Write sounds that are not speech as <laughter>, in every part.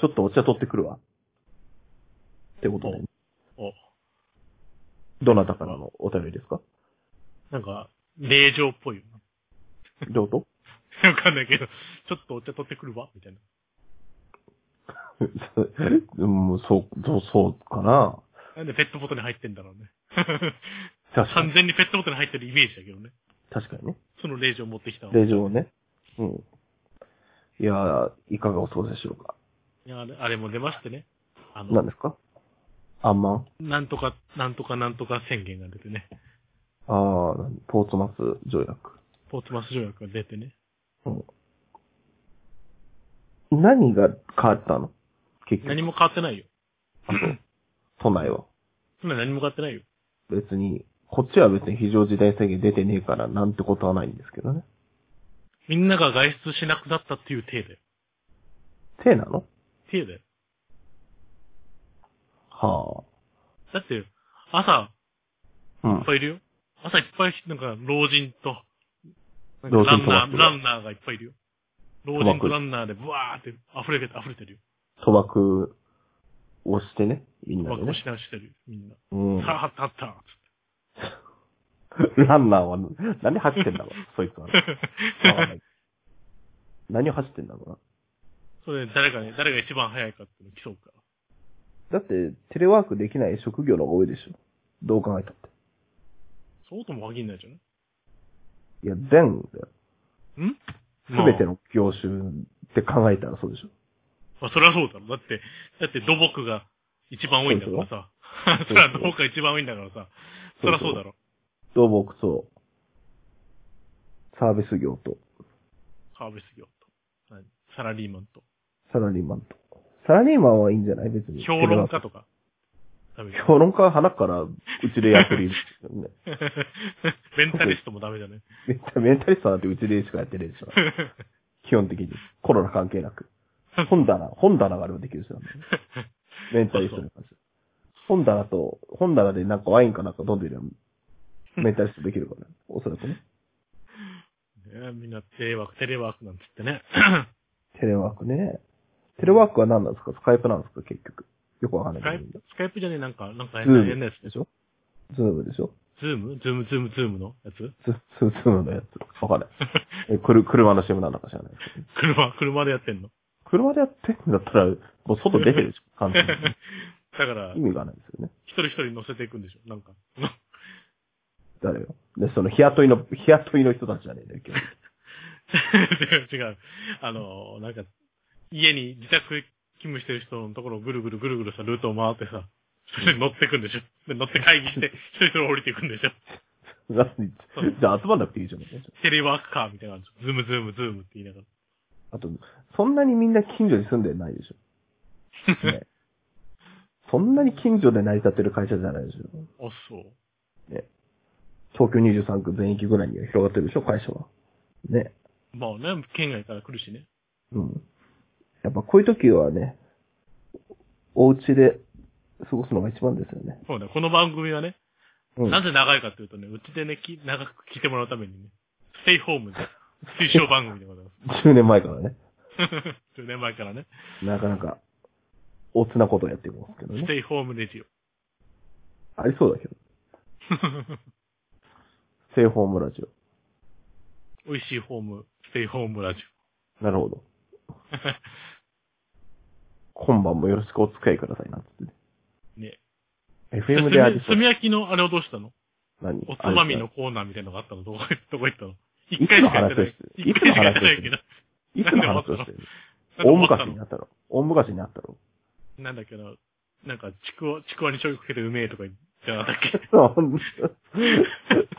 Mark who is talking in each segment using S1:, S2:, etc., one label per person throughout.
S1: ちょっとお茶取ってくるわ。ってことで、
S2: お、
S1: どなたからのお便りですか
S2: なんか、令状っぽいよ <laughs>
S1: どうぞ。
S2: な。わかんないけど、ちょっとお茶取ってくるわ、みたいな。
S1: うん、そう、そう、そうかな。
S2: なんでペットボトルに入ってんだろうね。 <laughs>
S1: 確か
S2: 完
S1: に。
S2: 全にペットボトルに入ってるイメージだけどね。
S1: 確かにね。
S2: その令状を持ってきたのい
S1: 令状をね。うん。いやー、いかがお過ごしでしょうか。
S2: やあれあれも出ましてね。あの、
S1: 何ですかあんまん
S2: なんとか、なんとかなんとか宣言が出てね。
S1: あー、ポーツマス条約。
S2: ポーツマス条約が出てね。
S1: うん。何が変わったの結局。
S2: 何も変わってないよ。
S1: あそう都内は。
S2: そんな何も変わってないよ。
S1: 別に、こっちは別に非常事態宣言出てねえからなんてことはないんですけどね。
S2: みんなが外出しなくなったっていう体だよ。
S1: せいなの
S2: 体だよ。
S1: は
S2: だって、朝、
S1: あ。う
S2: いっ
S1: ん。
S2: ぱいいるよ。朝いっぱい、なんか、老人と、なんか
S1: 老
S2: ラ
S1: 人
S2: ン
S1: と
S2: ナ
S1: ラ
S2: ー、
S1: ン
S2: ラ
S1: ナー
S2: ンナーがいっぱいいるよ。老人とランナーで、ブワーって溢れて、溢れてるよ。
S1: 賭博をしてね、みんな
S2: ま
S1: で
S2: く
S1: ね
S2: し。なしてるよ、みんな。
S1: うん。
S2: さあ、はったはった
S1: ランナーは、なんで走ってん
S2: <laughs>
S1: だろう、そいつは。わかんない何を走ってんだろうな。
S2: それで誰がね、誰が一番早いかっていうのを競うか
S1: だって、テレワークできない職業の方が多いでしょ。どう考えたって。
S2: ら。そうとも限らないじゃない
S1: いや、全部だよ、
S2: ん
S1: すべての業種って考えたらそうでしょ。
S2: まあ、それはそうだろ。だって、だって土木が一番多いんだからさ。 <laughs>
S1: そ
S2: そ
S1: うそう
S2: りゃ土木が一番多いんだからさ。そりゃそうだろ。
S1: 土木と、サービス業と、
S2: サービス業と、はいサラリーマンと、
S1: サラリーマンと。サラリーマンはいいんじゃない別に。
S2: 評論家とか。ダメ
S1: テ
S2: じ
S1: レワー
S2: ゃ
S1: ク。評論家は鼻からうちでやってるね。
S2: ん <laughs> メンタリストもダメじゃね。 <laughs>
S1: <laughs> めっちゃメンタリストなんてうちでしかやってるでしょ。基本的に。コロナ関係なく。本棚、本棚があればできるでしょ。メンタリストの感じ。本棚と、本棚でなんかワインかなんか飲んでるよ。メンタリストできる
S2: <laughs>
S1: から、おそらくね。
S2: ねみんなテレワーク、テレワークなんつってね。
S1: <laughs> テレワークね。テレワークは何なんですかスカイプなんですか結局。よくわかんな
S2: ス
S1: いけど
S2: カイプ、スカイプじゃねえ、なんか、なんか
S1: ズーム
S2: 変なやつで
S1: で
S2: し
S1: し
S2: ょ
S1: ょズームでしょ
S2: ズームズーム、ズーム、ズームのやつ <laughs>
S1: ズズズームのやつ。わかんない。え、くる車の CM なんだか知らないですけど。
S2: 車、車でやってんの。
S1: 車でやってんだったら、もう外出てるでしょ完
S2: だ
S1: 全に。
S2: から <laughs>
S1: 意、味がないですよね。
S2: 一人一人乗せていくんでしょなんか。 <laughs>
S1: 誰よ。で、その日雇いの、 <laughs> 日雇いの人たちじゃねえんだよ、今日。
S2: 違う、違う。あの、なんか、家に自宅勤務してる人のところをぐるぐるぐるぐるさ、ルートを回ってさ、それで乗ってくんでしょ。で乗って会議して、一人一人降りていくんでしょ。
S1: だってじゃあ集まんなくていいじゃん。
S2: テレワークカーみたいな感じ。ズームズームズームって言いながら。
S1: あと、そんなにみんな近所に住んでないでしょ。ね、そんなに近所で成り立ってる会社じゃないでしょ。
S2: あ、そう。
S1: 東京23区全域ぐらいには広がってるでしょ、会社は。ね。
S2: まあね、県外から来るしね。
S1: うん。やっぱこういう時はね、お家で過ごすのが一番ですよね。
S2: そうね、この番組はね、
S1: うん。
S2: なぜ長いかというとね、うちでね、き長く聞いてもらうためにね、ステイホームで推奨番組でござい
S1: <laughs>
S2: ま
S1: 10年前からね、
S2: す。10年前からね、
S1: なかなか、おつなことをやってるんですけど
S2: ス
S1: ね。
S2: テイホームレジ
S1: ありそうだけど。
S2: オ。
S1: ステイホームラジオ。
S2: <laughs> 美味しいホーム、ステイホームラジ
S1: なるほ
S2: <laughs>
S1: ど。
S2: オ。
S1: 今晩もよろしくお付き合いくださいなんつってね。
S2: ね。
S1: FM であり
S2: 炭
S1: そう
S2: 炭。焼きのあれをどうしたの
S1: 何
S2: おつまみの。コーナーみたいなのがあったのどこ、どこ行ったの一
S1: いつ
S2: 回し
S1: の
S2: かやって
S1: 話
S2: な
S1: を
S2: い
S1: して。る
S2: 一回しかやってないけど。
S1: いつの話をしてる大
S2: なん
S1: 昔
S2: か終
S1: に
S2: わ
S1: な
S2: っ
S1: ったろ。大昔になったろ。 <laughs>
S2: たのなんだっけど、なんか、ちくわ、ちくわに醤油かけてうめえとか言ってなかったっ
S1: <laughs>
S2: け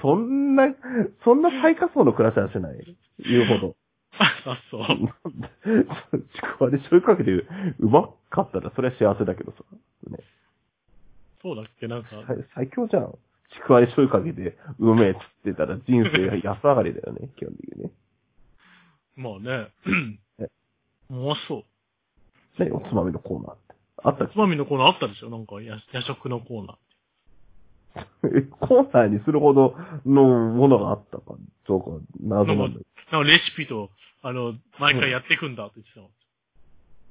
S1: そんな、そんな最下層の暮らしはしてない。言うほど。
S2: あ、そう。
S1: ちくわで醤油かけてうまかったら、それは幸せだけどさ。ね、
S2: そうだっけなんか、
S1: 最最強じゃん。ちくわで醤油かけてうめえっつってたら人生が安上がりだよね、基本的にね。
S2: まあね
S1: え。
S2: もうそう。
S1: 何おつまみのコーナーって。あった
S2: お
S1: っ
S2: つまみのコーナーあったでしょなんかや夜食のコーナー。
S1: けコーナーにするほどのものがあったか、そうか、謎なんだけど
S2: なんかレシピと、あの、毎回やっていくんだって言ってたの。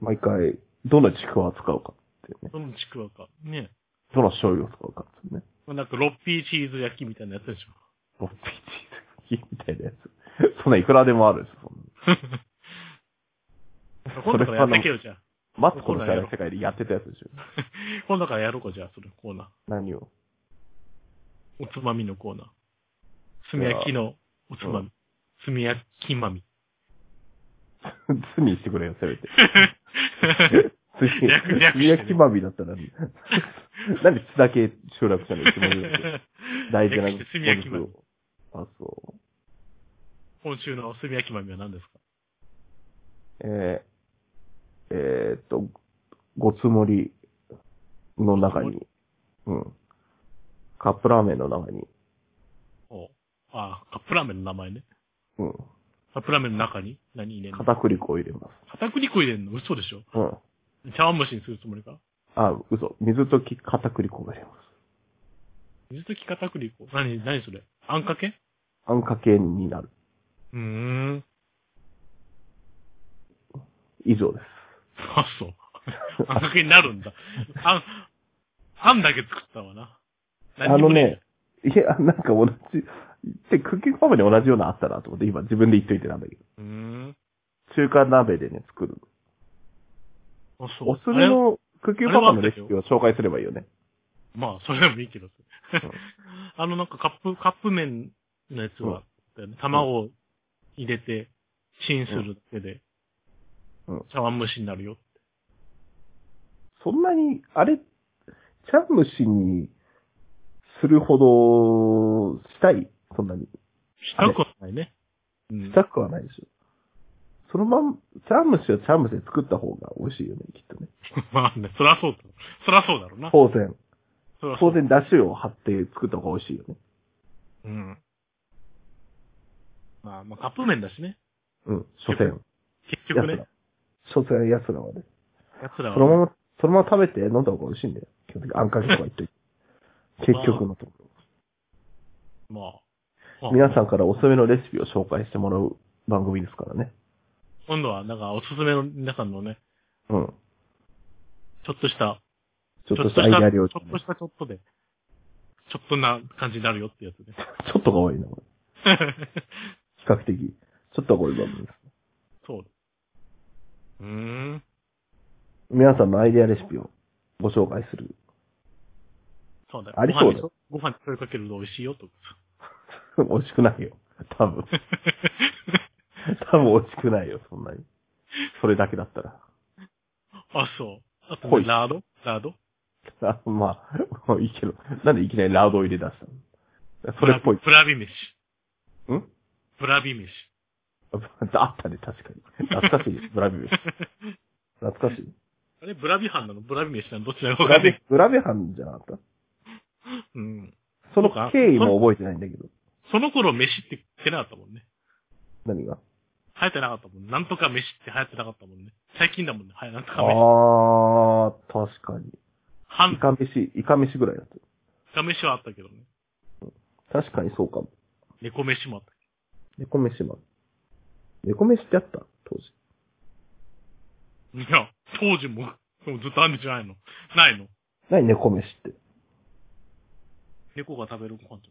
S1: 毎回、どのちくわを使うかってね。
S2: どのちくわか。ね
S1: どの醤油を使うかってね。
S2: まあなんか、ロッピーチーズ焼きみたいなやつでし
S1: <laughs> ロッピーチーズみたいなやつ。そんないくらでもあるんですよ。そんな
S2: ょ。今度からやってけよ、じゃあ。
S1: マツコの大の世界でやってたやつでしょ。
S2: 今度からやろうか、じゃあ、それ、コーナ
S1: 何を。
S2: ー。おつまみのコーナー。炭焼きのおつまみ。炭焼
S1: <laughs>
S2: きまみ。
S1: 罪にしてくれよ、せめて。
S2: <laughs> 略略してね
S1: 罪焼きまみだったら、 <laughs> なんで津田系集落者の一番上だけ <laughs> 大事な
S2: 略して炭焼きまみ
S1: あ、そう。
S2: 今週の炭焼きまみは何ですか
S1: えー、えーっと、ごつ盛りの中に、うん。カップラーメンの中に、
S2: おああ、カップラーメンの名前ね。
S1: うん。
S2: カップラーメンの中に何入れんの
S1: 片栗粉を入れま
S2: 片栗粉入れんの嘘でしょ
S1: す。うん。
S2: 茶碗蒸しにするつもりか
S1: あ、嘘。水溶き片栗粉を入れます。
S2: 水溶き片栗粉何、何それあんかけ
S1: あんかけになる。
S2: うーん。
S1: 以上です。
S2: あ、そう。 <laughs> あんかけになるんだ。あん、あんだけ作ったわな。
S1: あ
S2: 何に
S1: の
S2: も
S1: ね、、いや、なんか同じ、で、クッキングパパに同じようなあったなと思って、今自分で言っといてなんだけど。
S2: うーん。
S1: 中華鍋でね、作る。
S2: あ、そう。
S1: おすすめ
S2: あれ
S1: のクッキングパパのレシピを紹介すればいいよね。
S2: まあ、それでもいいけど。あの、なんかカップ、カップ麺のやつは、だよね卵を入れて、チンするだけで
S1: うん、
S2: 茶碗蒸しになるよ。
S1: そんなに、あれ、茶碗蒸しにするほど、したいそんなに。
S2: したくはないね。うん
S1: したくはないでしょ。そのまん、茶碗蒸しは茶碗蒸しで作った方が美味しいよね、きっとね。
S2: <laughs> まあね、そらそうだ。そらそうだろうな。
S1: 当然。
S2: そらそ
S1: 当
S2: う。
S1: 然、だしを張って作った方が美味しいよね。
S2: うん。まあ、まあ、カップ麺だしね。
S1: うん、所詮。
S2: 結局ね、
S1: 所詮奴らはね。
S2: 奴ら
S1: その
S2: は、
S1: まま、そのまま食べて飲んだ方が美味しいんだよ。基本的にあんかけとか言っ
S2: <laughs>
S1: といて。結局のとこ
S2: まあ、ま
S1: ろ。
S2: あ
S1: 皆さんからおすすめのレシピを紹介してもらう番組ですからね。
S2: 今度は、なんか、おすすめの皆さんのね、
S1: うん。
S2: ちょっとした、
S1: ちょっとしたアイデア
S2: ちょ
S1: 料
S2: っ
S1: 理
S2: と
S1: ね、
S2: したちょっとで、ちょっとな感じになるよってやつね。
S1: ち
S2: <laughs>
S1: ょっとが多いな、これ。比較的。ちょっとが多い番組です。
S2: そう。うーん。
S1: 皆さんのアイデアレシピをご紹介する。 <laughs>
S2: そうだよ。
S1: ありそうだよ
S2: ご飯にご飯に醤油かけると美味しいよとか。
S1: 美味しくないよ。多
S2: <laughs>
S1: 分。多分美味しくないよ、そんなに。それだけだったら。 <laughs>
S2: あ、そう。あと
S1: ほ
S2: ね、
S1: い
S2: ラードラード
S1: あまあ、もういいけど。なんでいきなりラードを入れ出したのそれっぽい。
S2: ブラビ飯。
S1: ん
S2: ブラビ飯。
S1: <laughs> あったね、確かに。懐かしい、ブラビ飯。懐かしい。
S2: あれ、ブラビ飯なのブラビ飯なのどっちなの
S1: ブラビ、ブラビハンじゃなかった
S2: うん。
S1: その
S2: そうか
S1: 経緯も覚えてないんだけど。
S2: その頃飯って言ってなかったもんね。
S1: 何が
S2: 流行ってなかったもん。なんとか飯って流行ってなかったもんね。最近だもんね。はい、なんとか飯。
S1: あー、確かに。
S2: 半
S1: イカ飯、イカ飯ぐらいだっ
S2: ガ飯はあったけどね。
S1: た。確かにそうかも。
S2: 猫飯もあったけ
S1: 猫飯もある。猫飯ってあった当時。
S2: ど。いや、当時も、 <laughs> でもずっとあるんじゃないのないの
S1: 何猫飯って。
S2: 猫が食べるご飯じ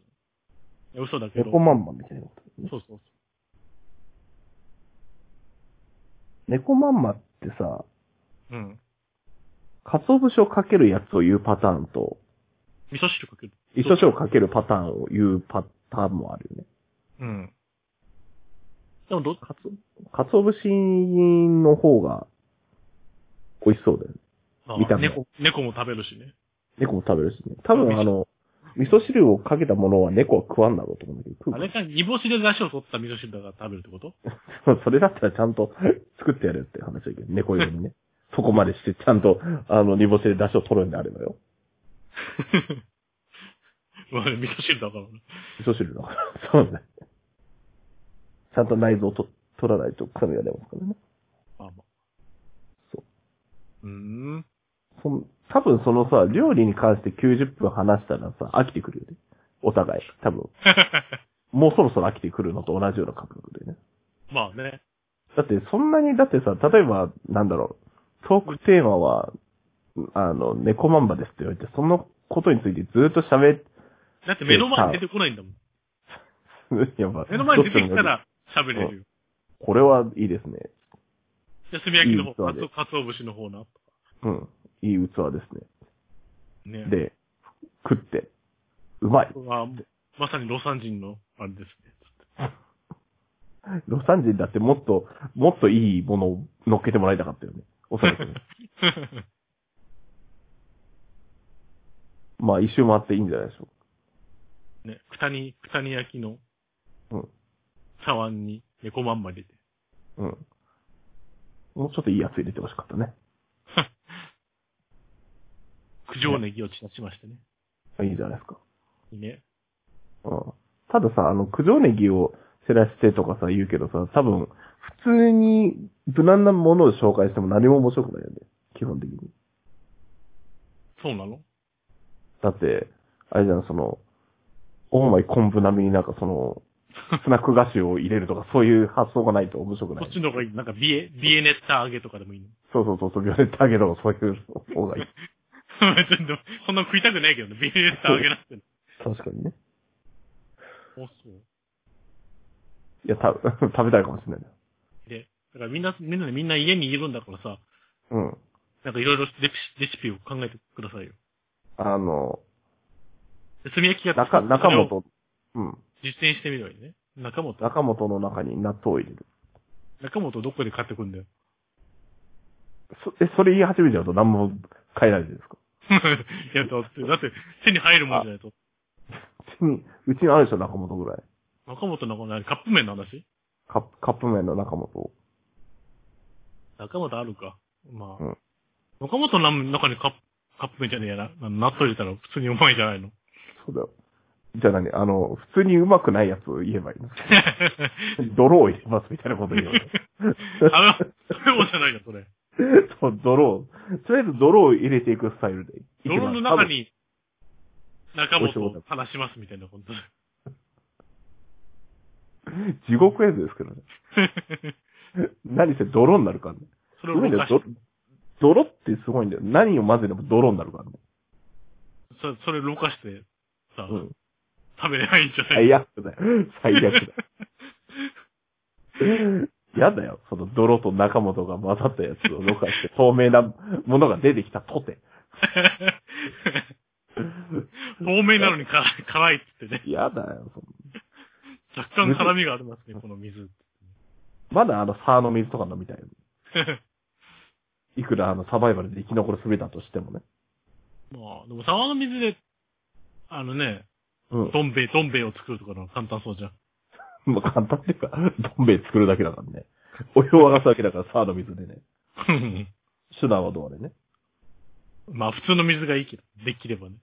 S2: ゃないいや嘘だけど。
S1: 猫まんまみたいなこと、
S2: そうそうそう。
S1: 猫まんまってさ、
S2: うん。
S1: 鰹節をかけるやつを言うパターンと、
S2: 味噌汁かける。
S1: 一緒をかけるパターンを言うパターンもあるよね。
S2: うん。でもど、
S1: かつ、かつお節の方が、美味しそうだよね。
S2: あ
S1: 見た目
S2: 猫、猫も食べるしね。
S1: 猫も食べるしね。多分
S2: あ
S1: あの、味噌汁をかけたものは猫は食わんだろうと思うんだけど、食う
S2: あ
S1: か
S2: れか、煮干しで出汁を取った味噌汁だから食べるってこと <laughs>
S1: な <laughs> それだったらちゃんと作ってやるって話だけど、猫用にね。そこまでして、ちゃんと、あの、煮干しで出汁を取るんであればよ。
S2: まあ、味噌汁だからね。
S1: 味噌汁だから。そうだね。ちゃんと内臓をと取らないと臭みが出ますからね。
S2: まあまあ。。
S1: そう
S2: うーん。
S1: そん多分そのさ、料理に関して90分話したらさ、飽きてくるよね。お互い。多分。もうそろそろ飽きてくるのと同じような感覚でね。
S2: まあね。
S1: だってそんなに、だってさ、例えば、なんだろう、トークテーマは、あの、猫マンバですって言われて、そのことについてずっと喋っ、
S2: だって目の前に出てこないんだもん。
S1: やば
S2: 目の前に出てきた
S1: どうしたのか
S2: ら喋れるよ。
S1: これはいいですね。
S2: じゃあ炭焼きの
S1: いい
S2: 方、
S1: そう
S2: か
S1: で
S2: つ
S1: す
S2: お、かつお節の方な。
S1: うん。いい器です
S2: ね
S1: ね。。で、食って、うまい。
S2: これはもうまさにロサン人の、あれですね。
S1: ロサン人だってもっと、もっといいものを乗っけてもらいたかったよね。おそら
S2: <laughs>
S1: くね。まあ一周回っていいんじゃないでしょ
S2: ね、くたに、くたに焼きの
S1: うか。
S2: 茶碗に猫まんま入れて。
S1: うん。うん。もうちょっといいやつ入れてほしかったね。
S2: 九条ネギを散らしましてね。
S1: いいじゃないですか。
S2: いいね。
S1: うん。たださ、あの、九条ネギを照らしてとかさ、言うけどさ、多分、普通に無難なものを紹介しても何も面白くないよね。基本的に。
S2: そうなの
S1: だって、あれじゃん、その、オーマイ昆布並みになんかその、スナック菓子を入れるとか、そういう発想がないと面白くな
S2: こ
S1: い
S2: っ。ちの方がいい。なんかビエ、ビエネッタ揚げとかでもいい <laughs> の。
S1: そうそうそうそう、ビオレットあげとか、そういう方がいい。
S2: 別にでも、そんな食いたくないけどね。ビエネッタ揚げなんて。
S1: 確かにね。
S2: お <laughs> そう。
S1: いや、た <laughs> 食べたいかもしれないね。
S2: で、だからみんな、みんなね、みんな家にいるんだからさ、
S1: うん。
S2: なんかいろいろレシレシピを考えてくださいよ。
S1: あの、
S2: で、炭焼きが
S1: 中、中
S2: それを
S1: 本、うん。
S2: 実践してみればいいね。中本。
S1: 中本の中に納豆を入れる。
S2: 中本どこで買ってくんだよ。
S1: そ、え、それ言い始めちゃうと何も変えないじゃないですか。
S2: <laughs> いや、だって、だって、手に入るもんじゃないと。
S1: うちに、うちにあるでしょ、中本ぐらい。
S2: 中本のこのカップ麺の話
S1: カップ、カップ麺の中本を。
S2: 中本あるか。まあ。
S1: うん
S2: 中本の中にカップ、カップ麺じゃねえやな。あの納豆入れたら普通にうまいじゃないの。 <laughs>
S1: そうだよ。じゃあ何あの、普通にうまくないやつを言えばいいの <laughs> 泥を入れますみたいなこと
S2: <laughs>
S1: 言えばいいの
S2: あの、そういうことじゃないよ、それ。
S1: そう、泥を、とりあえず泥を入れていくスタイルで。
S2: 泥の中
S1: い
S2: に、中本を話しますみたいなこと。
S1: けば。多分地獄絵図ですけどね。何せ泥になるからね。
S2: <laughs>
S1: す
S2: それ
S1: ご
S2: を
S1: いん
S2: 動
S1: だ
S2: か
S1: よ。
S2: し
S1: ど、泥ってすごいんだよ。何を混ぜても泥になるからね。
S2: そそれを動かして、さ、
S1: うん。
S2: 食べれないんじゃない
S1: 最悪だよ。最悪だ。やだよ。その泥と中本が混ざったやつをろ過して、透明なものが出てきたとて。
S2: <laughs> 透明なのに辛い辛いっつってね。
S1: やだよ。その
S2: 若干辛みがありますね、この水。 <laughs>
S1: まだあの、沢の水とか飲みたいよ。いくらあの、サバイバルで生き残るべだとしてもね。
S2: まあ、でも沢の水で、あのね、
S1: うん。
S2: どん兵衛、どん兵衛を作るとかの簡単そうじゃん。
S1: まあ、簡単っていうか、どん兵衛作るだけだからね。お湯を沸かすだけだから、沢の水でね。手段はどうあれね。
S2: <laughs> まあ、普通の水がいいけど、できればね。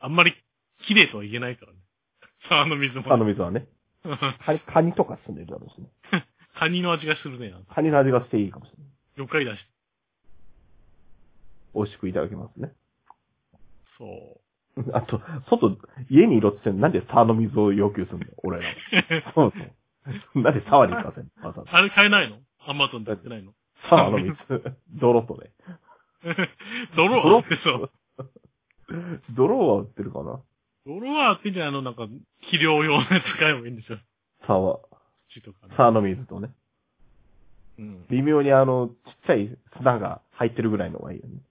S2: あんまり綺麗とは言えないからね。沢の水も。
S1: 沢の水はね。カニカニとか住んでるだろうしね。
S2: <laughs> カニの味がするね。なんか
S1: カニの味がしていいかもしれない。
S2: 魚介だし。
S1: 美味しくいただけますね。
S2: そう。 <laughs>
S1: <laughs> あと、外、家にいろって言ってんのなんで沢の水を要求するんだよ、俺らは。そうそう。なんで沢に行かせんのわざわざ
S2: あれ買えないのアマゾンで売ってないの <laughs>
S1: 沢の水。泥とね。
S2: 泥は売ってそう。
S1: 泥は売ってるかな
S2: 泥は売ってんじゃないのなんか、肥料用のやつ買えばいいんでしょ
S1: 沢。
S2: 土とかね。
S1: 沢の水とね。
S2: うん。
S1: 微妙にあの、ちっちゃい砂が入ってるぐらいのがいいよね。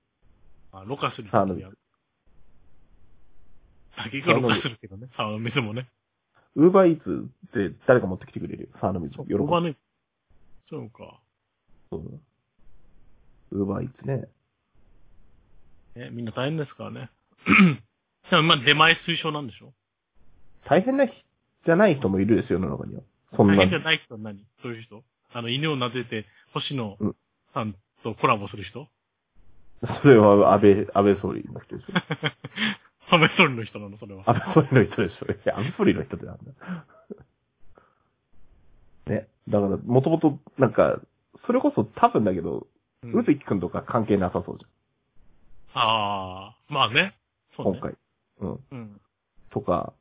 S2: まあ、ろ過する
S1: 沢の水
S2: る。先がろ過するけどね。沢の水もね。
S1: ウーバーイーツって誰か持ってきてくれるよ。沢の水。喜ぶ。
S2: ここはね。そうか。
S1: そうウーバーイーツね。
S2: ね、みんな大変ですからね。 <clears throat> でもまあ出前推奨なんでしょ
S1: 大変な人じゃない人もいるですよ、世の中には。そんな
S2: 大変じ。ゃない人は何どういう人あの、犬をなでて、星野
S1: うん
S2: さんとコラボする人 <laughs>
S1: それは安倍、安倍総理の人でしょ。
S2: サメソリの人なの、それは。
S1: アンソリの人でしょ。いや、アンソリの人ってなんだ。 <laughs> ね。だから、もともと、なんか、それこそ多分だけど、
S2: うん
S1: うずきくんとか関係なさそうじ
S2: ああ、まあね。
S1: ゃん。
S2: そうね。
S1: 今回。うん。
S2: うん。
S1: とか、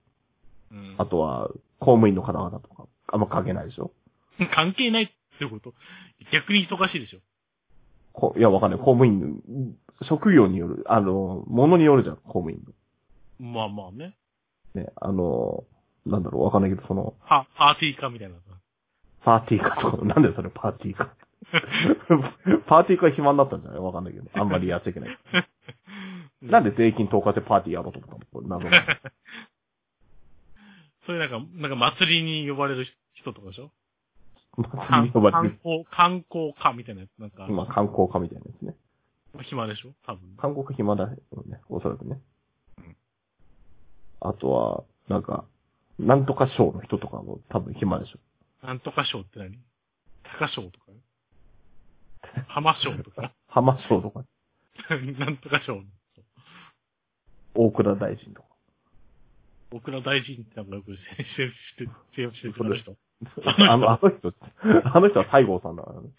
S2: うん
S1: あとは、公務員の方々とか、あんま関係ないでしょ。
S2: 関係ないってこと。逆に忙しいでしょ。
S1: こいや、わかんない。公務員の、職業による、あの、ものによるじゃん、公務員
S2: まあまあね。
S1: の。ね、あの、なんだろう、わかんないけど、その、
S2: パ、パーティー化みたいな。
S1: パーティーかとか、なんでそれパーティーか。パー <laughs> ティーか暇になったんじゃないわかんないけど、あんまりやっちゃいけない。なんで税金投下してパーティーやろうと思ったのこれ謎の
S2: そういうなんか、なんか祭りに呼ばれる人とかでしょ
S1: 祭り
S2: 観
S1: に呼ばれ
S2: 観
S1: る。
S2: 光、観光家みたいなやつ、なんか、
S1: 今、観光家みたいなやつね。
S2: 暇でしょ多分。
S1: 韓国暇だよね、おそらくね。あとは、なんか、なんとか賞の人とかも多分暇でしょ。
S2: なんとか賞って何高賞とか浜賞とか
S1: 浜賞とか、
S2: なんとか賞。
S1: 大倉大臣 <laughs> とか。
S2: 大倉大臣ってなんかよく制服して、制服してる人。
S1: あの、あの人、あの人は西郷さんだからね。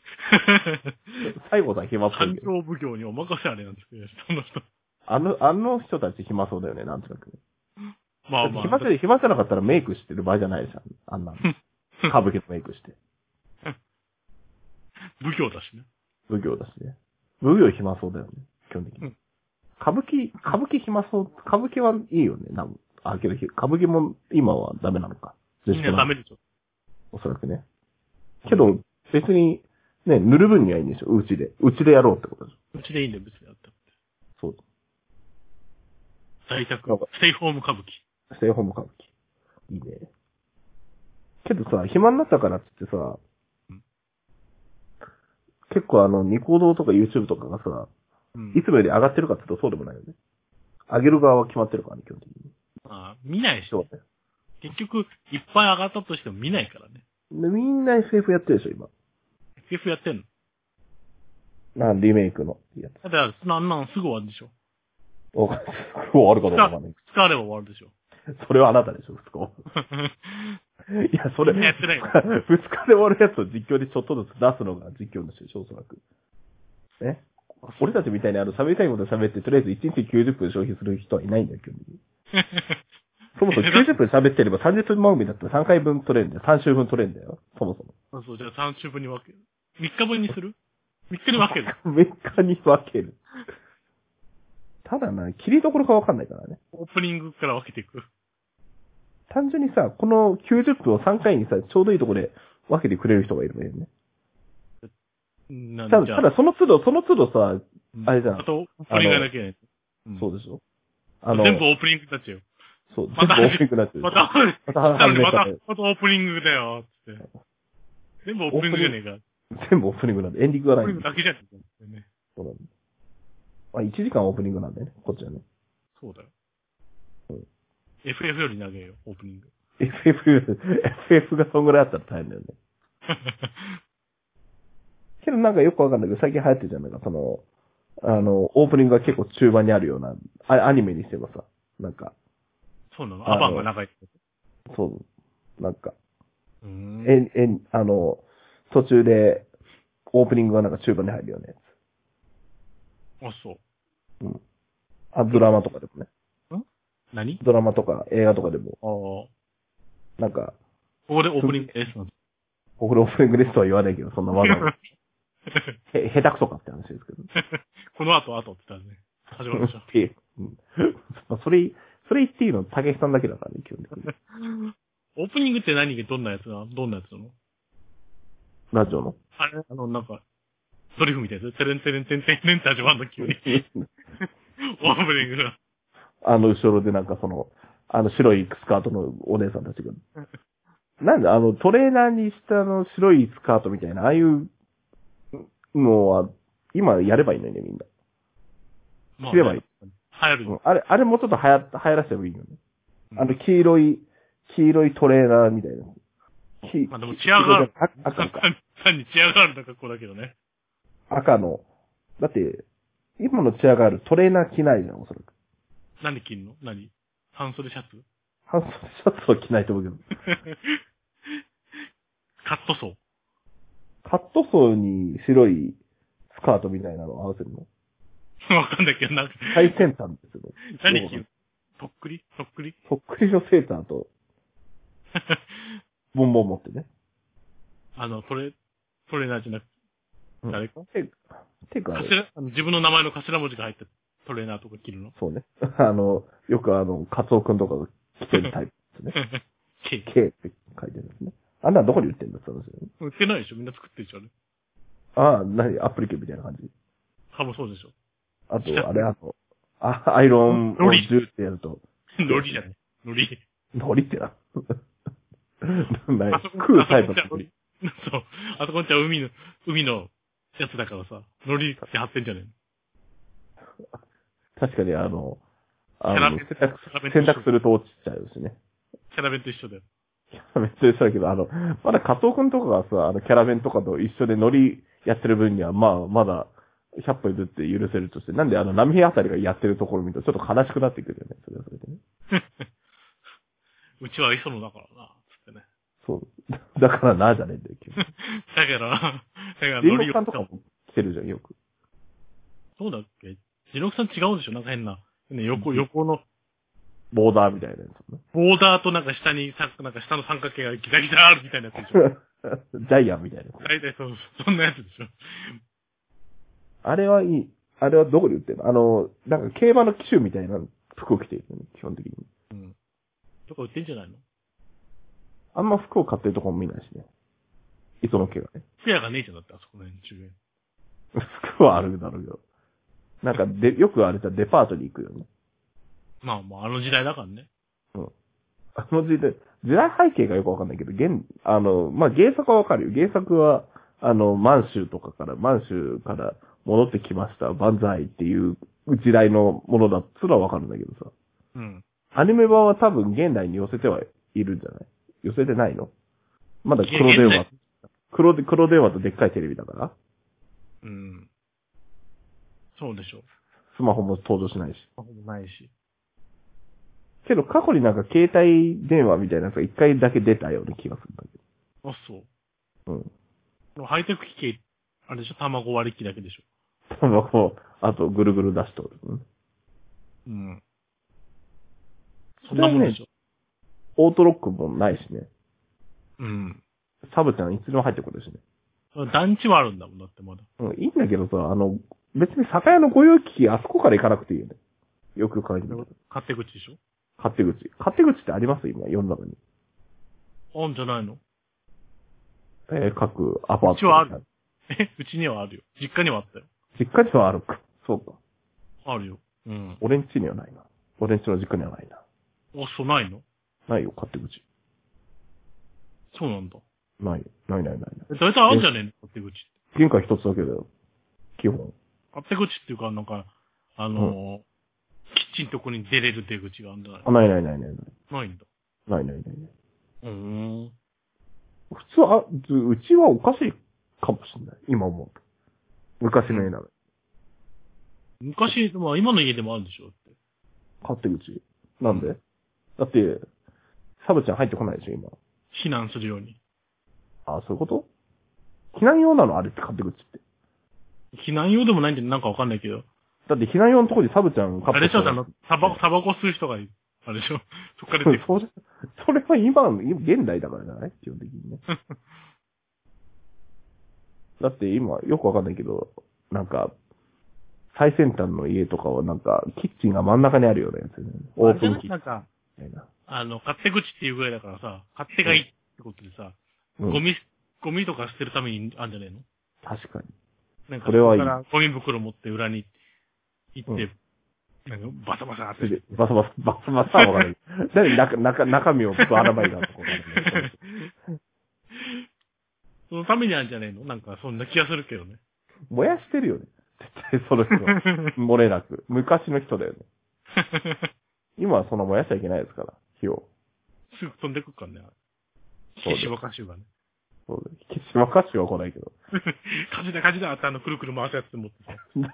S1: 西郷さん暇っぽい
S2: 環
S1: けど。
S2: 境奉行にお任せあれなんですけど、その人。
S1: あの、あの人たち暇そうだよね、なんとなくね。
S2: まあまあ。
S1: 暇せ、暇せなかったらメイクしてる場合じゃないじゃん。あ <laughs> んなの。歌舞伎のメイクして。
S2: 奉行だしね。
S1: 奉行だしね。奉行暇そうだよね、基本的
S2: う
S1: に
S2: ん。
S1: 歌舞伎、歌舞伎暇そう、歌舞伎はいいよね、なんあ、けど、歌舞伎も今はダメなのか。
S2: みんなダメでしょ。
S1: おそらくね。けど、別に、ね、塗る分にはいいんでしょ、うちで。うちでやろうってことでし
S2: うちでいいんだよ、別にやっても。
S1: ょ。そう。
S2: 在宅
S1: なんか、
S2: ステイホーム歌舞伎。
S1: ステイホーム歌舞伎。いいね。けどさ、暇になったからってってさ
S2: うん、
S1: 結構あの、ニコ動とか YouTube とかがさ、
S2: うん
S1: いつもより上がってるかって言うとそうでもないよね。上げる側は決まってるからね、基本的に。
S2: まあ、見ないでしょ。
S1: そうだね。
S2: 結局、いっぱい上がったとしても見ないからね。
S1: でみんな SF やってるでしょ、今。
S2: SF やってん
S1: な、
S2: の。
S1: リメイクのやつ。
S2: だから、そんなんなんすぐ終わるでしょ。
S1: おかしい。終わるかどうかわかんない。
S2: 使われば終わるでしょ。
S1: <laughs> それはあなたでしょ、二日。 <laughs> いや、それ、
S2: みんなやってな
S1: <laughs>
S2: いか
S1: 2日で終わるやつを実況でちょっとずつ出すのが実況のしでしょ、おそらく。ね。俺たちみたいにあの、喋りたいこと喋って、とりあえず1日90分消費する人はいないんだよ、基本的に。そ <laughs> もそも90分喋ってれば30分番組だったら3回分取れるんだよ。3週分取れるんだよ。そもそも。
S2: そうそう、じゃあ3週分に分ける。3日分にする ?3 日に分ける。
S1: メーカーに分ける。ただな、切りどころがわかんないからね。
S2: オープニングから分けていく。
S1: 単純にさ、この90分を3回にさ、ちょうどいいところで分けてくれる人がいるばいいよね。
S2: な
S1: た
S2: ん
S1: だ、
S2: じゃ
S1: ただその都度、その都度さ、あれじゃん
S2: あと、オープニングやらなきゃいけない。うん
S1: そうでしょあ
S2: 全部オープニングになっちゃうよ。
S1: そう、
S2: ま
S1: 全部
S2: た
S1: 大きくなってる。
S2: また、
S1: また始めた
S2: また
S1: ら、、
S2: またオープニングだよ、つって。全部オープニングじゃねえか。
S1: 全部オープニングなんで、エンディング
S2: オ
S1: が
S2: ープ
S1: な
S2: ニ
S1: い
S2: ン
S1: ん
S2: グ
S1: で。
S2: だけじゃねえかってね。
S1: そうなんだまあ、1時間オープニングなんだよね、こっちはね。
S2: そうだよ
S1: うん。
S2: FF より長えよ、オープニング。
S1: FF、FF がそんぐらいあったら大変だよね。けどなんかよくわかんないけど、最近流行ってるじゃん、なんかその、あの、オープニングが結構中盤にあるような、あアニメにしてばさ、なんか、
S2: そうなの
S1: あ
S2: ア
S1: の
S2: バンが長いってこと。
S1: そう、なんか、
S2: うーん
S1: え、え、あの、途中で、オープニングがなんか中盤に入るよね。
S2: あ、そう。
S1: あ、ドラマとかでもね。
S2: 何
S1: ドラマとか映画とかでも、
S2: ああ。こ
S1: なんか、
S2: こでオープニングですなんて。
S1: ここでオープニングですとは言わないけど、そんなわざ
S2: <laughs>
S1: わざ。へ、下手くそかって話ですけど。
S2: この後、後って言ったらね、始ま
S1: <laughs>
S2: るでしょ。
S1: っていううんまあそれ、それ言っていいの、たけしさんだけだからね、基本的に。
S2: オープニングって何がどんなやつなどんなやつなの
S1: ラジオ
S2: <laughs>
S1: の。
S2: あれあの、なんか、ドリフみたいなやつテレンテレンテレンテレンテレンって始まるの急に。オープニングが。
S1: あの、後ろでなんかその、あの、白いスカートのお姉さんたちが。なんで、あの、トレーナーにしたあの、白いスカートみたいな、ああいうのは、今やればいいのにね、みんな。
S2: ま
S1: 切ればいい。
S2: 入る
S1: うん
S2: よ。
S1: あれ、あれもうちょっと流行った、流行らせてもいいのね。
S2: うん
S1: あの、黄色い、黄色いトレーナーみたいな。き
S2: まあでもチアガール
S1: 黄色じゃない赤赤か。
S2: 単にチアガールな格好だけどね。
S1: 赤の。だって、今のチアガール、トレーナー着ないじゃん、おそらく。
S2: 何で着んの何半袖シャツ
S1: 半袖シャツは着ないと思うけど。
S2: カットソー。
S1: カットソーに白いスカートみたいなのを合わせるの。
S2: <laughs> わかんないけど、なんか、
S1: 最先端ですよね。
S2: 何着るとっくりとっくり
S1: そっくりのセーター
S2: <laughs>
S1: と、ボンボン持ってね。
S2: あの、トレ、トレーナーじゃなくて、
S1: うん
S2: 誰か
S1: て、てかあれ
S2: 頭、あの自分の名前の頭文字が入ったトレーナーとか着るの <laughs>
S1: そうね。 <laughs> あの、よくあの、カツオくんとかが着てるタイプですね。
S2: ケーキ
S1: K って書いてるんですね。あんなのどこに売ってんだって話だよね。
S2: 売ってないでしょみんな作ってるでしょあれ。
S1: ああ、なに、アップリケみたいな感じ。
S2: かもそうでしょ
S1: あと、あれ、あと、あ、アイロンを
S2: ロリ
S1: 10ってやると、
S2: ノリじゃねノリ。
S1: ノリってな。 <laughs> な
S2: あ
S1: い
S2: そこ、
S1: 食うタイ
S2: あ
S1: プ
S2: そこんち
S1: だ
S2: ゃ。ノリ。そう。あそこんちゃ海の、海のやつだからさ、ノリって貼ってんじゃね
S1: 確かに、あの、あ
S2: キャラ
S1: の、
S2: メ
S1: 洗
S2: ル
S1: 濯
S2: キャラメル
S1: 洗濯すると落ちちゃうしね。
S2: キャラ弁と一緒だよ。
S1: <laughs> めっちゃ一緒だけど、あの、まだ加藤くんとかがさ、あの、キャラ弁とかと一緒でノリやってる分には、まあ、まだ、100歩譲って許せるとして、なんであの、波平あたりがやってるところ見ると、ちょっと悲しくなってくるよね。それはそれでね。
S2: うちは磯野だからな、つってね。
S1: そう。 <laughs> だからな、じゃねえんだよ、君。
S2: だから、だから
S1: リン
S2: <laughs> ノ
S1: ゴ
S2: リを
S1: さんとかも来てるじゃん、よく。
S2: そうだっけジロクさん違うんでしょなんか変な。ね、横、横の、
S1: ボーダーみたいなやつ、ね。
S2: ボーダーとなんか下に、さなんか下の三角形がギザギザあるみたいなやつでしょ
S1: <laughs> ジャイアンみたいなやつ。
S2: 大体そう、そんなやつでしょ
S1: あれはいい。あれはどこで売ってるのあの、なんか競馬の機種みたいな服を着てるよね、基本的に。
S2: うん。とか売ってんじゃないの
S1: あんま服を買ってるとこも見ないしね。磯野家がね。
S2: フェアがねえじゃん、だってあそこの辺中円。
S1: 服はあるだろうよ。なんか、で、よくあれじゃデパートに行くよね。
S2: まあまあ、あの時代だからね。
S1: あの時代、時代背景がよくわかんないけど、現、あの、まあ、原作はわかるよ。原作は、あの、満州とかから、満州から戻ってきました、万歳っていう時代のものだっつらわかるんだけどさ。
S2: うん。
S1: アニメ版は多分現代に寄せてはいるんじゃない寄せてないのまだ黒電
S2: い
S1: 話
S2: や現。
S1: 黒で、黒電話とでっかいテレビだから、
S2: うん。そうでしょ。
S1: スマホも登場しないし。
S2: ほぼないし。
S1: けど過去になんか携帯電話みたいなやつが一回だけ出たような気がするんだけ
S2: あ、そう。
S1: ど。うん。
S2: ハイテク機器、あれでしょ卵割り機だけでしょ。
S1: <laughs> タバコ、あとぐるぐる出しとる。うん
S2: うん。そんなもんでしょ。
S1: オートロックもないしね。
S2: うん。
S1: サブちゃんいつでも入ってくるしね。
S2: 団地はあるんだもん、だってまだ。
S1: うん、いいんだけどさ、あの、別に酒屋の御用聞きあそこから行かなくていいよね。よく考えてみると。
S2: 勝手口でしょ
S1: 勝手口。勝手口ってあります今、世の中に。
S2: あんじゃないの
S1: えー各アパート。
S2: うちはあるえ、うちにはあるよ。実家にはあったよ。
S1: 実家にはあるか。そうか。
S2: あるよ。うん。
S1: 俺ん家にはないな。俺ん家の実家にはないな。
S2: あ、そうないの
S1: ないよ、勝手口。
S2: そうなんだ。
S1: ないよ。ないないないない。
S2: え、大体あんじゃねえの勝手口って。
S1: 玄関一つだけだよ。基本。
S2: 勝手口っていうか、なんか、あのーキッチンとこに出れる出口があるんじゃない
S1: あ、ないないないないない。
S2: ないんだ。
S1: ないないないない。
S2: うん。
S1: 普通、あ、ずうちはおかしいかもしれない。今思うと。昔の家なの。
S2: 昔、まあ今の家でもあるんでしょだって。
S1: 勝手口。なんでだって、サブちゃん入ってこないでしょ、今。
S2: 避難するように。
S1: あ、そういうこと避難用なのあれって勝手口って。
S2: 避難用でもないんでなんかわかんないけど。
S1: だって避難用のとこにサブちゃんカ
S2: あれでしょあ
S1: の
S2: の、タバコ、タバコ吸う人がいる。あ
S1: <laughs>
S2: れでしょそっから出てくる。
S1: それ、それは今の、今現代だからじゃない基本的 <laughs> にね。だって今、よくわかんないけど、なんか、最先端の家とかはなんか、キッチンが真ん中にあるようなやつよね。オープンキッチン
S2: なんか、
S1: みたいな。
S2: あの、勝手口っていうぐらいだからさ、勝手がいいってことでさ、
S1: うん
S2: ゴミ、ゴミとか捨てるためにあるんじゃないの
S1: 確かに。
S2: なんか、
S1: それはいい
S2: こからゴミ袋持って裏に行って、なんかバサバサっ
S1: それ
S2: て。
S1: でバサバサ、バサバサはわかる。だって中、中、中身をばらまいたところ
S2: そのためにあるんじゃないのなんか、そんな気がする
S1: <laughs>
S2: けどね。
S1: 燃やしてるよね。絶対その人は。 <laughs> 漏れなく。昔の人だよね。今はそんな燃やしちゃいけないですから、火を。
S2: すぐ飛んでくっからね。
S1: そうだよ
S2: 岸和歌集がね。 <laughs>
S1: そうです。岸和歌手は来ないけど。
S2: 火事だ火事だってあの、くるくる回すやつ持って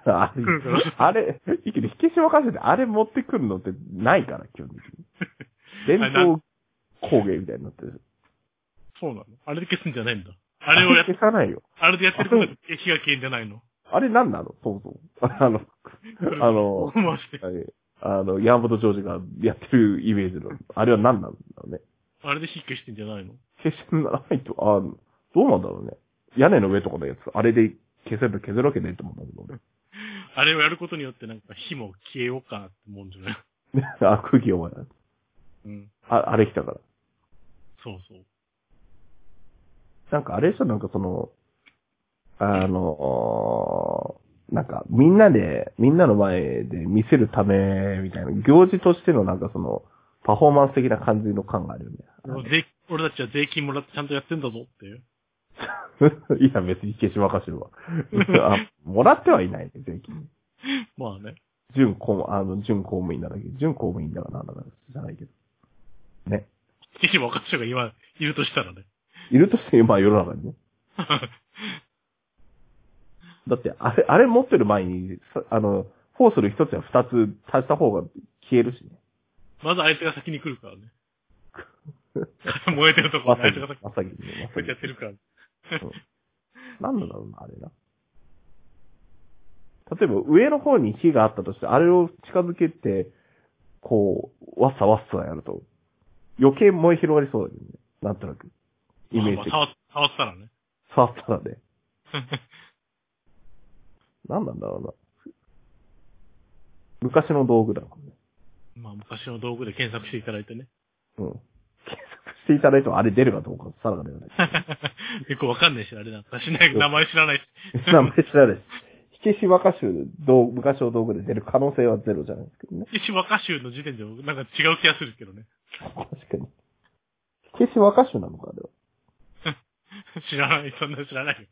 S2: さ。
S1: あれ
S2: るから、
S1: あれ、いきなり火消し任せて、あれ持ってくるのってないから、基
S2: <laughs>
S1: 本的に。伝統工芸みたいになってる。
S2: そうなのあれで消すんじゃないんだ。あれを
S1: <laughs>
S2: やっ、
S1: 消さないよ。
S2: あれでやってることで火が消えんじゃないの
S1: あれ何なのそもそも。 <laughs> あの、あの、
S2: 回して。
S1: あれあの、山本ジョージがやってるイメージの、あれは何なんだろうね。
S2: あれで火消してんじゃないの
S1: 消しならないと、あどうなんだろうね。屋根の上とかのやつ、あれで消せば削るわけねえと思うんだけど俺。
S2: あれをやることによってなんか火も消えようかなって思うんじゃない
S1: <laughs> あ、空気読まない。
S2: うん。
S1: あ、あれ来たから。
S2: そうそう。
S1: なんかあれでしょなんかその、あの、なんかみんなで、みんなの前で見せるため、みたいな、行事としてのなんかその、パフォーマンス的な感じの感があるよね。
S2: 税俺たちは税金もらってちゃんとやってんだぞっていう。
S1: <laughs> いや、別に消しまかしてるわ。あ、もらってはいないね、税金。
S2: まあね。
S1: 準公務、あの、準公務員なんだっけど、準公務員だからなんだかじゃないけど。ね。
S2: ぜひ若者が今、いるとしたらね。 <laughs>
S1: いるとして、まあ世の中にね。だって、あれ、あれ持ってる前に、さあの、フォースル一つや二つ足した方が消えるしね。
S2: まずあいつが先に来るから
S1: <laughs>
S2: ね。燃えてるとこ
S1: ま
S2: は
S1: さ
S2: あい
S1: に、
S2: つが
S1: ま
S2: 先に
S1: さに、ま
S2: こう
S1: さ
S2: やってやって
S1: に。
S2: るから。
S1: なんだろうな、あれな。例えば、上の方に火があったとして、あれを近づけて、こう、わっさわっさやると、余計燃え広がりそうだけどね。なんとなく。イメージ的に
S2: まあまあ触っ触ったらね。
S1: 触ったら
S2: <laughs>
S1: ね。なんなんだろうな。昔の道具だもんね。
S2: まあ昔の道具で検索していただいてね。 <laughs>
S1: うん。検索していただいてもあれ出るかどうか、さらが出ない。
S2: よくわかんないし、あれなんかしない、名前知らないし。
S1: 名前
S2: <laughs>
S1: 知らないです。火消し若衆、道昔の道具で出る可能性はゼロじゃないですけどね。
S2: 石若衆の時点でもなんか違う気がするけどね。 <laughs>
S1: 確かに。火消し若衆なのか、あれは。
S2: 知らない、そんな知らないよ。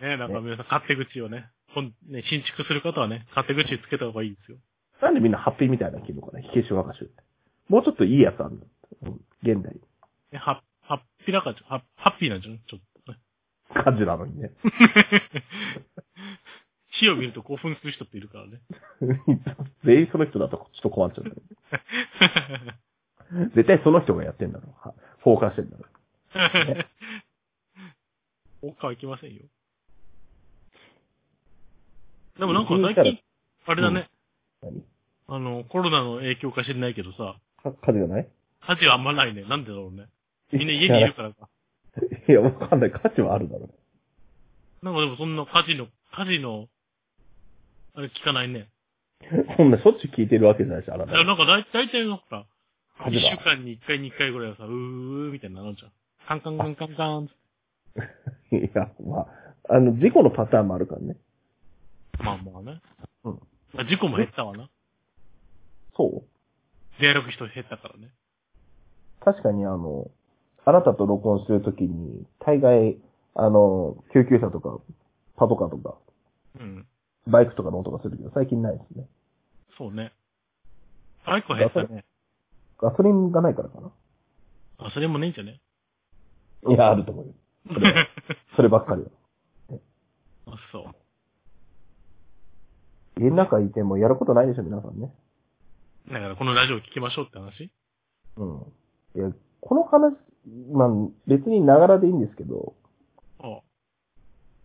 S2: ねえ、なんか皆さん勝手口をね、ほんね新築する方はね、勝手口つけた方がいいですよ。
S1: なんでみんなハッピーみたいなの着るのかな、火消し若衆って。もうちょっといいやつあるの。うん現代。
S2: ね、は、ハッピーな感じ、は、ハッピーなんじゃないちょっと <laughs> ね。
S1: 感じなのにね。 <laughs>
S2: 火を見ると興奮する人っているからね。
S1: 全員その人だとちょっと困っちゃうね。絶対その人がやってんだろう。はフォーカスしてんだろう。
S2: <laughs> おっかはいきませんよ。でもなんか最近、あれだね、
S1: 何
S2: あの、コロナの影響か知らないけどさ、
S1: か火事がない
S2: 火事はあんまないね。なんでだろうね。みんな家にいるからか。
S1: いや、わかんない。価値はあるだろ
S2: なんかでもそんな火事の、火事の、あれ聞かないね。
S1: う。そんなしょっちゅう聞いてるわけじゃないし、あない
S2: や、なんか大大体のほら、
S1: 火
S2: 一
S1: 事
S2: 週
S1: だ。
S2: 間に一回、二回ぐらいはさ、うーみたいになのじゃん。カンカンカンカンカンって。
S1: いや、まあ、あの、事故のパターンもあるからね。
S2: まあまあね。
S1: うん。
S2: まあ事故も減ったわな。
S1: そう
S2: 出歩く人減ったからね。
S1: 確かにあの、あなたと録音してるときに、大概、あの、救急車とか、パトカーとか、
S2: うん。
S1: バイクとかの音がするけど、最近ないですね。
S2: そうね。バイクは減ったね。
S1: ガソリンがないからかな。
S2: あ、それもねえんじゃね
S1: いや、あると思うよ。それはそればっかりは。
S2: <laughs> あ、そう。
S1: 家の中いてもやることないでしょ、皆さんね。
S2: だからこのラジオ聞きましょうって話
S1: うん。いや、この話、まあ、別にながらでいいんですけど、
S2: あ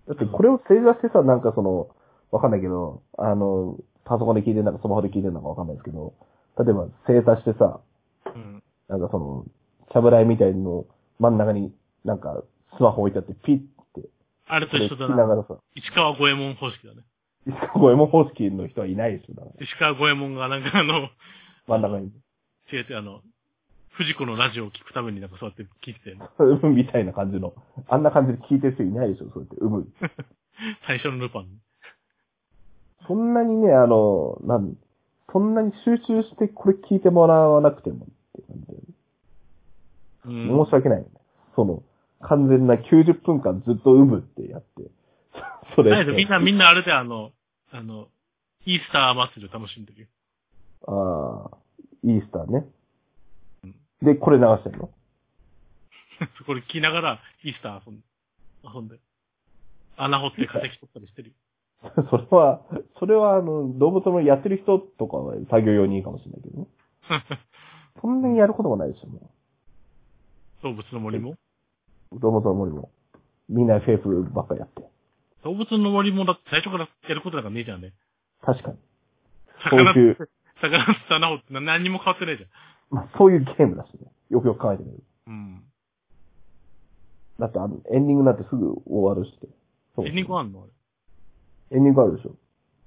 S1: だってこれを正座してさ、なんかその、わかんないけど、あの、パソコンで聞いてるのか、スマホで聞いてるのかわかんないですけど、例えば正座してさ、
S2: あ。うん。
S1: なんかその、キャブライみたいの真ん中になんかスマホ置いてあってピッて、
S2: あれと
S1: それ
S2: 一緒
S1: 聞き
S2: だ
S1: な
S2: な。
S1: がらさ、
S2: 市川五右衛門方式だね。
S1: 石川五右衛門方式の人はいないでしょ、だから
S2: 石川五右衛門がなんかあの、 <laughs>
S1: 真ん中に。
S2: 違う違う、あの、藤子のラジオを聞くためになんかそうやって聞いてたよね。
S1: うむみたいな感じの、あんな感じで聞いてる人いないでしょ、そうやって、うむ。
S2: 最初のルパン。
S1: そんなにね、あの、なん、そんなに集中してこれ聞いてもらわなくてもって感じだよね
S2: うん。
S1: 申し訳ないよね。その、完全な90分間ずっと産むってやって、そそれ
S2: ないみんな、みんなあれであの、あの、イースター祭りを楽しんでるよ。 <laughs>
S1: ああ、イースターね。で、これ流してんの
S2: これ聞きながら、イースター遊んで、遊んで。穴掘って化石取ったりしてるよ。
S1: それは、それはあの、動物のやってる人とかは作業用にいいかもしれないけどね。そんなにやることもないでしょ、も
S2: <laughs> 動物の森も
S1: う。動物の森も。みんな FF ばっかやって。
S2: 動物の森もだって最初からやることなんかねえじゃんね。
S1: 確かに。そう
S2: 魚
S1: いう、
S2: 魚釣って穴掘ってな何にも変わってないじ
S1: まあ、そういうゲームだしね。よくよく考えてみる。
S2: ゃん。うん。
S1: だってあの、エンディングなんてすぐ終わるしね。そう。
S2: エンディングあんの
S1: エンディングあるでしょ。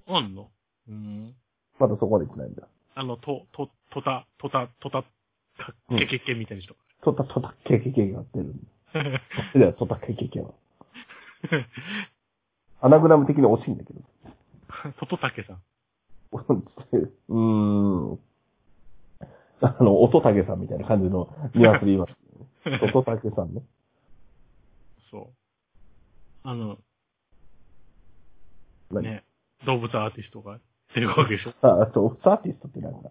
S2: あれ。あんのうん。
S1: まだそこまで行ってないんだ。
S2: あの、と、と、とた、とた、とた、か
S1: うん
S2: けけけみたいな人。
S1: トタトタケケケが出るんだ。それではトタケケケは。アナグラム的に惜しいんだけど。
S2: <laughs> ととたけさん。
S1: <laughs> うーん。あの、音竹さんみたいな感じのニュアンスで言います。
S2: <laughs>
S1: 音竹さんね。
S2: そう。あの、
S1: 何、
S2: ね、動物アーティストが出るわけでしょ。
S1: あ、そう、サーティストってなん
S2: <laughs>
S1: か、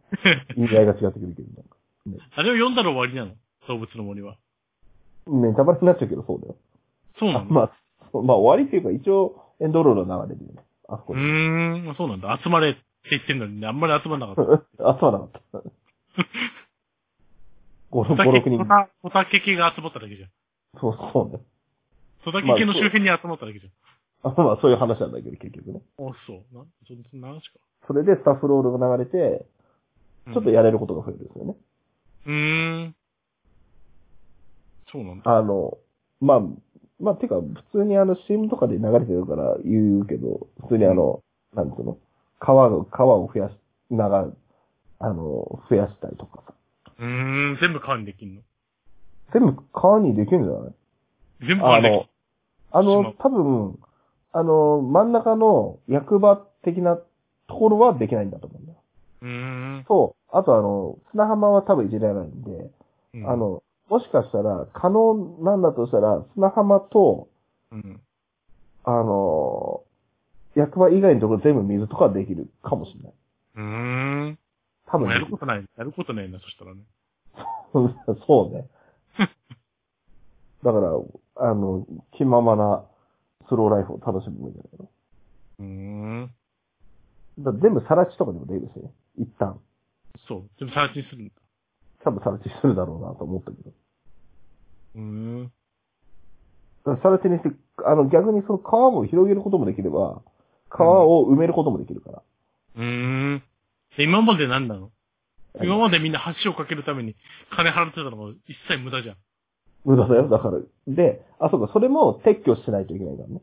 S1: 意味合いが違ってくるけど、なんか。
S2: あれを読んだら終わりなの動物の森は。
S1: ネタバレになっちゃうけど、そうだよ。
S2: そうなの
S1: まあ、そうまあ、終わりっていうか、一応、エンドロールの流れでね。あそこ
S2: う
S1: で。
S2: ーん、そうなんだ。集まれって言ってんのにね、あんまり集まんなかっ
S1: <laughs>
S2: た。
S1: あ、そうなかった。5、
S2: トタケ
S1: 6人
S2: ト。タトタケケが集まっただけじゃん。
S1: そう、そうね。
S2: トタケケの周辺に集まっただけじ
S1: あまあ、そういう話なんだけど、結局ね。
S2: ゃん。あ、そう。な、そんな話か。
S1: それでスタッフロールが流れて、
S2: うん
S1: ちょっとやれることが増えるんですよね。
S2: うーん。そうなんだ。
S1: あの、まあ、まあ、てか、普通にあの、CM とかで流れてるから言うけど、普通にあの、なんつうの、川を、川を増やし、なが、あの、増やしたりとかさ。
S2: うーん、全部管理できんの
S1: 全部川にできるんじゃない
S2: 全部
S1: あ
S2: 管理できん
S1: の、あ
S2: 島
S1: の、多分、あの、真ん中の役場的なところはできないんだと思うんだよ。
S2: うーん。
S1: そう。あとあの、砂浜は多分いじれないんで、
S2: うん
S1: あ、の、もしかしたら、可能なんだとしたら、砂浜と、
S2: うん。
S1: あのー役場以外のところ全部水とかできるかもしれない。
S2: うーん。
S1: 多
S2: も
S1: 分で
S2: うや
S1: き
S2: る
S1: る、
S2: ことない、やることないな、そしたらね。
S1: <laughs> そうね。だから、あの、気ままなスローライフを楽しむみたいな。
S2: うーん。
S1: だから全部さら地とかでもできるしね。一旦。
S2: そう。全部探しにするんだ。
S1: 多分さら地するだろうなと思ったけど。
S2: うーん。
S1: だからさら地にして、あの、逆にその川を広げることもできれば、川を埋めることもできるから。
S2: うーん。で今まで何なの今までみんな橋を架けるために金払ってたのが一切無駄じゃん。
S1: 無駄だよ、だから。で、あ、そうか、それも撤去しないといけないからね。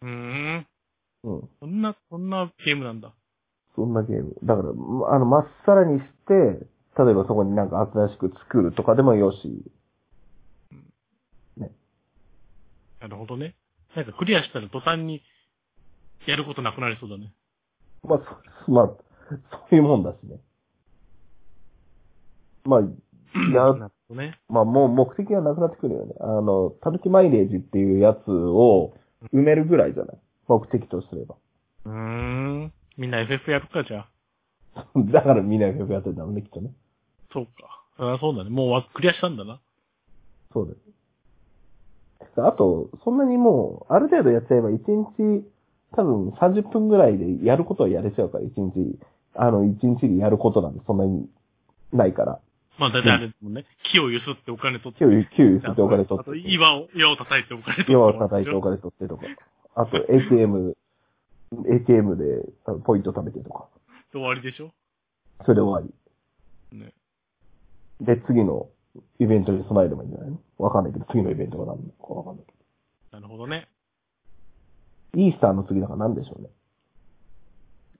S2: うーん。
S1: うん。
S2: そんな、そんなゲームなんだ。
S1: そんなゲーム。だから、まあの、まっさらにして、例えばそこになんか新しく作るとかでもよし。
S2: なるほどね。なんかクリアしたら途端にやることなくなりそうだね。
S1: まあ、そまあ、そういうもんだしね。まあ、い
S2: な
S1: や、
S2: るほどね。
S1: まあもう目的がなくなってくるよね。あの、たぬきマイレージっていうやつを埋めるぐらいじゃない目的とすれば。 <laughs>
S2: うーん。みんな FF やるかじゃあ。
S1: だからみんなよくやってたのね、きっとね。
S2: そうか。そりゃそうだね。もうわクリアしたんだな。
S1: そうです。あと、そんなにもう、ある程度やっちゃえば、1日、多分30分ぐらいでやることはやれちゃうから、1日、あの、1日でやることなんてそんなにないから。
S2: まあだいたいあれだもんね。木を揺すってお金取って。
S1: 給油、給油してお金取
S2: あと
S1: って。
S2: 岩を、岩を叩いてお金取って。
S1: 岩を叩いてお金取ってとか。あと、ATM、ATM であのポイント貯めてとか。
S2: で終わりでしょ
S1: それで終わ
S2: ね。
S1: り。で、次のイベントに備えればいいんじゃないのわかんないけど、次のイベントが何なのかわかんないけ
S2: なるほどね。
S1: ど。イースターの次だから何でしょうね。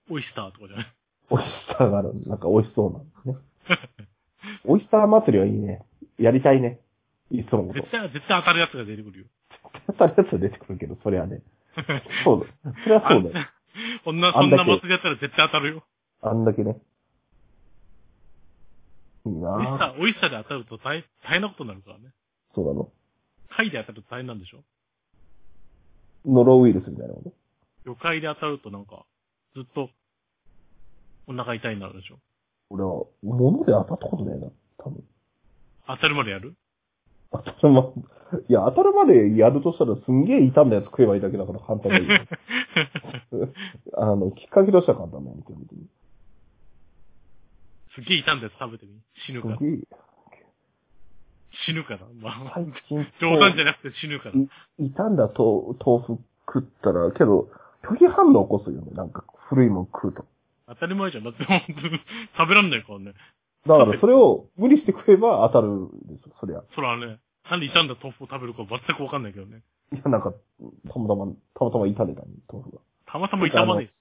S2: オイスターとかじゃない。
S1: オイスターがある。なんか美味しそうなんですね。オイスター祭りはいいね。やりたいね。いっそのこと。
S2: 絶対、絶対当たるやつが出てくるよ。
S1: 当たるやつは出てくるけど、それはね。そうだ。それはそうだよ。
S2: そんな、そ
S1: あ
S2: ん
S1: んだけ
S2: な祭りやったら絶対当たるよ。
S1: あんだけね。いい
S2: オイスタ
S1: なぁ。
S2: ー、オイスターで当たると大大変なことになるからね。
S1: そうなの。
S2: 貝で当たると大変なんでしょ
S1: ノロウイルスみたいなもの。
S2: 魚介で当たるとなんか、ずっと、お腹痛いになるでしょ
S1: 俺は、物で当たったことないな。多分。
S2: 当たるまで
S1: <laughs>
S2: やる
S1: 当たるま、いや、当たるまでやるとしたらすんげえ傷んだやつ食えばいいだけだから簡単だ
S2: <laughs>
S1: よ。あの、きっかけとしては簡単だよ、基本的に。
S2: すっげえ痛んだやつ食べてみ。死ぬから
S1: す。げえ、
S2: 死ぬから。まあ
S1: 最、近。
S2: 冗談じゃなくて死ぬから。
S1: 傷んだと豆腐食ったら、けど、拒否反応起こすよね。なんか、古いもん食うと。
S2: 当たり前じゃん。だってもう、 <laughs> 食べらんないからね。
S1: だから、それを無理して食えば当たるんですよ、そりゃ。
S2: そらね、なんで傷んだ豆腐を食べるか全くわかんないけどね。
S1: いや、なんか、たまたま、たまたま炒めたね、豆腐が。
S2: たまたま痛まね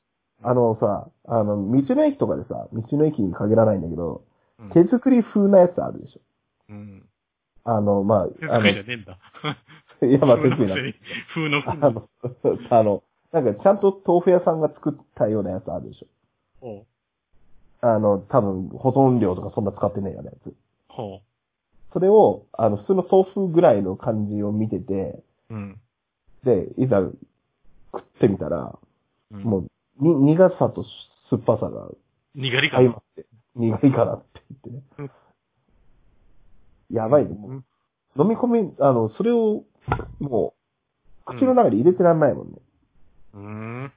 S1: あのさ、あの、道の駅とかでさ、道の駅に限らないんだけど、
S2: え。うん
S1: 手作り風なやつあるでしょ。
S2: うん。
S1: あの、ま
S2: 手
S1: あ、あの、
S2: 作りじ
S1: い
S2: ゃねえんだ。
S1: や、まあ、手作りなんだけど
S2: 風の
S1: あ
S2: 風の
S1: の、あの、なんかちゃんと豆腐屋さんが作ったようなやつあるでしょ。
S2: ほう。
S1: あの、多分保存料とかそんな使ってないようなやつ。
S2: ほ
S1: それを、あの、普通の豆腐ぐらいの感じを見てて、
S2: う。うん。
S1: で、いざ食ってみたら、
S2: うん
S1: もう、に、苦さと酸っぱさが
S2: 苦りか
S1: 相ま
S2: な。
S1: って、苦いからって言ってね。やばいね。もう飲み込み、あの、それを、もう、口の中で入れてらんないもんね。
S2: うーん。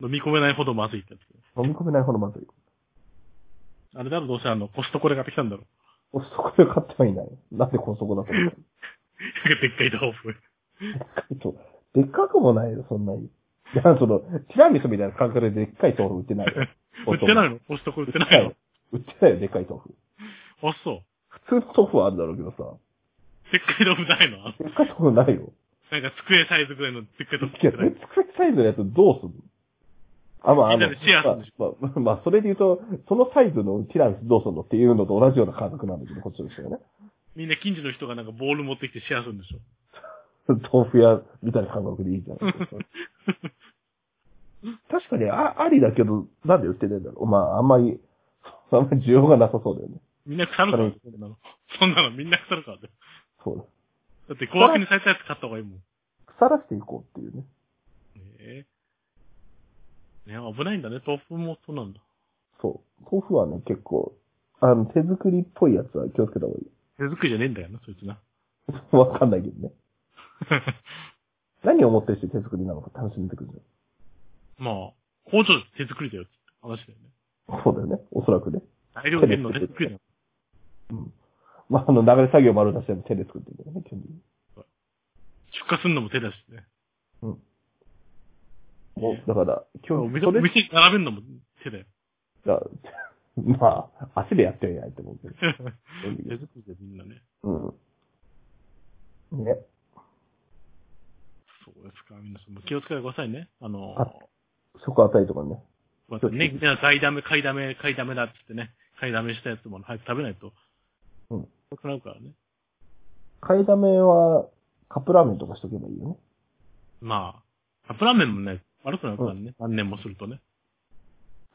S2: 飲み込めないほどまずいってやつ。
S1: 飲み込めないほどまずい。
S2: あれだろ、どうせあの、コストコで買ってきたんだろ。 <laughs>
S1: コストコで買ってはいない。なんでコストコだと思った
S2: でっかい豆腐。。
S1: のそうでっかくもないよ、そんなに。いや、その、ティラミスみたいな感覚ででっかい豆腐売ってないよ
S2: <laughs> 売ってない
S1: い
S2: のコストコ売
S1: 売
S2: っ
S1: って
S2: て
S1: な
S2: ないい
S1: よ
S2: の。
S1: 売ってないよ、でっかい豆腐。
S2: あ、そう。
S1: 普通の豆腐はあるだろうけどさ。
S2: でっかい豆腐ないのなんか
S1: でっかい豆腐ないよ。
S2: 机サイズぐらいのでっかい豆
S1: い
S2: 腐
S1: や、
S2: ない
S1: 絶対サイズのやつどうすんのあ、まあ、あの、
S2: みんなでシェアするんでし
S1: まあ、まあ、まあそれで言うと、そのサイズのティラミスどうすんのっていうのと同じような感覚なんだけど、こっちの人はね。
S2: みんな近所の人がなんかボール持ってきてシェアするんでしょ。
S1: 豆腐屋みたいな感覚でいいじゃないですか。確かにあ、ありだけど、なんで売ってないんだろう。まあ、あんまり、あんまり需要がなさそうだよね。
S2: みんな腐るから、
S1: 腐る
S2: そんなの。そんなのみんな腐るからだよ。
S1: そうだ。
S2: だって小分けにされたやつ買った方がいいもん。
S1: 腐らしていこうっていうね。
S2: ねえ。ねえ危ないんだね。豆腐もそうなんだ。
S1: そう。豆腐はね、結構、あの、手作りっぽいやつは気をつけた方がいい。
S2: 手作りじゃねえんだよな、そいつな。
S1: わかんないけ <laughs> どね。何をもってして手作りなのか楽しんでくるんだよ
S2: <laughs> まあ、工場手作りだよって話だよね。
S1: そうだよね。おそらくね。
S2: 材料入れるの手作りだよ。
S1: うん。まあ、あの、流れ作業丸出しでも手で作ってるんだよね、基本的に。
S2: 出荷すんのも手だしね。
S1: もう、だから、
S2: お
S1: 今日、
S2: 店
S1: そ
S2: お
S1: れ
S2: 店に並べるのも手 <laughs> だよ。
S1: が、 <laughs> まあ、足でやってはいないと思うけど。
S2: 手作りでみんなね。
S1: うん。ね。
S2: そうですか。みんなそう気をつけてくださいね。あの、
S1: あ食あたりとかね。
S2: まあ、ね、みんな買いだめ、買いだめ、買いだめだって言ってね。買いだめしたやつも早く食べないと。
S1: うん。
S2: なくなるからね。
S1: 買いだめは、カップラーメンとかしとけばいいよね。
S2: まあ、カップラーメンもね、悪くなるからね。何年もするとね。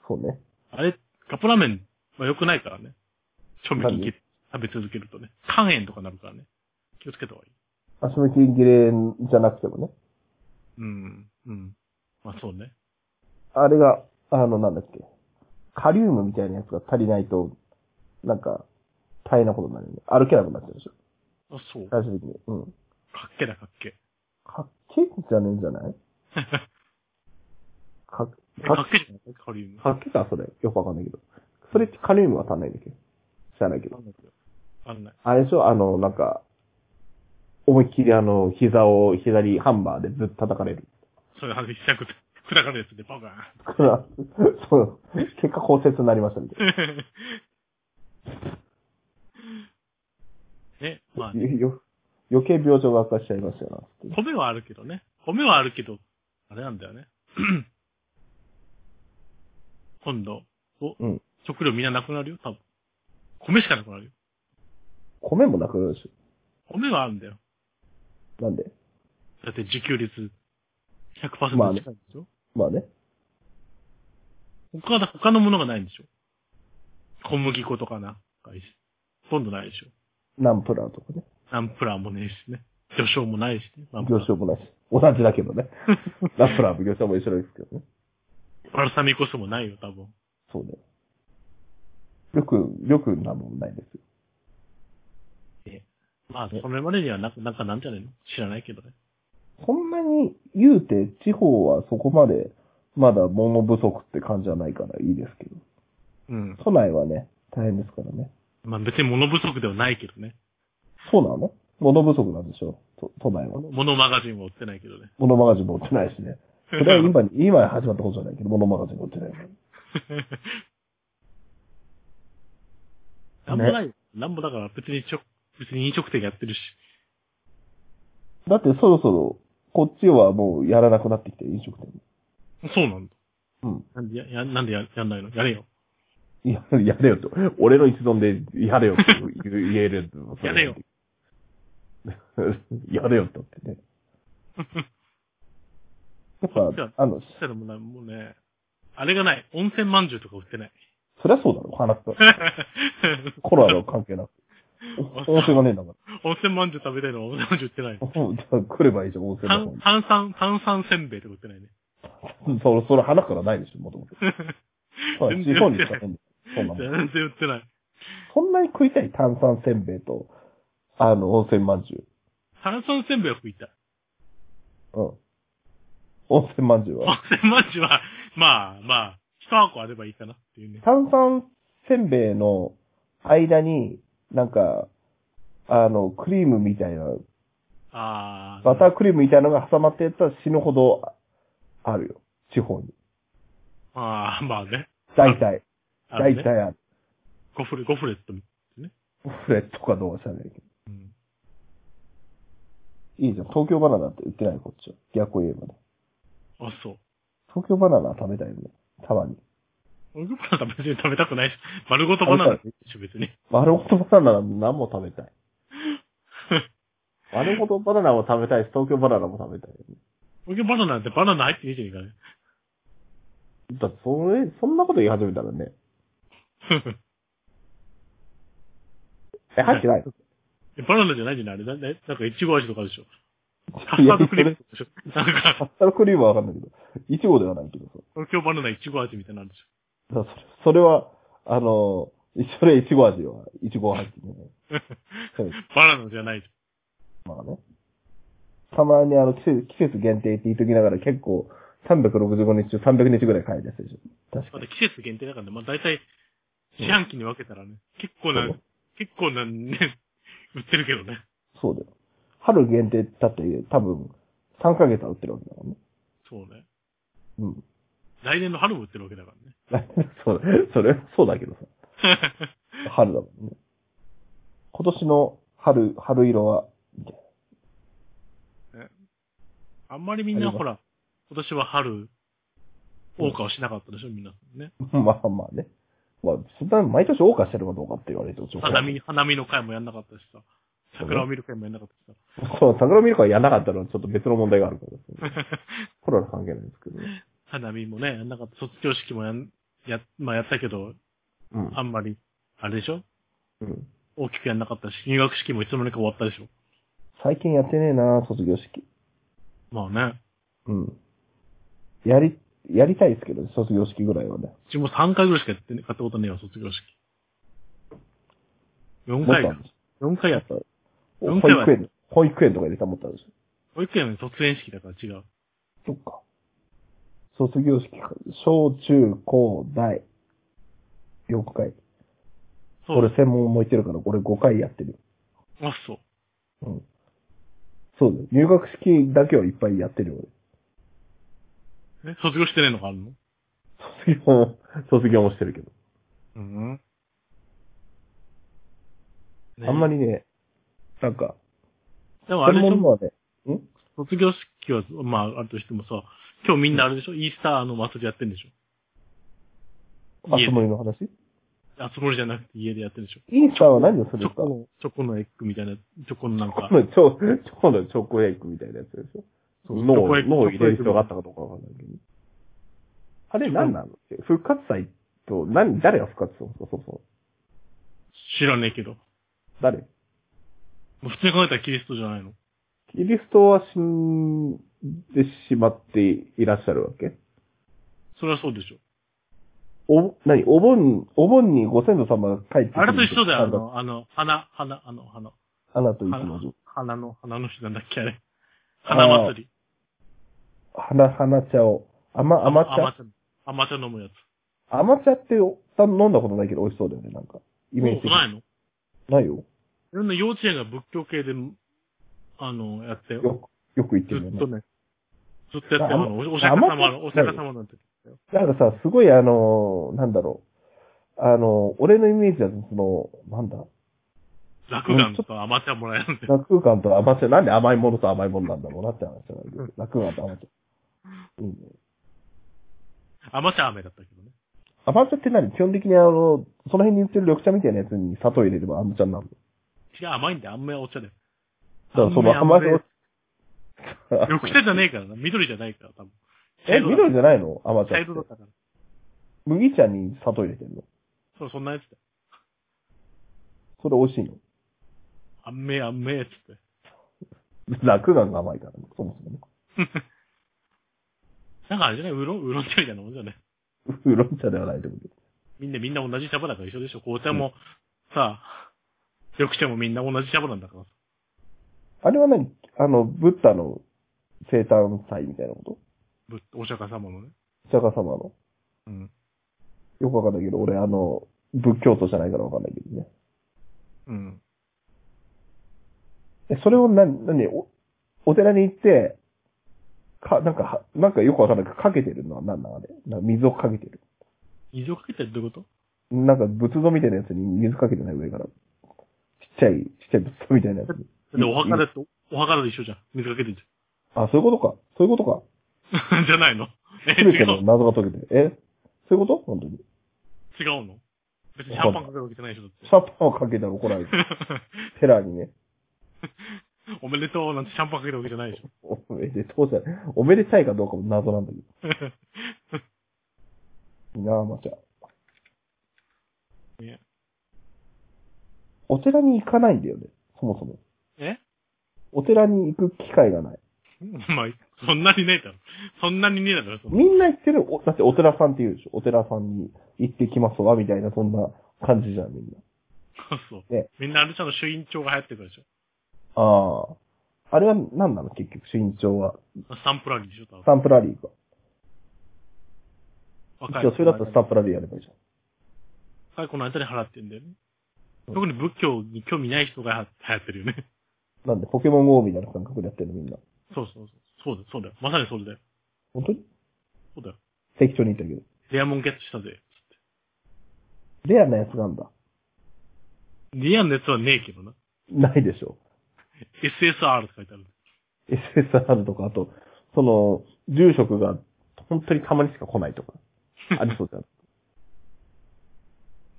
S1: そうね。
S2: あれ、カップラーメンは良くないからね。賞味期限切れ食べ続けるとね。肝炎とかなるからね。気をつけた方がいい。
S1: 足向き切れじゃなくてもね。
S2: うん。うん。まあそうね。
S1: あれが、あの、なんだっけ。カリウムみたいなやつが足りないと、なんか、大変なことになるよね。歩けなくなっちゃうでしょ。
S2: あ、そう。か
S1: 最終的に。うん。
S2: っけだ、かっけ。
S1: かっけえんじゃねえんじゃないかっ、
S2: え <laughs> かっけじゃないカリウム。
S1: かっけか、それ。よくわかんないけど。それってカリウムが足んないんだっけ知らないけど。
S2: あんない。
S1: あれでしょあの、なんか、思いっきりあの、膝を左ハンマーでぶっ叩かれる。 <laughs>
S2: それは一尺砕かれるやつでバカン。
S1: そう。結果骨折になりましたみたい
S2: <laughs> ね、まあ、
S1: な。
S2: ね、
S1: よ余計病状が悪化しちゃいますよな。
S2: 米はあるけどね。米はあるけど、あれなんだよね。 <clears throat> 今度、お、
S1: うん
S2: 食料みんななくなるよ、多分。米しかなくなるよ。
S1: 米もなくなるでし
S2: 米はあるんだよ。
S1: ょ。なんで
S2: だって自給率100%
S1: まあね
S2: 近いんでしょ、
S1: まあね。
S2: 他だ、他のものがないんでしょ小麦粉とかなんかいいしほとんどないでしょ
S1: ナンプラーとかね。
S2: ナンプラーもねえしね。魚醤もないしね。ナンプ
S1: 魚
S2: ラー
S1: 醤もないし。同じだけど
S2: <laughs>
S1: ね。ナンプラーも魚醤も一緒ですけどね。
S2: バルサミコ酢もないよ、多分。
S1: そうね。よく、よくなんもないですよ。
S2: まあ、
S1: え
S2: それまでにはな、なんかなんじゃねえの知らないけどね。
S1: そんなに言うて地方はそこまでまだ物不足って感じはないからいいですけど。
S2: うん。
S1: 都内はね、大変ですからね。
S2: まあ別に物不足ではないけどね。
S1: そうなの物不足なんでしょうと都内は。
S2: 物マガジンは売ってないけどね。
S1: 物マガジンも売ってないしね。それは今
S2: <laughs>
S1: に、今始まったことじゃないけど、物マガジンも売ってないから。
S2: なんもない。なんもだから別にちょ、別に飲食店やってるし。
S1: だってそろそろこっちはもうやらなくなってきて、飲食店
S2: そうなんだ。
S1: も。
S2: なんでや、やなんでややんないのやれよ。
S1: うん。や、やれよと。俺の一存でやれよって言う言える。
S2: <laughs> やれよ。
S1: やれよと
S2: <laughs>
S1: ってね。やっぱ、あの、
S2: したらもうな、もうね、あれがない。温泉饅頭とか売ってない。 <laughs>
S1: そりゃそうだろ、お花と。コロナの関係なく。温泉がねえんだか
S2: 温泉饅頭食べたいのは温泉饅頭売ってない。
S1: ら。うんじゃあ来ればいいじゃん、温泉の方
S2: 炭
S1: に
S2: 炭酸、炭酸せんべいとか売ってないね。
S1: <laughs> それ、それ花からないでしょ、もともと。そうだ
S2: <laughs> 全
S1: 地
S2: 然
S1: 方にしかないんだよそんなもん。
S2: 全然売ってない。
S1: そんなに食いたい炭酸せんべいと、あの、温泉まんじゅ
S2: 炭酸せんべいは食いたい。
S1: う。うん。温泉まんじゅう
S2: 温
S1: は。
S2: 泉饅頭は、まあまあ、一箱あればいいかなっていうね。
S1: 炭酸せんべいの間に、なんか、あの、クリームみたいな、
S2: ああ。
S1: バタークリームみたいなのが挟まってやったら死ぬほどあるよ。地方に。
S2: ああ、まあね。
S1: 大体。
S2: あの
S1: 大
S2: ね
S1: 体ある。
S2: ゴフレ、ゴフレットみ
S1: フレットかどうか知らないけど。
S2: うん
S1: いいじゃん。東京バナナって売ってないこっちは。逆を言えばね。
S2: あ、そう。
S1: 東京バナナ食べたいよね。たまに。
S2: オグバナナ別に食べたくないし、丸ごとバナナでしょ、別に。
S1: 丸ごとバナナ何も食べ <laughs> たい。丸ごとバナナも食べたいし、東京バナナも食べたいよね。
S2: オグバナナってバナナ入っていいじゃね
S1: だって、それ、そんなこと言い始めたらね。
S2: えかね。
S1: え、入ってない
S2: え <laughs> バナナじゃないじゃないあれ、なななんかイチゴ味とかあるでしょ。カスタードクリームとかでしょ。なん
S1: カ
S2: か、
S1: スタードクリームはわかんないけど、いちごではないけどさ。
S2: 東京バナナイチゴ味みたいなのあるでし
S1: だからそれそれは、あの、それいちご味はいちご入ってるね。そうです
S2: ょ。バナナじゃないじ
S1: まあね。たまにあの季節、季節限定って言いときながら結構、365日中300日ぐらい買えるやつでしょ。確
S2: ゃん。
S1: か
S2: ま
S1: に。
S2: た季節限定だからね、まあ大体、四半期に分けたらね、結構な
S1: そう、
S2: 結構なね、 <laughs> 売ってるけどね。
S1: そうだよ。春限定だって多分、3ヶ月は売ってるわけだもんね。
S2: そうね。
S1: うん。 <laughs>
S2: 来年の春も売ってるわけだか
S1: そうだ、それ、そうだけどさ。
S2: らね。 <laughs>
S1: 春だもんね。今年の春、春色は、
S2: あんまりみん
S1: あ
S2: な
S1: ります
S2: ほら、今年は春、謳歌をしなかったでしょ、みんな。ね。
S1: <laughs> まあまあね。まあ、そんな、毎年謳歌してるかどうかって言われると、ちょっと。
S2: 花見、花見の会もやんなかったしさ。桜を見る会もやんなかったし
S1: <laughs> そう、桜見るからやらなかったのはちょっと別の問題があるから、
S2: さ。
S1: コロナ関係ないんですけどね。
S2: 花見もね、やんなかった。卒業式もやん、や、まあやったけど、
S1: うん
S2: あ。んまり、あれでしょ
S1: うん。
S2: 大きくやんなかったし、入学式もいつの間にか終わったでしょ。
S1: 最近やってねえな卒業式。
S2: まあね。
S1: うん。やり、やりたいですけどね、卒業式ぐらいはね。
S2: うちも3回ぐらいしかやってね、買ったことねえわ、卒業式。4
S1: もっ
S2: 回
S1: と
S2: か。4回やった。
S1: 保育園、保育園とか入れたもったんですよ。
S2: 保育園の卒園式だから違う。
S1: そっか。卒業式か。小中高大。4回。
S2: そう。
S1: 俺専門も行ってるから、俺5回やってるよ。
S2: あ、そう。
S1: うん。そうだよ。入学式だけはいっぱいやってるよ、
S2: え、卒業してねえのかあるの
S1: 俺。卒業も、卒業もしてるけど。
S2: うん。
S1: あんま
S2: り。
S1: りね、なんか、
S2: でもあれ
S1: 専
S2: でし
S1: 門
S2: ょ
S1: のはね、ん
S2: 卒業式は、まあ、あるとしてもさ、今日みんなあれでしょ、イースターの祭りやってんでし
S1: あ
S2: いえ
S1: つ森の話
S2: ょあつ森じゃなくて家でやってんでしょ
S1: インスターは何をするんです
S2: チョ
S1: か
S2: コの、チョコのエッグみたいな、チョコのなんか、
S1: 今度、ちょ、今度チョコエッグみたいなやつでしょ
S2: そう
S1: 脳
S2: チョコ
S1: を、
S2: エッグ
S1: 脳を入れる人があったかどうかわかんないけど。あれ
S2: チョコ
S1: 何なの復活祭と、何、誰が復活するんですかそうそう。
S2: 知らねえけど。
S1: 誰
S2: もう普通に考えたらキリストじゃないの。
S1: キリストは死んでしまっていらっしゃるわけ
S2: それはそうでしょ。
S1: お、何お盆、お盆にご先祖様が帰ってく
S2: あれと一緒だよ、あ
S1: あの、
S2: の、あの、花、花、あの、花、
S1: 花と一文
S2: 花
S1: 字。、
S2: 花の、花の人なんだっけ、あれ。花祭り。
S1: 花、花茶を。甘、甘
S2: 甘
S1: 茶
S2: 茶。甘茶飲むやつ。
S1: 甘茶ってお飲んだことないけど美味しそうだよね、なんか。イメージ的に
S2: ないの
S1: ないよ。
S2: いろんな幼稚園が仏教系で、あの、やってよ。
S1: よく、よく言って
S2: ず
S1: るよ
S2: っ
S1: ね
S2: と。ね、ずっとやってるの。おお釈迦
S1: 甘く
S2: 様の、お釈迦様の時。
S1: なんかさ、すごいあのーなんだろう。あのー俺のイメージだと、その、なんだ。
S2: 落眼とアマチュアもらえるんで。
S1: 楽観と甘茶、なんで甘いものと甘いものなんだろうなって話じゃないけど、楽観と甘茶。いいね。
S2: アマチュア飴だったけどね。
S1: 甘茶って何基本的にあの、その辺に売ってる緑茶みたいなやつに砂糖入れれば甘茶になるの
S2: 違う、甘いんで、あんまりお茶だよ。
S1: だからその
S2: あんま
S1: 甘
S2: り
S1: 茶を、
S2: 緑茶じゃねえからな。緑じゃないから、多分。
S1: え、緑じゃないの甘茶
S2: 茶
S1: って
S2: 色。だったから。
S1: 麦茶に砂糖入れてんの
S2: そう、そんなやつだよ。
S1: それ美味しいの
S2: あんめえあんめえっつって。
S1: <laughs> 楽眼が甘いからね、そもそもね。
S2: なんかあれじゃないうろん、うろん茶みたいなもんじゃない
S1: ウーロン茶ではないと思うけど。
S2: みんなみんな同じ茶葉だから一緒でしょ。紅茶も、さあ、緑茶もみんな同じ茶葉なんだから。
S1: あれは何あの、ブッダの生誕祭みたいなこと
S2: ぶお釈迦様のね。
S1: お釈迦様の。
S2: うん。
S1: よくわかんないけど、俺あの、仏教徒じゃないからわかんないけどね。
S2: うん。
S1: え、それを何、何、お、お寺に行って、か、なんかは、なんかよくわかんないけど、かけてるのは何なのあれなんか水をかけてる。
S2: 水をかけてるってこと
S1: なんか仏像みたいなやつに水かけてない上から。ちっちゃい、ちっちゃい仏像みたいなやつに。
S2: で、お墓だと、お墓だと一緒じゃん。水かけてんじ
S1: あ、そういうことか。そういうことか。
S2: ゃん。じゃないの <laughs> え、
S1: すべ
S2: 違
S1: ての
S2: う。
S1: 謎が解けてる。えそういうこと本当に。
S2: 違うの別にシャンパンかけるわけじゃないでしょ。
S1: シャンパンをかけたら怒られる。
S2: だって
S1: テラーにね。
S2: おめでとうなんて <laughs> シャンパンかけるわけじゃないでしょ。
S1: おめでとうじゃない。おめでたいかどうかも謎なんだけ
S2: <laughs>
S1: ど。いいなあ、まちゃん。
S2: ね
S1: お寺に行かないんだよね。そもそも。
S2: え
S1: お寺に行く機会がない。
S2: まあ、そんなにねえだろ。そんなにねえだろ、その。
S1: みんな行ってる、おだってお寺さんって言うでしょ。お寺さんに行ってきますわ、みたいな、そんな感じじゃん、みんな。
S2: そう。
S1: ね
S2: みんなあれちゃんの主委長が流行ってくるでし
S1: ああ。あれは何なの結局、身長は。
S2: ょ。スタンプラリーでしょ、多
S1: ス
S2: 分。
S1: タンプラリーか。
S2: 若い。
S1: 一応、それだったらスタンプラリーやればいいじゃん。
S2: 若い子の間に払ってんだよね。特に仏教に興味ない人が流行ってるよね。
S1: なんで、ポケモン GO みたいな感覚でやってるの、みんな。
S2: そうそうそう。そうだよ、そうだよ。まさにそれだよ。
S1: 本当に
S2: そうだよ。
S1: 適当に言ったけど。
S2: レアモンゲットしたぜ。
S1: レアなやつなんだ。
S2: レアのやつはねえけどな。
S1: ないでしょ。
S2: SSR って書いてある。
S1: SSR とか、あと、その、住職が、本当にたまにしか来ないとか。ありそうじゃん。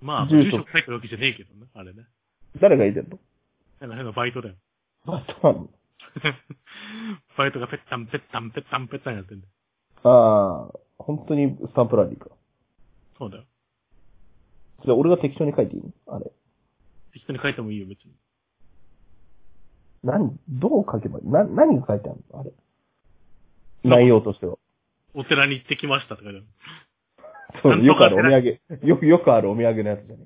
S2: まあ、
S1: 住
S2: 住
S1: 所
S2: 所書いてるわけじゃねえけどね。あれね。
S1: 誰がいてんの
S2: なんか変なバ
S1: <laughs>
S2: イトだよ。
S1: あ、そうなの
S2: バイトがペッタンペッタンペッタンペッタンやってんだよ。
S1: ああ、本当にスタンプラリーか。
S2: そうだよ。
S1: それ俺が適当に書いていいのあれ。
S2: 適当に書いてもいいよ、別に。
S1: 何、どう書けばいいな、何が書いてあるのあれ。内容としては。
S2: お寺に行ってきましたとかじゃん。
S1: そ
S2: なん
S1: う、
S2: と
S1: よく
S2: か
S1: あるお土産、よく、よくあるお土産のやつじゃね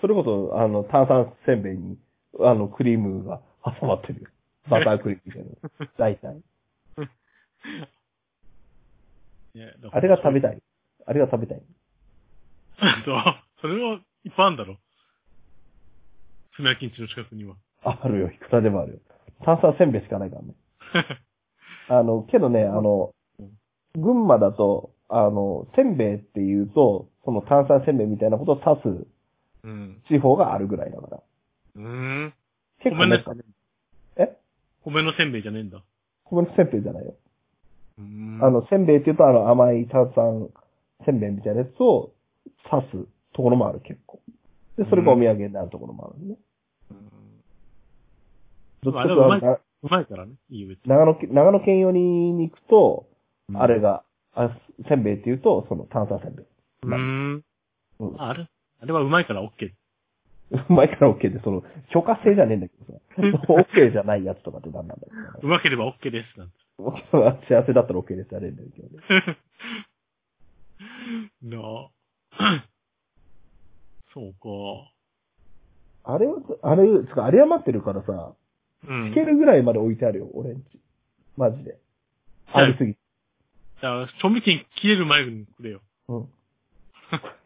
S1: それこそ、あの、炭酸せんべいに、あの、クリームが挟まってるよ。バタークリームみたいな。大体。
S2: ね
S1: あれが食べたい。あれが食べたい。
S2: <laughs> そう。それもいっぱいあるんだろ。爪焼きんちの近くには。
S1: あるよ、いくらでもあるよ。炭酸せんべいしかない
S2: <laughs>
S1: からね。あの、けどね、あの、群馬だと、あの、せんべいって言うと、その炭酸せんべいみたいなことを指す
S2: うん。
S1: 地方があるぐらいだから。
S2: うーん。
S1: 結構ね
S2: ごめんな、
S1: え
S2: 米のせんべいじゃねえんだ。
S1: 米のせんべいじゃないよ。
S2: うーん
S1: あ、の、せんべいって言うと、あの、甘い炭酸せんべいみたいなやつを刺すところもある、結構。で、それがお土産になるところもあるね。どっちかというと
S2: あれうまい
S1: な
S2: うまいからね。いいよ、別に。
S1: 長野県、長野県寄りに行くと、あれ
S2: が。
S1: が、あせんべいって言うと、その炭酸せんべい。 <laughs>
S2: うーん。
S1: うん
S2: ああれあれはうまいから OK。
S1: うまいから OK で、その、許可制じゃねえんだけどさ。OK
S2: <laughs>
S1: じゃないやつとかって何なんだろ
S2: うまければ OK です。なんて。
S1: うね。 <laughs> 幸せだったら OK です、やれるんだけどね。
S2: <laughs> な <coughs> あ。そうか。
S1: あれは、あれ、つか、あれ余ってるからさ、
S2: うん。
S1: つけるぐらいまで置いてあるよ、俺んち。マジで。ありすぎて。
S2: じゃあ、賞味期限切れる前にくれよ。
S1: うん。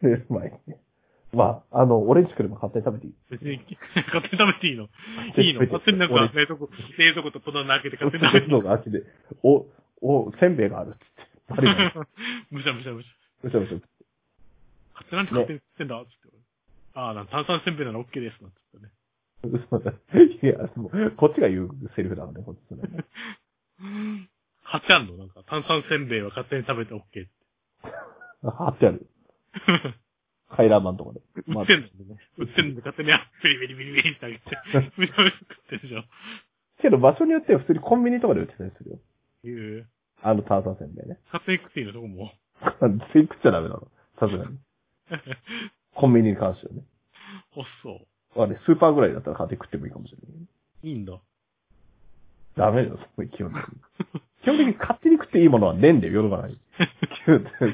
S1: <laughs> うまいね。まあ、あの、オレンジ来れば勝手に食べていい。
S2: 別に、勝手に食べていいのいいの勝手になんか冷蔵庫、冷蔵庫と隣の開けて勝手に食べ
S1: 冷
S2: ていい
S1: 蔵庫開けて、お、お、せんべいがあるっつって。バリバリ。
S2: <laughs> むしゃむしゃむしゃ。
S1: むしゃむしゃ。
S2: 勝手なんて勝手に食ってんだ、つって。ああ、なんか炭酸せんべいなら OK です、なんつってね。
S1: 嘘だ。いや、もう、こっちが言うセリフだもんね、こっちのね。
S2: 貼ってあんのなんか、炭酸せんべいは勝手に食べて OK <laughs> って。
S1: 貼ってある。カイラーマンとかで。
S2: 売ってんの売ってんの勝手にあビリビリビリビリってあ <laughs> げて、みんな食ってるじゃん。
S1: けど場所によっては普通にコンビニとかで売ってたりするよ。
S2: いう。
S1: あの炭酸せんべいね。 <laughs>
S2: 勝手に食っていいのそこも。
S1: 絶対食っちゃダメなの。さすがに。コンビニに関してはね。
S2: おっそ
S1: あれ、スーパーぐらいだったら買って食ってもいいかもしれない。
S2: う。いいんだ。
S1: ダメだよ、そこ基本的に。基本的に勝手に食っていいものはねえんだよ、世の中に。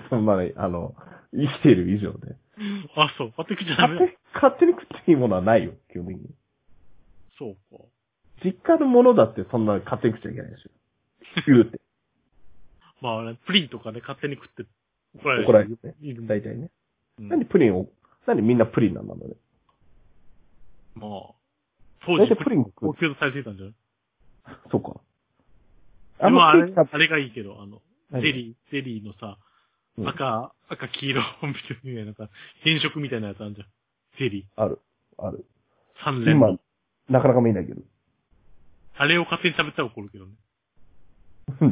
S1: そんなね、あの、生きている以上で。
S2: あ、そう。買ってきちゃダ
S1: 勝
S2: メ
S1: 手
S2: だ。
S1: に、勝手に食っていいものはないよ、基本的に。
S2: そうか。
S1: 実家のものだってそんな勝手に食っちゃいけないでしょ。言うって。
S2: まあ、ね、プリンとかね、勝手に食って怒られる。
S1: 怒られるよね。
S2: いるもん
S1: 大体ね。
S2: うん
S1: なんでプリンを、なんでみんなプリンなんだろうね。
S2: まあ、当
S1: 大
S2: 時
S1: 体、プリン食
S2: 高
S1: う。
S2: 級とされていたんじゃない
S1: そうか。
S2: でもあ
S1: ケー
S2: れ
S1: キ食、
S2: あれがいいけど、あの、ゼ
S1: 何
S2: リー、ゼリーのさ、
S1: うん
S2: 赤、赤黄色みたいな、なんか、変色みたいなやつあるじゃん。ゼリー、
S1: べある。ある。
S2: 三連
S1: 今
S2: の。、
S1: なかなか見ないけど。 <laughs>
S2: あれを勝手に食べたら怒るけどね。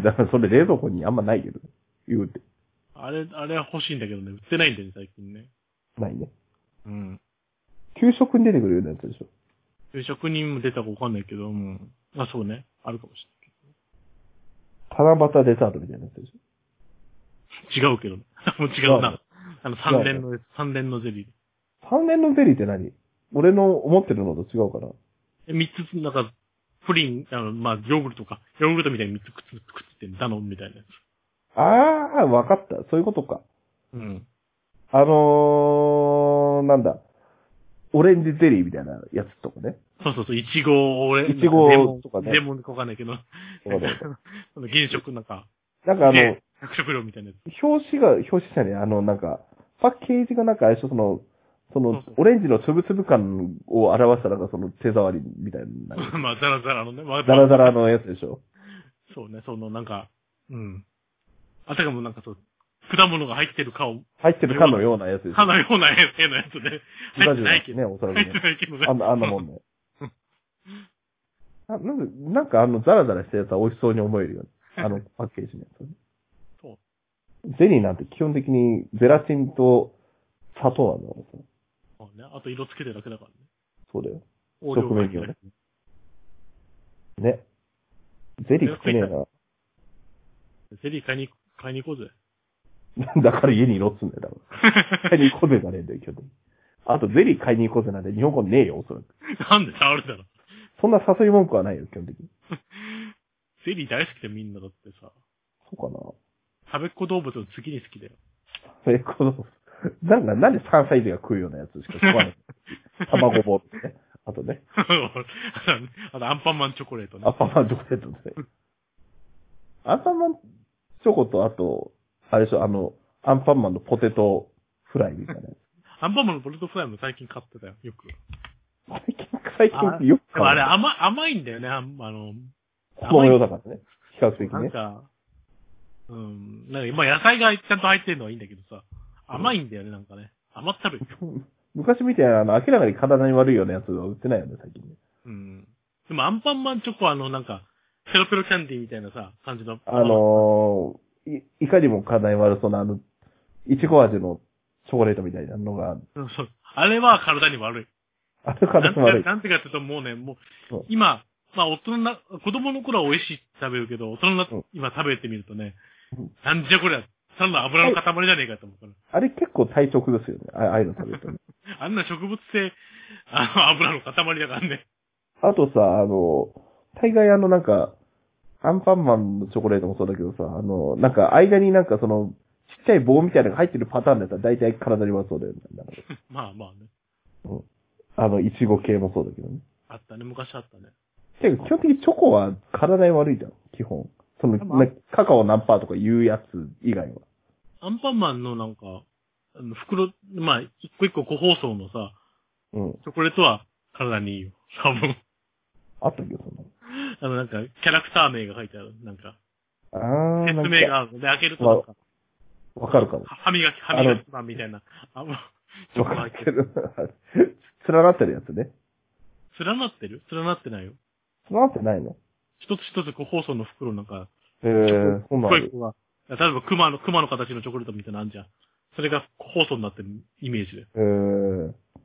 S1: だからそれ冷蔵庫にあんまないけど。言うて。
S2: あれ、あれは欲しいんだけどね、売ってないんだよね、最近ね。
S1: ないね。
S2: うん。
S1: 給食に出てくるようなやつでしょ。
S2: 職人も出たかわかんないけど、うん。まあそうね、あるかもし
S1: 七夕デザートみたいなやつでし
S2: れない。違うけどね。 <laughs> もう違う
S1: 違う
S2: な。あの、三連の、三連のゼリー。
S1: ょ。三年のゼリーって何俺の思ってるのと違うから。
S2: え、三つ、なんか、プリン、あの、まあ、ヨーグルトか。ヨーグルトみたいに三つくっつ、くっつってんダノンみたいなやつ。
S1: あー、わかった。そういうことか。
S2: うん。
S1: あのー、なんだ。オレンジゼリーみたいなやつとかね。
S2: そうそうそう、いちご、俺、
S1: いちご
S2: レモン
S1: とかね
S2: レモンかわかんないけど、
S1: わ
S2: <laughs>
S1: かるわか
S2: その原色なんか、
S1: なんかあの、
S2: ね着色料みたいなやつ。
S1: 表紙が、表紙じゃねえあの、なんか、パッケージがなんか、あれでしょその、そ
S2: そう
S1: の
S2: そう、
S1: オレンジのつぶつぶ感を表したなんかその手触りみたいな、
S2: <laughs> まあ、ザラザラのね、まあ
S1: ザラザラのやつでしょ。
S2: そうね、その、なんか、うん。あたかもなんかそう、果物が入ってる顔、
S1: 入ってる缶のようなや
S2: <laughs>
S1: つでしょ。
S2: 歯のような絵のやつで、
S1: ジ
S2: 入
S1: ュ
S2: ってな
S1: ラ
S2: い
S1: ジ
S2: け
S1: ュ
S2: ど。
S1: ラね、おそらく
S2: 入って
S1: ね。
S2: ないけどね。
S1: あんな、あんなもんね。あなんか、なんかあの、ザラザラしたやつは美味しそうに思えるよね。あの、パッケージのやつはね
S2: そ
S1: ゼリーなんて基本的にゼラチンと砂糖なんだからさ。
S2: そうね。あと色つけてるだけだからね。
S1: そうだよ。
S2: オーディオ
S1: 側面にはねね。ゼリー食ってねえな。
S2: ゼリー買いに、買いに行こうぜ。 <laughs>
S1: だから家にいろっつうんだよ、だから。買いに行こうぜじゃねえんだよ、基本的に。あと、ゼリー買いに行こうぜなんて日本語ねえよ、おそらく。
S2: なんで触るだろ。
S1: そんな誘い文句はないよ、基本的に。
S2: ゼリー大好きでみんなだってさ、
S1: そう
S2: 食べっ子動物の次に好きだよ。 <laughs>
S1: かな。え、この、なんか、なんで3歳児が食うようなやつしか食わない。卵棒ってね。あとね、
S2: あのあの、アンパンマンチョコレートね
S1: ア。ンパンマンチョコレートですね。アンパンマンチョコと、あと、あれでしょ、あの、アンパンマンのポテトフライみたいなやつ。
S2: アンパンマンのポテトフライも最近買ってたよ、よく。
S1: 最近、最近よく
S2: でもあれ
S1: あ
S2: 甘、甘いんだよね、あんあの、
S1: 子供用だからね。比較的
S2: なん
S1: ね。
S2: か、うん、なんか、まあ野菜がちゃんと入ってるのはいいんだけどさ、甘いんだよね、なんかね。甘ったるい。
S1: 昔みたいな、あの、明らかに体に悪いようなやつは売ってないよね、最近ね。
S2: うん。でもアンパンマンチョコはあの、なんか、ペロペロキャンディーみたいなさ、感じの。
S1: あ、のーい、いかにも課題悪そうな、あの、いちご味のチョコレートみたいなのが、
S2: うんそう。あれは体に悪い。
S1: あれ
S2: な
S1: 体
S2: ん
S1: に
S2: て
S1: 悪い。
S2: なんてかっていうともうね、も
S1: そうう、
S2: 今、まあ大人な、子供の頃は美味しいって食べるけど、大人にな、
S1: うん
S2: 今食べてみるとね
S1: うん、
S2: なんじゃこりゃ、ただの油の塊じゃねえかと思うから。
S1: あれ結構体調崩すよね。あああいうの食べるとね。
S2: あんな植物性、あの、油の塊だからね。 <laughs>
S1: あとさ、あの、大概あのなんか、アンパンマンのチョコレートもそうだけどさ、あの、なんか間になんかその、ちっちゃい棒みたいなのが入ってるパターンだったら大体体に悪そうだよね。なんか
S2: まあまあね。
S1: うんあの、いちご系もそうだけどね。
S2: あったね、昔あったね。
S1: てか基本的にチョコは体に悪いじゃん、基本。その、
S2: でもあ
S1: なカカオ何パーとかいうやつ以外は。
S2: アンパンマンのなんか、あの袋、まあ、一個一個個包装のさ、
S1: うん。
S2: チョコレートは体にいいよ。多分。
S1: あったっけ、そんなの。
S2: <laughs> あの、なんか、キャラクター名が書いてある。なんか、
S1: あー、
S2: 説
S1: なん
S2: 明
S1: か、
S2: がある。で、開けるとなんか、
S1: わかるかも。
S2: 歯歯磨き、歯磨き版みたいな。あ、もう、
S1: <laughs> わかるけど、連なってるやつね。
S2: 連なってる連なってないよ。
S1: つながってないの
S2: 一つ一つこう包装の袋なんか、
S1: へえ、そんなんあ
S2: 濃い
S1: る。
S2: 子が、例えば熊の、熊の形のチョコレートみたいなのあんじゃん。それが包装になってるイメージで。
S1: へえ。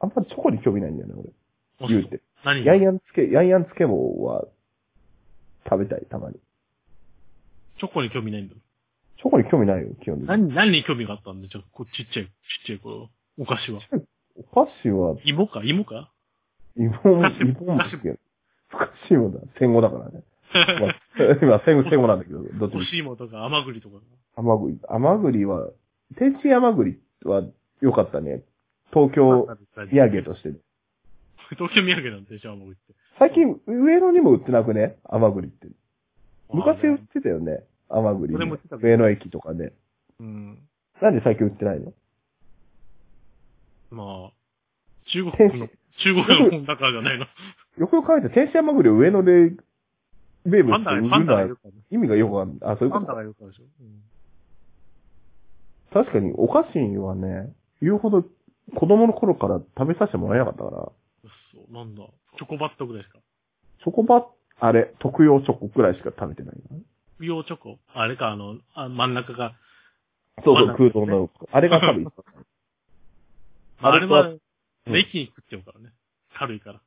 S1: あんまりチョコに興味ないんだよね、俺。言うて。
S2: 何
S1: ヤ
S2: が
S1: ンヤンつけ、ヤンヤンつけ棒は、食べたい、たまに。
S2: チョコに興味ないんだ。
S1: チョコに興味ないよ、基本的に。
S2: 何、何に興味があったんで、ちょっとこうちっちゃい、ちっちゃい頃、お菓子は。
S1: お菓子は、
S2: 芋か芋か
S1: 芋
S2: お
S1: も、
S2: 菓子も
S1: 芋も好きや。お菓子もだ。戦後だから
S2: <laughs>
S1: ね。まあ、今、戦後、戦後なんだけど、どっちも
S2: 干。し芋とか甘栗とか。
S1: 甘栗。甘栗は、天津甘栗は良かったね。東京土産として。
S2: <laughs> 東京土産なんでしょ、甘栗って。
S1: 最近、上野にも売ってなくね甘栗って。昔売っ
S2: う
S1: てたよね甘栗ね、
S2: 俺も売ってた
S1: 上野駅とかで。
S2: ん。
S1: なんで最近売ってないの
S2: まあ、中
S1: <laughs>
S2: 国の、中国のだからじゃないの。
S1: よくよく考えて、天津甘栗を上野で名物
S2: パ
S1: って売
S2: ンダ
S1: る
S2: が、パ
S1: の
S2: ンダが
S1: は
S2: よくある。
S1: 意味がよくある。あ、そういう
S2: パ
S1: こ
S2: ンダ
S1: と。
S2: がよくあるでしょ。うん
S1: 確かに、お菓子はね、言うほど子供の頃から食べさせてもらえなかったから、
S2: そう、なんだ。チョコバットぐらいしか。
S1: チョコバ、あれ、特用チョコくらいしか食べてないな。
S2: 不要チョコあれか、あの、あ真ん中が。
S1: そう
S2: 真ん
S1: そう、
S2: 中
S1: 空洞の。あれが多分一
S2: <laughs>
S1: 番。
S2: まあ、
S1: あ
S2: あ
S1: れ
S2: れ
S1: と
S2: は、
S1: うん
S2: 一気に食っちゃうからね。軽いから。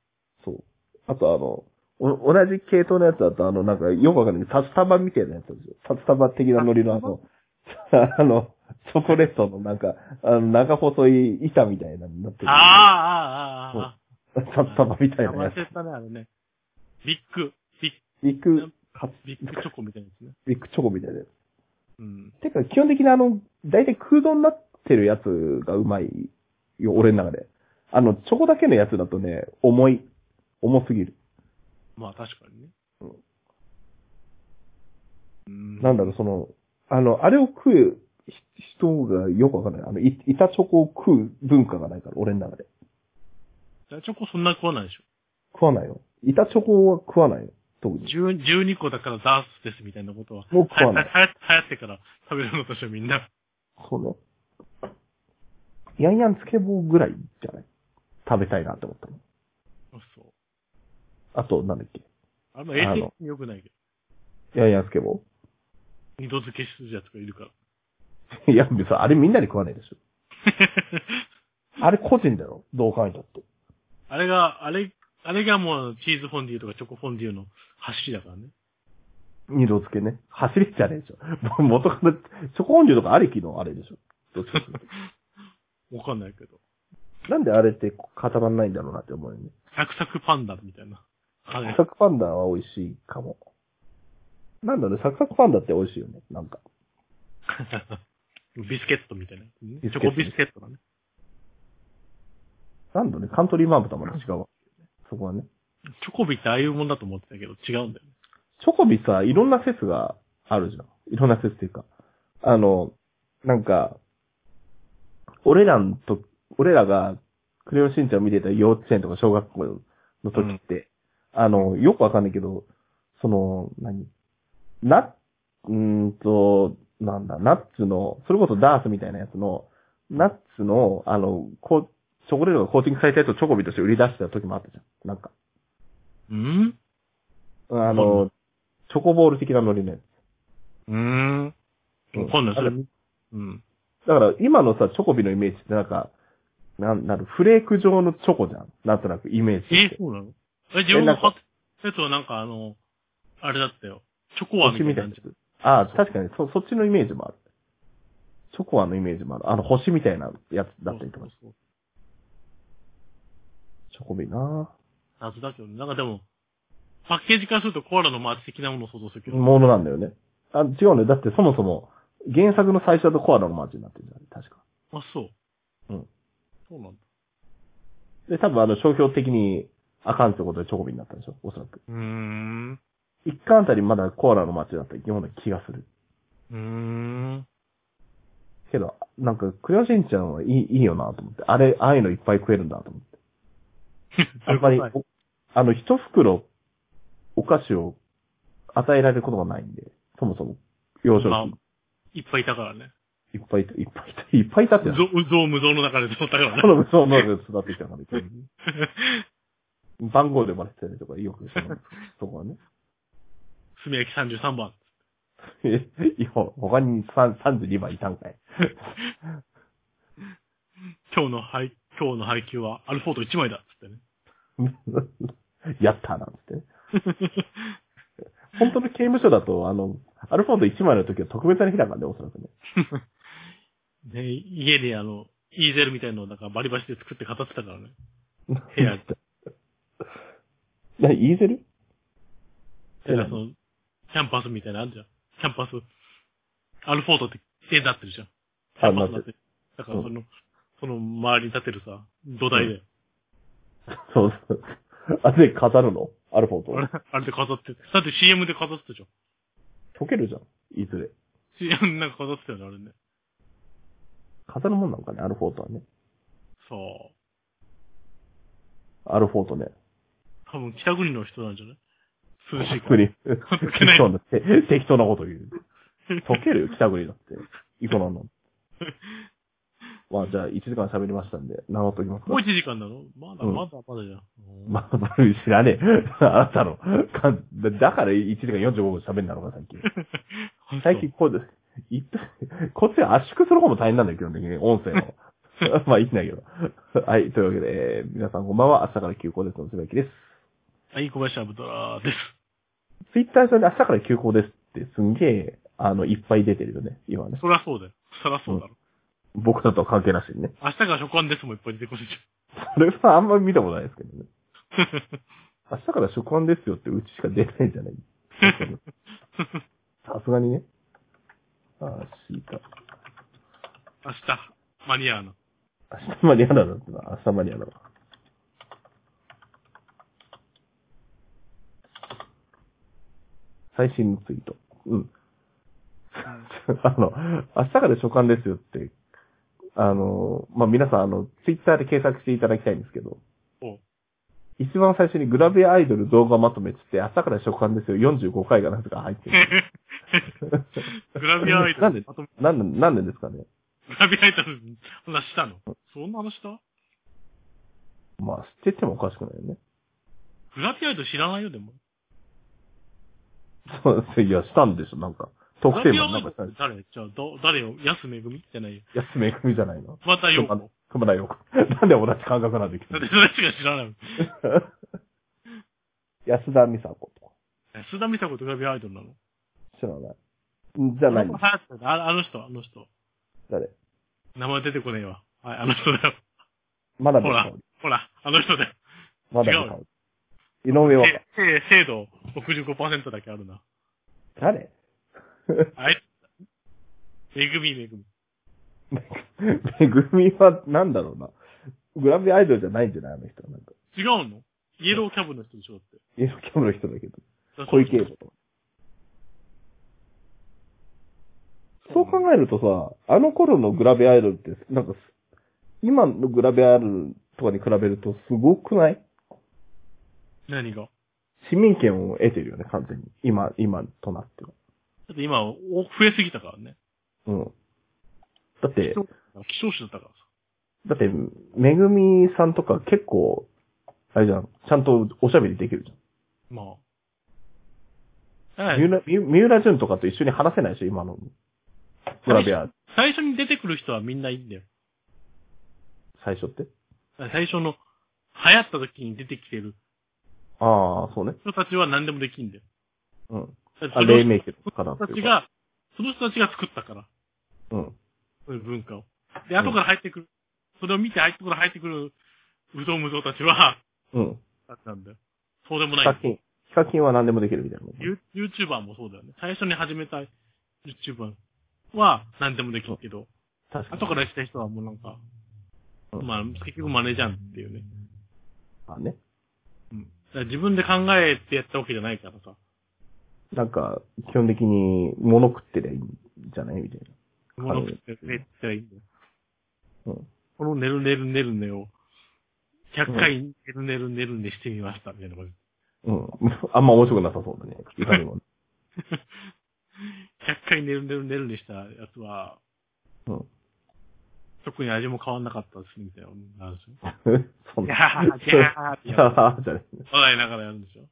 S1: そう。あとあの、お同じ系統のやつだと、あの、なんか、よくわかんないけど、札束みたいなやつですよ。札束的なノリのあ
S2: <laughs>
S1: の、あの、チョコレートのなんか、あの、長細い板みたいなのになってる。
S2: ああ、ああ、ああ。
S1: 札束みたい
S2: あ
S1: なや
S2: 忘
S1: つ。
S2: れたね、あれね。ビッグ、ビッ
S1: ビッグ、か
S2: グ、ビッグチョコみたいなやつね。
S1: ビッグチョコみたいなやつ。
S2: うん。
S1: てか、基本的にあの、大体空洞になってるやつがうまいよ、俺の中で。あの、チョコだけのやつだとね、重い。重すぎる。
S2: まあ確かにね。うん
S1: なんだろう、その、あの、あれを食うひ人がよくわかんない。あの、い板チョコを食う文化がないから、俺の中で。
S2: チョコそんな食わないでしょ。
S1: 食わないよ。板チョコは食わないよ。特に。
S2: 10 12個だからダースですみたいなことは。
S1: もう食わない
S2: はやはや流行ってから食べるのとしてはみんな。
S1: そうね。ヤンヤンつけ棒ぐらいじゃない食べたいなって思ったの。
S2: そう。
S1: あと、なんだっけ。
S2: あんま衛生的に良くないけど。
S1: ヤンヤンつけ棒
S2: 二度漬けするやつがいるから。
S1: いや、別にあれみんなで食わないでしょ。あれ個人だろどう考えたって。
S2: あれが、あれ、あれがもうチーズフォンデュとかチョコフォンデュの走りだからね。
S1: 二度漬けね。走りじゃねえでしょ。もう元から、チョコ音流とかありきのあれでしょ。どっちかっていうと
S2: わかんないけど。
S1: なんであれって固まんないんだろうなって思うよね。
S2: サクサクパンダみたいな。あれ
S1: サクサクパンダは美味しいかも。なんだろう、サクサクパンダって美味しいよね。なんか。
S2: ビスケットみたいな、ね。チ
S1: ビスケット
S2: ョコビスケットだね。
S1: なんだろうね、カントリーマームとはまた違うわ。そこはね。
S2: チョコビってああいうもんだと思ってたけど、違うんだよね。
S1: チョコビさ、いろんな説があるじゃん。いろんな説っていうか。あの、なんか、俺らのと、俺らが、クレヨンしんちゃんを見てた幼稚園とか小学校の時って、あの、よくわかんないけど、その、何な、うーんと、なんだ、ナッツの、それこそダースみたいなやつの、ナッツの、あの、こう、チョコレートがコーティングされたやつをチョコビとして売り出してた時もあったじゃん。なんか、
S2: うん
S1: あの、チョコボール的なノリのやつ。
S2: うん。わかんない、それ。
S1: あれ
S2: うん。
S1: だから今のさ、チョコビのイメージってなんか、なん、なんだろうフレーク状のチョコじゃん。なんとなくイメージ
S2: え
S1: って。
S2: そうなのえ、自分の買ったやつはなんかあの、あれだったよ。チョコアみたいな感じ。
S1: ああ、確かにそ、そっちのイメージもある。チョコアのイメージもある。あの、星みたいなやつだったりとか
S2: そう。そうそう
S1: チョコビな
S2: 謎だけどね。なんかでも、パッケージからするとコアラのマーチ的なものを想像するけど。
S1: ものなんだよね。あ、違うね。だってそもそも、原作の最初だとコアラのマーチになってるじゃん。確か。
S2: あ、そ
S1: う
S2: う。
S1: ん。
S2: そうなんだ。
S1: で、多分あの、商標的にあかんってことでチョコビになったんでしょおそらく。
S2: うーん。
S1: 一巻あたりまだコアラのマーチだったような気がする。
S2: うーん。
S1: けど、なんか、クレヨンしんちゃんはいいいいよなと思って。あれ、ああいうのいっぱい食えるんだと思って。あんまり、
S2: そういうこ
S1: お
S2: と
S1: あの、一袋、お菓子を与えられることがないんで、そもそも、幼少
S2: まあ
S1: 期、
S2: いっぱいいたからね。
S1: いっぱいいた、いっぱいいた、いっぱいいたって
S2: う
S1: な <laughs>
S2: ぞ、うぞう無造の中でそうだからね
S1: そ。の、そう、まず育ってきたから、いっぱい番号でバレてたりとか、よくそ
S2: <laughs>
S1: の、そこはね。
S2: 炭焼き33番。
S1: え、いや、他に3 32番いたんかい。
S2: 今日の配、今日の配給はアルフォート1枚だっつってね。
S1: <laughs> やったなんつってね。本当の刑務所だと、あの、アルフォート1枚の時は特別な日だからね、おそらくね。
S2: ね、家であの、イーゼルみたいのをなんかバリバリで作って語ってたからね。部
S1: <laughs>
S2: 屋で。
S1: な、イーゼル
S2: その、キャンパスみたいなのあるじゃん。キャンパス。アルフォートって絵になってるじゃん。キャンパスになってる。だからその、その周りに立てるさ、土台で。
S1: そうそう。あ、で、飾るのアルフォート
S2: あれ
S1: を。、
S2: あれで飾って、だって CM で飾ってたじゃん。
S1: 溶けるじゃん。いずれ。
S2: CM なんか飾ってたよね、あれね。
S1: 飾るもんなんかね、アルフォートはね。
S2: そう。
S1: アルフォートね。
S2: 多分北国の人なんじゃない涼しい
S1: 北
S2: から。
S1: 国。
S2: けな
S1: <laughs> 適
S2: い
S1: 当な、て適当なこと言う。溶けるよ、北国だって。イ
S2: <laughs>
S1: コロの。まあ、じゃあ、1時間喋りましたんで、名乗っときますか
S2: もう。1時間なのまだ、
S1: うん
S2: まだ、まだじゃん。うん
S1: まあ、知らねえ。 <laughs> あなたの。かんだだから1時間45分喋んなのか、最近。 <laughs> 最近、こうです。いっこっちが圧縮する方も大変なんだよ、基本的に。音声 <laughs> の。まあ、いいんだけど。はい、というわけで、えー皆さんこんばんは。朝から休校ですのつぶやきです。
S2: はい、小林アブトラーです。
S1: ツイッター上に明日から休校ですって、すんげえ、あの、いっぱい出てるよね、今ね。
S2: そりゃそうだよ。そりゃそうだろ。
S1: 僕だとは関係なしにね。
S2: 明日から食案ですもんいっぱい出てこるじ
S1: それはあんまり見たことないですけどね。
S2: ゃん。
S1: 明日から職案ですよってうちしか出ないんじゃないさすがにね。あー、しーか。
S2: 明日、間に合うの。
S1: 明日まで嫌だなってな。明日まで嫌だな。最新のツイート。うん。 <laughs> あの、明日から所管ですよって、あの、まあ、皆さん、あの、ツイッターで検索していただきたいんですけど、
S2: おう <laughs>
S1: 一番最初にグラビアアイドル動画まとめっつって、明日から所管ですよ45回がなぜか入ってる。
S2: グラビアアイドル。
S1: なんで
S2: あと、
S1: なんで、なんでですかね。
S2: グラビアアイドル、話したのそんな話した
S1: まあ、知っててもおかしくないよね。
S2: グラビアアイドル知らないよ、でも。
S1: そうです。いや、したんでしょ、なんか。
S2: グ
S1: 特
S2: ラ
S1: 定
S2: ビア
S1: もな
S2: アイ
S1: ん
S2: ド
S1: か
S2: ル
S1: したんでしょ
S2: 誰じゃあ、ど、誰よ安めぐみじゃないよ。
S1: 安めぐみじゃないの。
S2: またよ。だって
S1: 熊田陽子。 <laughs> なんで同じ感覚なんで来て
S2: そ
S1: る
S2: れしか知らないもん。
S1: 安田美佐子とか。
S2: 安田美佐子とグラビアアイドルなの
S1: 知らない。んじゃない
S2: あの子流行ってたああの人、あの人。
S1: 誰
S2: 名前出てこねえわ。はい、あの人だよ。 <laughs>
S1: まだ
S2: ほら、ほら、あの人だよ。
S1: まだ
S2: 違うよ
S1: 井上は
S2: え、え、精度65%だけあるな。
S1: 誰 <laughs>
S2: はい。めぐみめぐみ。
S1: めぐみはなんだろうな。グラビアアイドルじゃないんじゃないあの人は。なんか。
S2: 違うのイエローキャブの人でしょだって。
S1: イエローキャブの人だけど。 <laughs> 小池栄子とか。そう考えるとさ、あの頃のグラビアアイドルって、なんかす、今のグラビアアイドルとかに比べるとすごくない
S2: 何がだ
S1: 市民権を得てるよね、完全に。今、今となっては。
S2: って今、お増えすぎたからね。
S1: うん。だって
S2: 希、少種だったからさ。
S1: だって、めぐみさんとか結構、あれじゃん、ちゃんとおしゃべりできるじ
S2: まあ。
S1: ゃ
S2: は
S1: ん。三
S2: い。
S1: 浦、み三浦淳とかと一緒に話せないでしょ、今の。グラビア、
S2: 最初に出てくる人はみんないいんだよ。
S1: 最初って。
S2: 最初の、流行った時に出てきてる
S1: ああ、そうね。
S2: 人たちは何でもできんだよ。
S1: うん。
S2: だって
S1: あ、
S2: そ
S1: 黎
S2: の
S1: 明期とかだ
S2: 人
S1: って
S2: た
S1: い
S2: ち
S1: うか。
S2: が、その人たちが作ったから。
S1: うん。
S2: そういう文化を。で、後から入ってくる。それを見て、後から入ってくる、うぞうむぞうたちは、
S1: うん。
S2: あったんだよ。そうでも
S1: ヒ
S2: な
S1: カ
S2: い。
S1: キン。ヒカキンは何でもできるみたいなもんね。
S2: ユー YouTuber もそうだよね。最初に始めた YouTuber は何でもできるけど、
S1: 確かに。
S2: 後から来た人はもうなんか、
S1: うん
S2: まあ、結局真似じゃんっていうね。
S1: あね。
S2: うん。だから自分で考えてやったわけじゃないからさ。
S1: なんか、基本的に物食ってりゃいいんじゃないみたい
S2: 物食って寝てりゃいいんだよ。
S1: な。うん。
S2: この寝る寝る寝る寝を、100回寝る寝る寝る寝してみました、みたいなこと。
S1: うん。 <laughs> あんま面白くなさそうだね。いかにも。
S2: 100回寝る寝る寝る寝したやつは、
S1: うん。
S2: 特に味も変わんなかったです、みたいな。なんですよ。
S1: <laughs> そん
S2: ギャ
S1: な。
S2: ー、ギ
S1: <laughs>
S2: ャーって
S1: じ
S2: や
S1: ゃ
S2: る。
S1: あ、じゃね。
S2: 笑いながらやるんでしょ。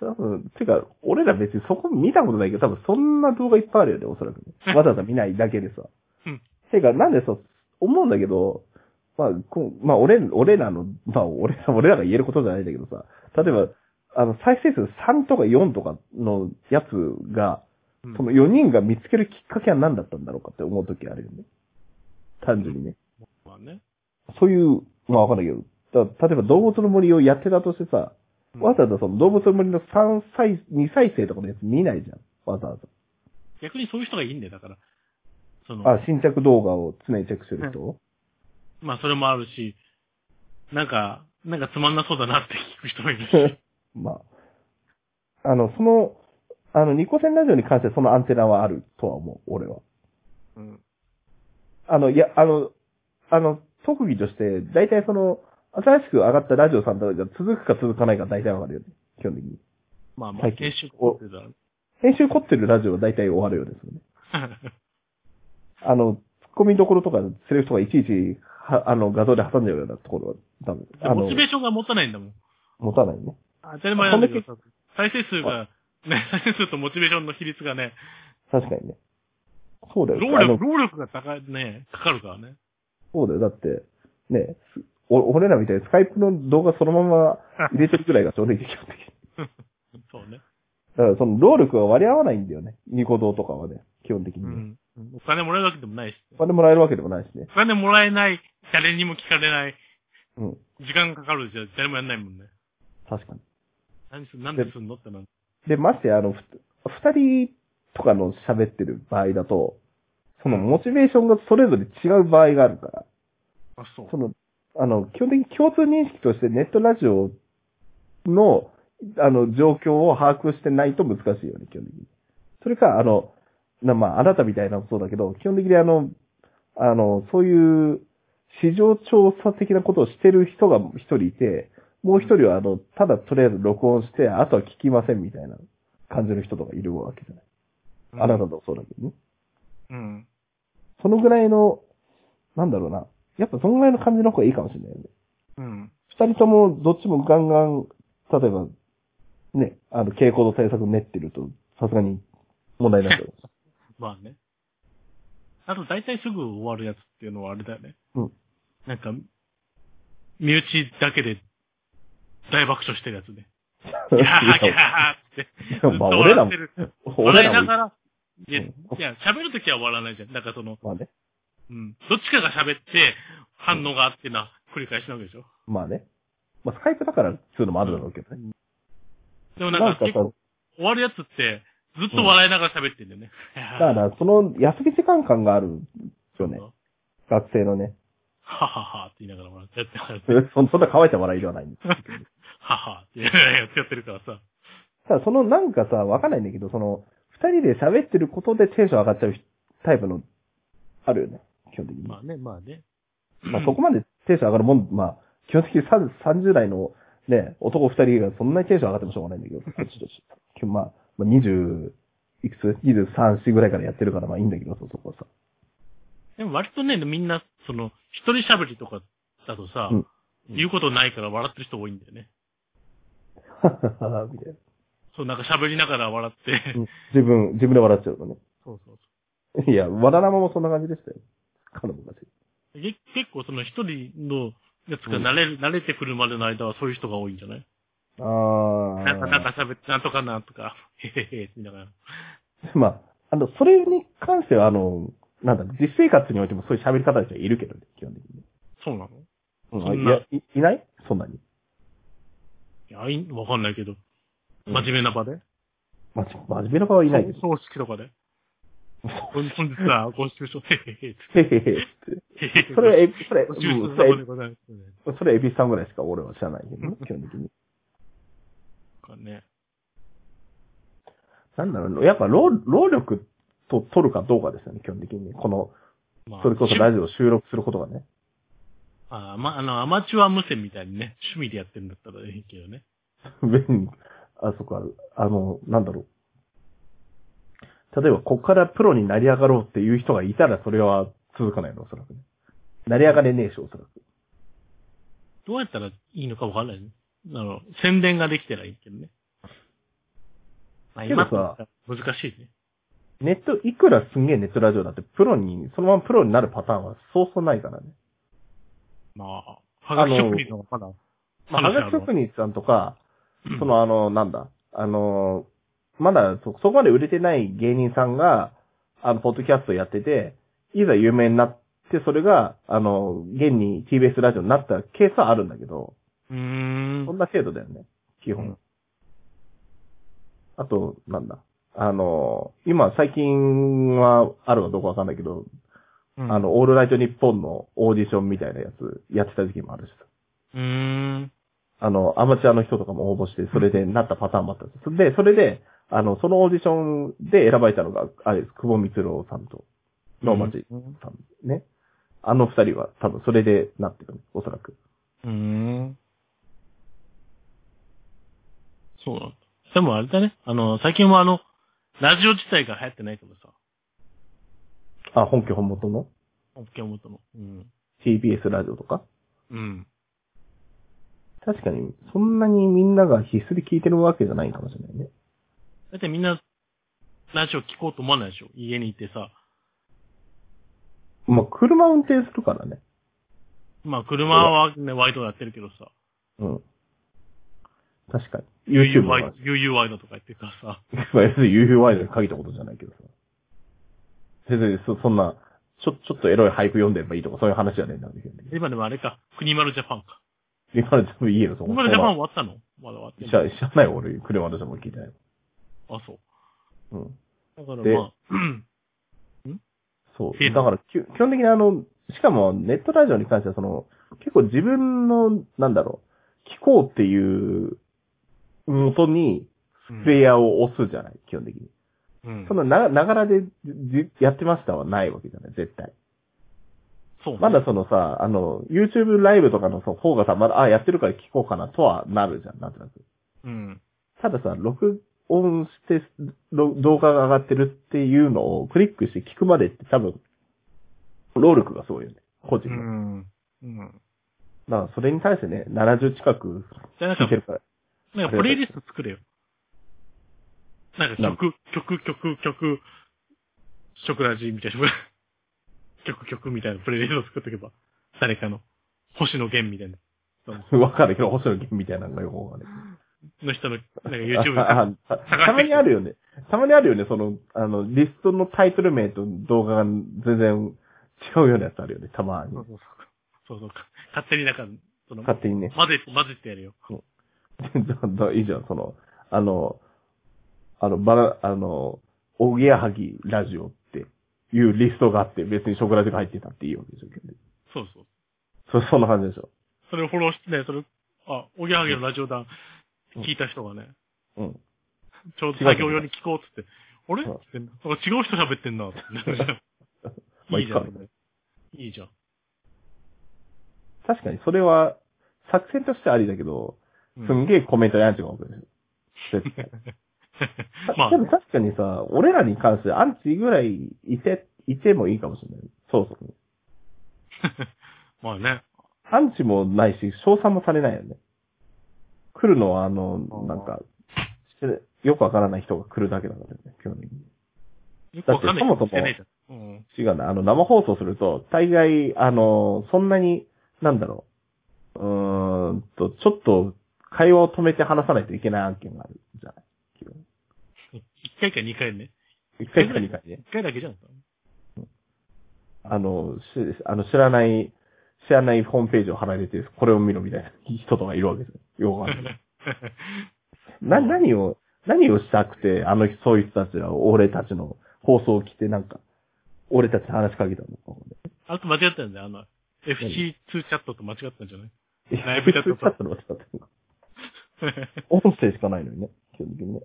S1: 多分、てか、俺ら別にそこ見たことないけど、多分そんな動画いっぱいあるよね、おそらくね。わざわざ見ないだけでさ。
S2: うん
S1: てか、なんでそう、思うんだけど、まあ、こうまあ、俺、俺らの、まあ、俺 <laughs> ら、俺らが言えることじゃないんだけどさ、例えば、あの、再生数3とか4とかのやつが、
S2: うん
S1: その4人が見つけるきっかけは何だったんだろうかって思うときあるよね。単純にね。
S2: まあね。
S1: そういう、まあわかんないけど、だ例えば動物の森をやってたとしてさ、
S2: うん
S1: わざわざその動物の森の3再、2再生とかのやつ見ないじゃん。わざわざ。
S2: 逆にそういう人がいいんだよ、だから。その、
S1: あ、新着動画を常にチェックする人、
S2: まあそれもあるし、なんか、なんかつまんなそうだなって聞く人もい
S1: <laughs>
S2: るし。
S1: まあ。あの、その、あの、ニコセンラジオに関してそのアンテナはあるとは思う、俺は。
S2: うん。
S1: あの、いや、あの、あの、特技として、大体その、新しく上がったラジオさんとかが続くか続かないか大体わかるよね。基本的に。
S2: まあまあ、
S1: 最近
S2: 編集コンテン
S1: <laughs>
S2: ツだろうね
S1: 編集凝ってるラジオは大体終わるようですよね。あの、ツッコミどころとか、セリフとかいちいち、は、あの、画像で挟んじゃうようなところは、多分、あの
S2: モチ、ベーションが持たないんだもん。
S1: 持たないね。
S2: 当たり前なんだけどさ、再生数が、ね、再生数とモチベーションの比率がね、
S1: 確かにね。そうだよ。
S2: 労
S1: あの
S2: 力、労力が高い、ね、かかるからね。
S1: そうだよ。だって、ね、すお俺らみたいにスカイプの動画そのまま入れてるくらいがちょうどいい基本的に。
S2: そうね。
S1: <laughs> だからその労力が割り合わないんだよね。ニコ動とかはね、基本的
S2: う
S1: にね。
S2: ん。お金もらえるわけでもないし。
S1: お金もらえるわけでもないしね。
S2: お金もらえない、誰にも聞かれない、
S1: うん。
S2: 時間かかるじゃ誰もやんないもんね。
S1: 確かに。
S2: 何すん、なんですんのってなん
S1: で、ましてや、あの、ふ二人とかの喋ってる場合だと、そのモチベーションがそれぞれ違う場合があるから。
S2: あ、そう
S1: そ。の、あの、基本的に共通認識としてネットラジオの、あの、状況を把握してないと難しいよね、基本的に。それか、あの、なまあ、あなたみたいなのもそうだけど、基本的にあの、あの、そういう市場調査的なことをしてる人が一人いて、もう一人はあの、ただとりあえず録音して、あとは聞きませんみたいな感じの人とかいるわけじゃない。あなたもそうだけどね。
S2: うん。
S1: そのぐらいの、なんだろうな。やっぱそのぐらいの感じの方がいいかもしれないよね。
S2: うん。
S1: 二人ともどっちもガンガン、例えば、ね、あの、傾向の対策練ってると、さすがに問題ないと思
S2: まあね。あと大体すぐ終わるやつっていうのはあれだよね。
S1: うん。
S2: なんか、身内だけで大爆笑してるやつね。ギャーギ
S1: <laughs>
S2: ャーって。ずっと
S1: う。まあ、俺
S2: 笑
S1: ら
S2: っ
S1: も
S2: てる。、
S1: 俺
S2: 笑い
S1: ら
S2: な
S1: も、
S2: がら、いや、
S1: うん
S2: いや喋るときは笑わないじゃん。なんかその、
S1: まあね、
S2: うん。どっちかが喋って、反応があってな、繰り返しなわけでしょ。
S1: まあね。まあ、スカイプだからっていうのもあるだろうけどね。
S2: でも
S1: な
S2: なんん
S1: か
S2: か結
S1: さ、
S2: 構、終わるやつって、ずっと笑いながら喋ってんだよね。
S1: だから、その休み時間感があるよね。学生のね。
S2: <laughs>
S1: <laughs>
S2: はははって言いながら笑っちゃってます
S1: そんそんな乾いた笑いではないん
S2: <laughs>
S1: です。
S2: ははってやってるからさ。
S1: ただ、そのなんかさ、わかんないんだけど、その、二人で喋ってることでテンション上がっちゃうタイプの、あるよね。基本的に。
S2: まあね、まあね。
S1: まあ、そこまでテンション上がるもん、まあ、基本的にさん30代のね、男二人がそんなにテンション上がってもしょうがないん <laughs> だけど、こっちとしてまあ、まあ、20、いくつ ?23、4ぐらいからやってるから、まあいいんだけど、そそこはさ。 <laughs>
S2: でも割とね、みんな、その、一人喋りとかだとさ、
S1: うん
S2: 言うことないから笑ってる人多いんだよね。
S1: みたいな。
S2: そう、なんか喋りながら笑って。
S1: 自分、自分で笑っちゃうのね。
S2: <laughs> そうそう
S1: いや、わらなまもそんな感じでしたよ。彼も昔。
S2: そう。け結構その一人のやつが慣れる、慣れてくるまでの間はそういう人が多いんじゃない
S1: ああ。
S2: なんか、なんか喋って、なんとかなとか、へへへって言いながら。
S1: <laughs> まあ、あの、それに関しては、あの、なんだ、実生活においてもそういう喋り方の人はいるけどね、基本的に。
S2: そうなの
S1: うん
S2: そんない
S1: やいいないそんなに。
S2: いやいん、わかんないけど。
S1: うん
S2: 真面目な場で、
S1: まじ、真面目な場はいないけど。
S2: そう葬式と
S1: <laughs>
S2: かで。本本日はご視聴し、へへへ
S1: へへへ。
S2: へへへ
S1: それはエビ、それ、う
S2: ご
S1: ん
S2: 視聴
S1: それ
S2: 様
S1: は
S2: でございますね。
S1: エビそれはエビさんぐらいしか俺は知らないけどね、基本的に。
S2: かね。
S1: なんだろう、やっぱ労労力と取るかどうかですよね、基本的にね。この、
S2: まあ、
S1: それこそ
S2: 趣
S1: ラジオを収録することがね。 <laughs>
S2: あまあ、あの、アマチュア無線みたいにね、趣味でやってるんだったらいいけどね。
S1: 上に、あそこある。あの、なんだろう。例えば、ここからプロになり上がろうっていう人がいたら、それは続かないの、おそらくね。成り上がれねえし、おそらく。
S2: どうやったらいいのかわかんないね。あの、宣伝ができたらいいけどね。まあ、
S1: けど
S2: 今
S1: さ
S2: 難しいね。
S1: ネット、いくらすんげえネットラジオだって、プロに、そのままプロになるパターンはそうそうないからね。
S2: まあ、はがき職人の方がま
S1: まあ、
S2: だ、
S1: はがき職
S2: 人、
S1: 人さんとか、
S2: うん
S1: そ、のあの、なんだ、あの、まだそ、そこまで売れてない芸人さんが、あの、ポッドキャストやってて、いざ有名になって、それが、あの、現に TBS ラジオになったケースはあるんだけど、
S2: うーん
S1: そんな程度だよね、基本。
S2: うん
S1: あと、なんだ、あの、今、最近はあるかどうかわかんないけど、
S2: うん
S1: あ、の、オールライト日本のオーディションみたいなやつ、やってた時期もあるしさ。
S2: うーん。
S1: あの、アマチュアの人とかも応募して、それでなったパターンもあったんです。で、それで、あの、そのオーディションで選ばれたのが、あれです、久保光郎さんと、能町
S2: う
S1: さんね。あの二人は多分それでなってるね、おそらく。
S2: ーん。そうなんだ。でもあれだね。あの、最近はあの、ラジオ自体が流行ってないけどさ、
S1: あ、本家本元の
S2: オッケー思ったの。うん。
S1: TBS ラジオとか
S2: うん。
S1: 確かに、そんなにみんなが必須で聞いてるわけじゃないかもしれないね。
S2: だってみんな、ラジオ聞こうと思わないでしょ家にいてさ。
S1: まあ、車運転するからね。
S2: まあ、車はね、ワイドやってるけどさ。
S1: うん。確かに。
S2: 悠
S1: YouTube
S2: 々ワイド
S1: は、、
S2: 悠々ワイドとか言ってるからさ。
S1: まあ、要するに UFY に限ったことじゃないけどさ。別にそ、そんな、ちょ、ちょっとエロい俳句読んでればいいとか、そういう話じゃねえんだけどね。
S2: 今でもあれか、国丸ジャパンか。
S1: 今のちょっといいよ、そこ。
S2: 国丸ジャパン終わったのまだ終わって
S1: 知
S2: ない。
S1: ら知らないよ俺、車の人も聞いてない。
S2: あ、そう。
S1: うん。
S2: だから
S1: で
S2: まあ、うん
S1: そ。
S2: いいう
S1: だ
S2: の
S1: から、きゅ基本的にあの、しかもネットラジオに関しては、その、結構自分の、なんだろう、聞こうっていう、元に、プレイヤーを押すじゃない、基本的に。
S2: うん
S1: そのな、ながらで、じやってましたはないわけじゃない、絶対。
S2: そうね
S1: まだそのさ、あの、YouTube ライブとかのその方がさ、まだ、あ、やってるから聞こうかなとはなるじゃん、なんとなく。
S2: うん。
S1: たださ、録音して、ろ動画が上がってるっていうのをクリックして聞くまでって多分、労力がすごいよね。個人
S2: う
S1: の。だ
S2: ん。うん。
S1: からそれに対してね、70近く
S2: じゃあなん
S1: 聞いて
S2: か、
S1: るから。
S2: なんかプレイリスト作れよ。なんか曲、曲、曲、曲、曲ラジみたいな。 <laughs> 曲、曲みたいなプレイリスト作っとけば。誰かの。星野源みたいな。
S1: <laughs> わかるけど、星野源みたいなのがよくわかんない。
S2: の人の、なんか
S1: <laughs>
S2: YouTube
S1: ああたたまにあるよね。たまにあるよね、その、あの、リストのタイトル名と動画が全然違うようなやつあるよね、たまに
S2: そう。そうそう。そうそうか。勝手になんか、その、混
S1: 勝手にね。
S2: ぜ、混ぜてやるよ。
S1: <laughs> いいじゃん、その、あの、あの、ばら、あの、おぎやはぎラジオっていうリストがあって、別に食ラジが入ってたっていいわけでしょ、基本的に
S2: そうそう。
S1: そ、そんな感じでしょ。
S2: それをフォローしてね、それ、あ、おぎやはぎのラジオ団、聞いた人がね、
S1: うん。
S2: ちょうど作業用に聞こうっつって、あれ
S1: うん
S2: つって、なんか違う人喋ってんな、って。
S1: <laughs> まあ
S2: いいじゃ
S1: いいか
S2: ん。いいじゃん。
S1: 確かに、それは、作戦としてはありだけど、
S2: うん
S1: すんげえコメントにアンチが多くでしょ。絶対。
S2: <laughs> まあ
S1: で、も確かにさ、俺らに関してアンチぐらいいて、いてもいいかもしれない。そうそう。
S2: まあね。
S1: アンチもないし、賞賛もされないよね。来るのは、あの
S2: あー、
S1: なんか、よくわからない人が来るだけだからね、基本的に。
S2: よくわかんな
S1: だってそ
S2: い
S1: もそも
S2: してないじゃん。うん。
S1: 違うな、あの、生放送すると、大概、あの、そんなに、なんだろう、うーんと、ちょっと、会話を止めて話さないといけない案件があるじゃない。基本
S2: 一回か二回ね。
S1: 一回か二回
S2: <laughs>
S1: ね。
S2: 一回だけ
S1: <laughs>
S2: じゃん。
S1: あの、しあの知らない、知らないホームページを離れて、これを見ろみたいな人とかいるわけですよ。よくわかんない。な、何を、何をしたくて、あの、そういう人たちは、俺たちの放送を来て、なんか、俺たちに話しかけたのかもね。
S2: あと間違ったんだよ。あの、FC2 チャットと間違ったんじゃない内
S1: 部
S2: 部チャット
S1: チャットの方だったのか音声しかないのにね、基本的にね。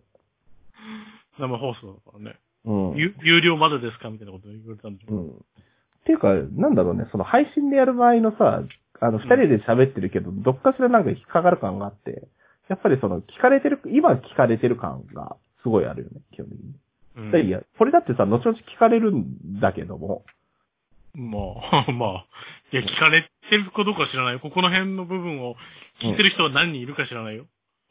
S2: <laughs> 生放送だからね。
S1: うん。
S2: 有有料までですかみたいなこと言われたんでしょ。
S1: うん。っていうか、なんだろうね、その配信でやる場合のさ、あの、二人で喋ってるけど、どっかしらなんか引っかかる感があって、やっぱりその、聞かれてる、今聞かれてる感が、すごいあるよね、基本的に。
S2: うん
S1: でいや、これだってさ、後々聞かれるんだけども、
S2: まあ、 <laughs> まあ。いや、聞かれてるかどうか知らないよ。ここの辺の部分を聞いてる人は何人いるか知らないよ。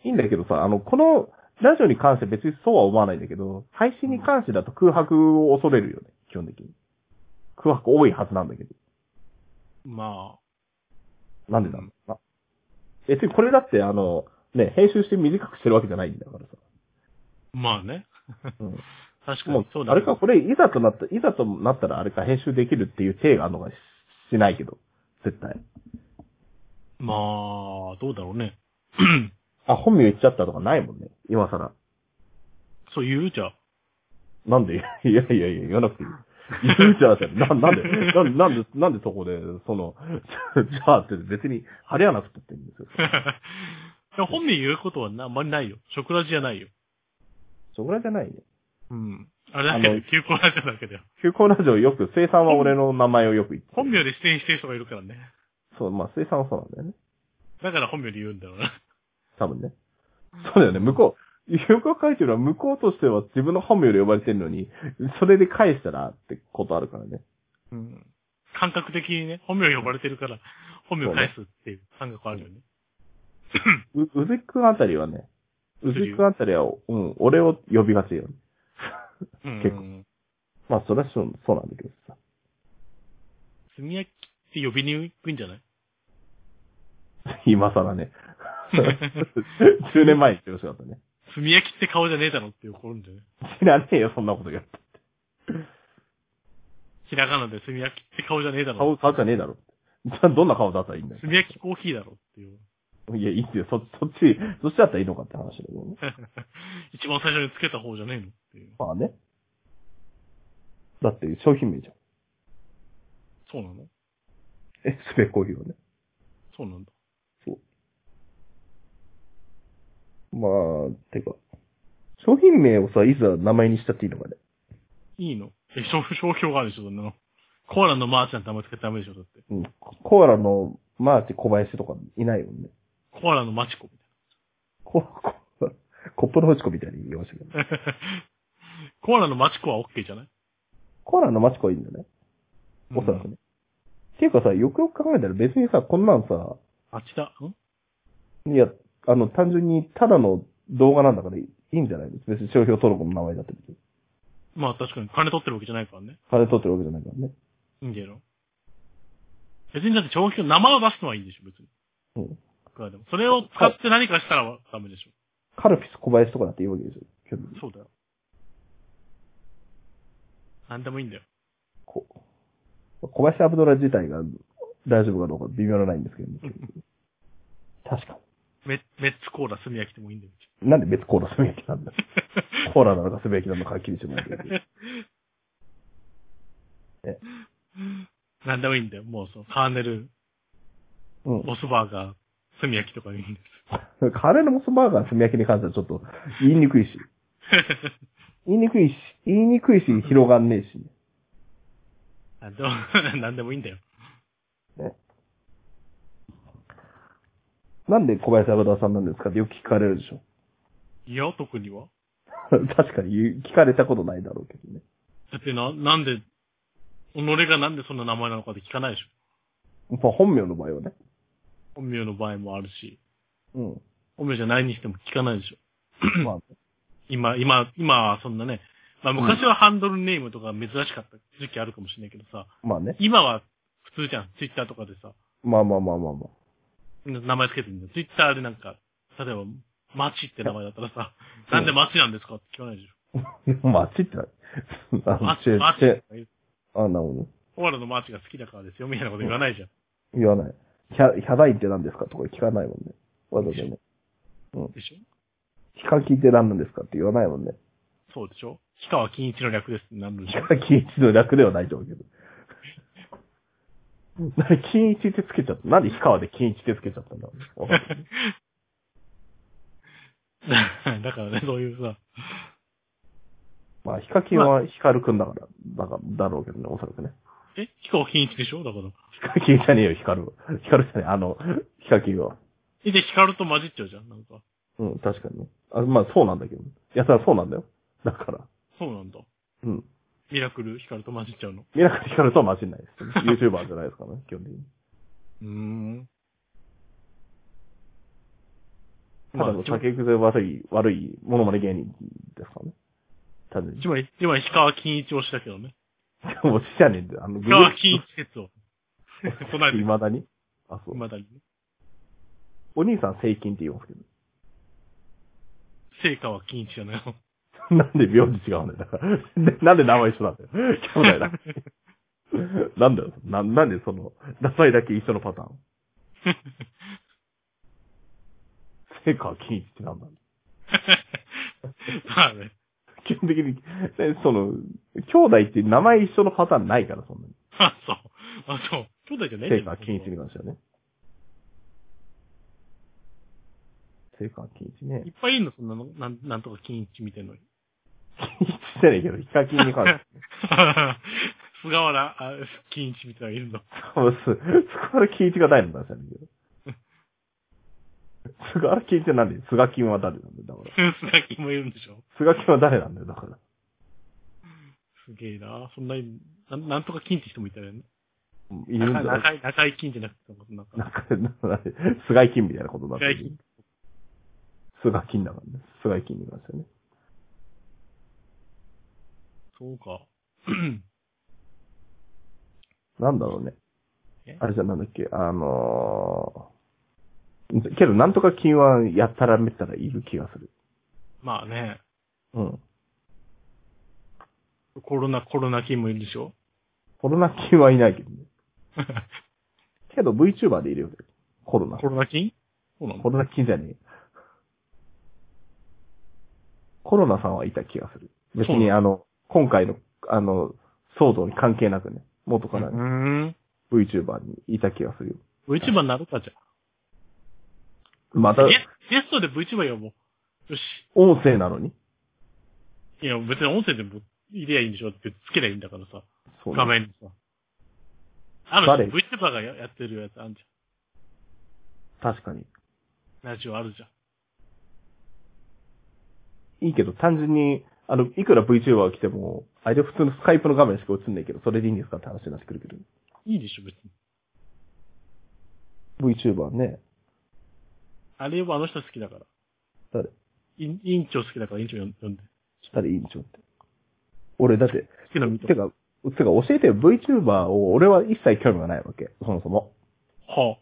S1: いいんだけどさ、あの、このラジオに関して別にそうは思わないんだけど、配信に関してだと空白を恐れるよね、基本的に。空白多いはずなんだけど。
S2: ま
S1: なんでだろうな。別にこれだってあの、ね、編集して短くしてるわけじゃないんだからさ。
S2: あ、まあね。
S1: うん。
S2: <laughs> 確か
S1: もう、
S2: にそうだ
S1: あ
S2: け
S1: れ
S2: ど
S1: か、これ、いざとなった、いざとなったらあれか、編集できるっていう体があるのかししないけど、絶対。
S2: まあ、どうだろうね。 <clears throat>
S1: あ、本名言っちゃったとかないもんね、今更。
S2: そう言う <laughs> じゃあ。
S1: なんで、い <laughs> やいやいや、言わなくていい。言うじゃあって、な、なん
S2: <laughs>
S1: で、ななんで、なんでそこで、その、 <laughs> じゃあって別に張り合わなくてっていいんですよ。
S2: いや本名言うことはなあんまりないよ。食ラジじゃないよ。
S1: そこらじゃないね。
S2: うん。あれだけ
S1: あの
S2: ど、休校ラジオだけど。
S1: 休校ラジオよく、生産は俺の名前をよく言って。
S2: 本名で出演してる人がいるからね。
S1: そう、まあ、生産はそうなんだよね。
S2: だから本名で言うんだろうな。
S1: 多分ね。そうだよね、向こう。よく書いてるのは向こうとしては自分の本名で呼ばれてるのに、それで返したらってことあるからね。
S2: うん。感覚的にね、本名呼ばれてるから、本名返すっていう感覚あるよね。
S1: う、うずきくんあたりはね、う
S2: う
S1: ず
S2: ず
S1: き
S2: き
S1: くんあたりは、うん、俺を呼びがちよ。
S2: うん。
S1: 結まあ、それはそうそうなんだけどさ。
S2: 炭焼きって呼びにくいんじゃない
S1: <laughs> 今更ね。10年前に言ってほしかったね。
S2: 炭焼きって顔じゃねえだろって怒るんじゃない
S1: 知らねえよ、そんなことやって。
S2: ひらがなで炭焼きって顔じゃねえだろ。
S1: 顔、顔じゃねえだろ。 <laughs> じゃあ、どんな顔出したらいいんだよ。
S2: <laughs> 炭焼きコーヒーだろっていう。
S1: いや、いいんだよ。そ、そっち、そっちだったらいいのかって話だけどね。
S2: <laughs> 一番最初につけた方じゃねえのっていう。
S1: まあね。だって、商品名じゃん。
S2: そうなの
S1: え、スペコーヒーはね。
S2: そうなんだ。
S1: まあ、てか。商品名をさ、いざ名前にしたっていいのかね。
S2: いいのえ、商商標があるでしょ、そんなの。コアラのマーチなんてあんまり使ってダメでしょ、だって。
S1: うん。コアラのマーチ小林とかいないもんね。
S2: コアラのマチコみ
S1: コ、コ、コップのホチコみたいに言いましたけど。
S2: たいな。コアラのマチコはオッケーじゃない
S1: コアラのマチコはいいんだね。おそらくね。っていうかさ、よくよく考えたら別にさ、こんなんさ、
S2: マチだ。ん
S1: いや、あの、単純にただの動画なんだからいいんじゃない別に商標登録の名前だって別に。
S2: まあ確かに金取ってるわけじゃないからね。
S1: 金取ってるわけじゃないからね。
S2: いいんだよな。別にだって商標、名前を出すのはいいんでしょ、別に。
S1: うん。
S2: いくらでも。それを使って何かしたらダメでし
S1: カルピス小林とかだっていいわけですよ。基本的
S2: ょ。
S1: に
S2: そうだよ。なんでもいいんだよ。
S1: こ小林アブドラ自体が大丈夫かどうか微妙なラインですけど、ね、確か
S2: メッメッツコーラ、炭焼きでもいいんだよ。
S1: に。なんで別コーラすべきなんだ <laughs> よコーラなのかすべきなのかはっきりしてもらってる。え
S2: なんでもいいんだよ。もうそう、カーネル、
S1: うん。
S2: モスバーガー、炭焼きとかいいんだよ。
S1: カレーのモスバーガーの炭焼きに関してはちょっと言いにくいし。 <laughs> 言いにくいし、言いにくいし広がんねえし。
S2: なんでも、 <laughs> なんでもいいんだよ。
S1: なんで小林アブドラさんなんですかってよく聞かれるでしょ。 <laughs>
S2: いや、特には。
S1: 確かに言う聞かれたことないだろうけどね。
S2: だってな、なんで、己がなんでそんな名前なのかって聞かないでしょ。
S1: まあ本名の場合はね。
S2: 本名の場合もあるし、
S1: うん。
S2: 本名じゃないにしても聞かないでしょ。
S1: まあ、
S2: 今、今、今はそんなね、まあ昔はハンドルネームとか珍しかった時期あるかもしれないけどさ、
S1: まあね。
S2: 今は普通じゃん。ツイッターとかでさ、
S1: まあまあまあまあまあ。
S2: みんな名前つけてるんだよ。ツイッターでなんか、例えば、マチって名前だったらさ、
S1: うん
S2: なんでマチなんですかって聞かないでし
S1: <laughs> マッチってなあ
S2: ょ。マチ、
S1: チェ
S2: マチ
S1: チェ
S2: とか言う。
S1: あ、なるほどね。
S2: コアラのマーチが好きだからですよ、みたいなこと言わないじゃん。
S1: 言わない。ヒャ、ヒャダインって何ですかとか聞かないもんね。わざわざね。
S2: でしょ
S1: ヒカキンって何なんですかって言わないもんね。
S2: そうでしょ氷川金一の略ですってなるで
S1: ヒ
S2: <laughs> しょ
S1: カキン一の略ではないと思うけど。 <laughs> なんで金一ってつけちゃったなんでヒカワで金一ってつけちゃったんだろうわかんない
S2: だからね、そういうさ、
S1: まあ、ヒカキンはヒカルくんだから、だから、だろうけどね、おそらくね。
S2: え氷川金一でしょだから。
S1: ヒカキンじゃねえよ、ヒカルは。ヒカルじゃねえ、あの、ヒカキンは。
S2: え、で、ヒカルと混じっちゃうじゃん、なんか。
S1: うん、確かにね。あまあ、そうなんだけど。いや、それはそうなんだよ。だから。
S2: そうなんだ。
S1: うん。
S2: ミラクル光と混じっちゃうの。
S1: ミラクルヒカルとは混じんないです。YouTuber じゃないですからね、 <laughs> 基本的に。
S2: うーん。
S1: ただの
S2: つまり、
S1: 酒癖悪い、悪い、ものまね芸人ですからね。単純に
S2: つ。まり、つまり、氷川金一をしたけどね。
S1: <laughs> もう死者ねえんだよ。あの、グ
S2: 氷川金一説 <laughs> を。こない
S1: 未だにあ、そう。
S2: まだにね。
S1: お兄さん、聖金って言いますけど。
S2: 成果は金一じゃないの。
S1: <laughs> なんで名字違うんだよ。だからでなんで名前一緒なんだよ。兄弟だ。なんだよ。な、なんでその、ダサいだけ一緒のパターン。聖川金一ってなんだ
S2: <laughs> まあね。
S1: 基本的に、ねその、兄弟って名前一緒のパターンないから、そんなに。
S2: あ、そう。あ、そう。兄弟じゃねえ
S1: 聖川金一に関してはね。聖川金一ね
S2: い。っぱいいるの、そんなの。なん、なんとか金一見てんのに。
S1: 金一じゃねえけど、ヒカキンに関して。
S2: <laughs> 菅原、あ、金一みたいなのいるの。
S1: 多分、す、菅原金一が誰なんだよ、菅原金一はなんで菅金は誰なんだよ、だから。
S2: 菅金もいるんでしょ
S1: 菅金は誰なんだよ、だから。
S2: すげえなそんなに、なんなんとか金って人もいたよね。
S1: うんいるんだよ。
S2: 中井、中井金じゃなくて、なんか、
S1: なんか、なんか、菅井金みたいなことだった。
S2: 中井金。
S1: 菅金だからね。菅井金に関してはね。
S2: そうか。 <clears throat>
S1: なんだろうね
S2: え。
S1: あれじゃなんだっけ、あのー、けどなんとか金はやったらめったらいる気がする。
S2: まあね、
S1: うん。
S2: コロナ、コロナ金もいるでしょ
S1: コロナ金はいない
S2: <laughs>
S1: けどね。けど VTuber でいるよね。コロナ。
S2: コロナ金そうなの
S1: コロナ金じゃねえ。コロナさんはいた気がする。別
S2: そうな
S1: にあの、今回の、あの、騒動に関係なくね、元から
S2: う
S1: ね
S2: ーん。
S1: VTuber にいた気がするよ。
S2: VTuber になるかじゃ
S1: また
S2: あ。、ゲゲストで VTuber 呼ぼう。よし。
S1: 音声なのに
S2: いや、別に音声でも入れりゃいいんでしょってつけりゃいいんだからさ。
S1: そうね
S2: 画面にさ。ある
S1: 誰
S2: じゃん VTuber がややってるやつあるじ
S1: 確かに。
S2: ゃん。ラジオあるじゃん。
S1: いいけど、単純に、あの、いくら VTuber が来ても、あれ普通のスカイプの画面しか映んないけど、それでいいんですかって話になってくるけど。
S2: いいでしょ、別に。
S1: VTuber ね、
S2: あれはあの人好きだから。
S1: 誰
S2: 委員長好きだから委員長呼んで。
S1: したらいいんでしょって。俺、だって、
S2: 好きな見と
S1: てか、てか教えてよ、VTuber を俺は一切興味がないわけ。そもそも。
S2: は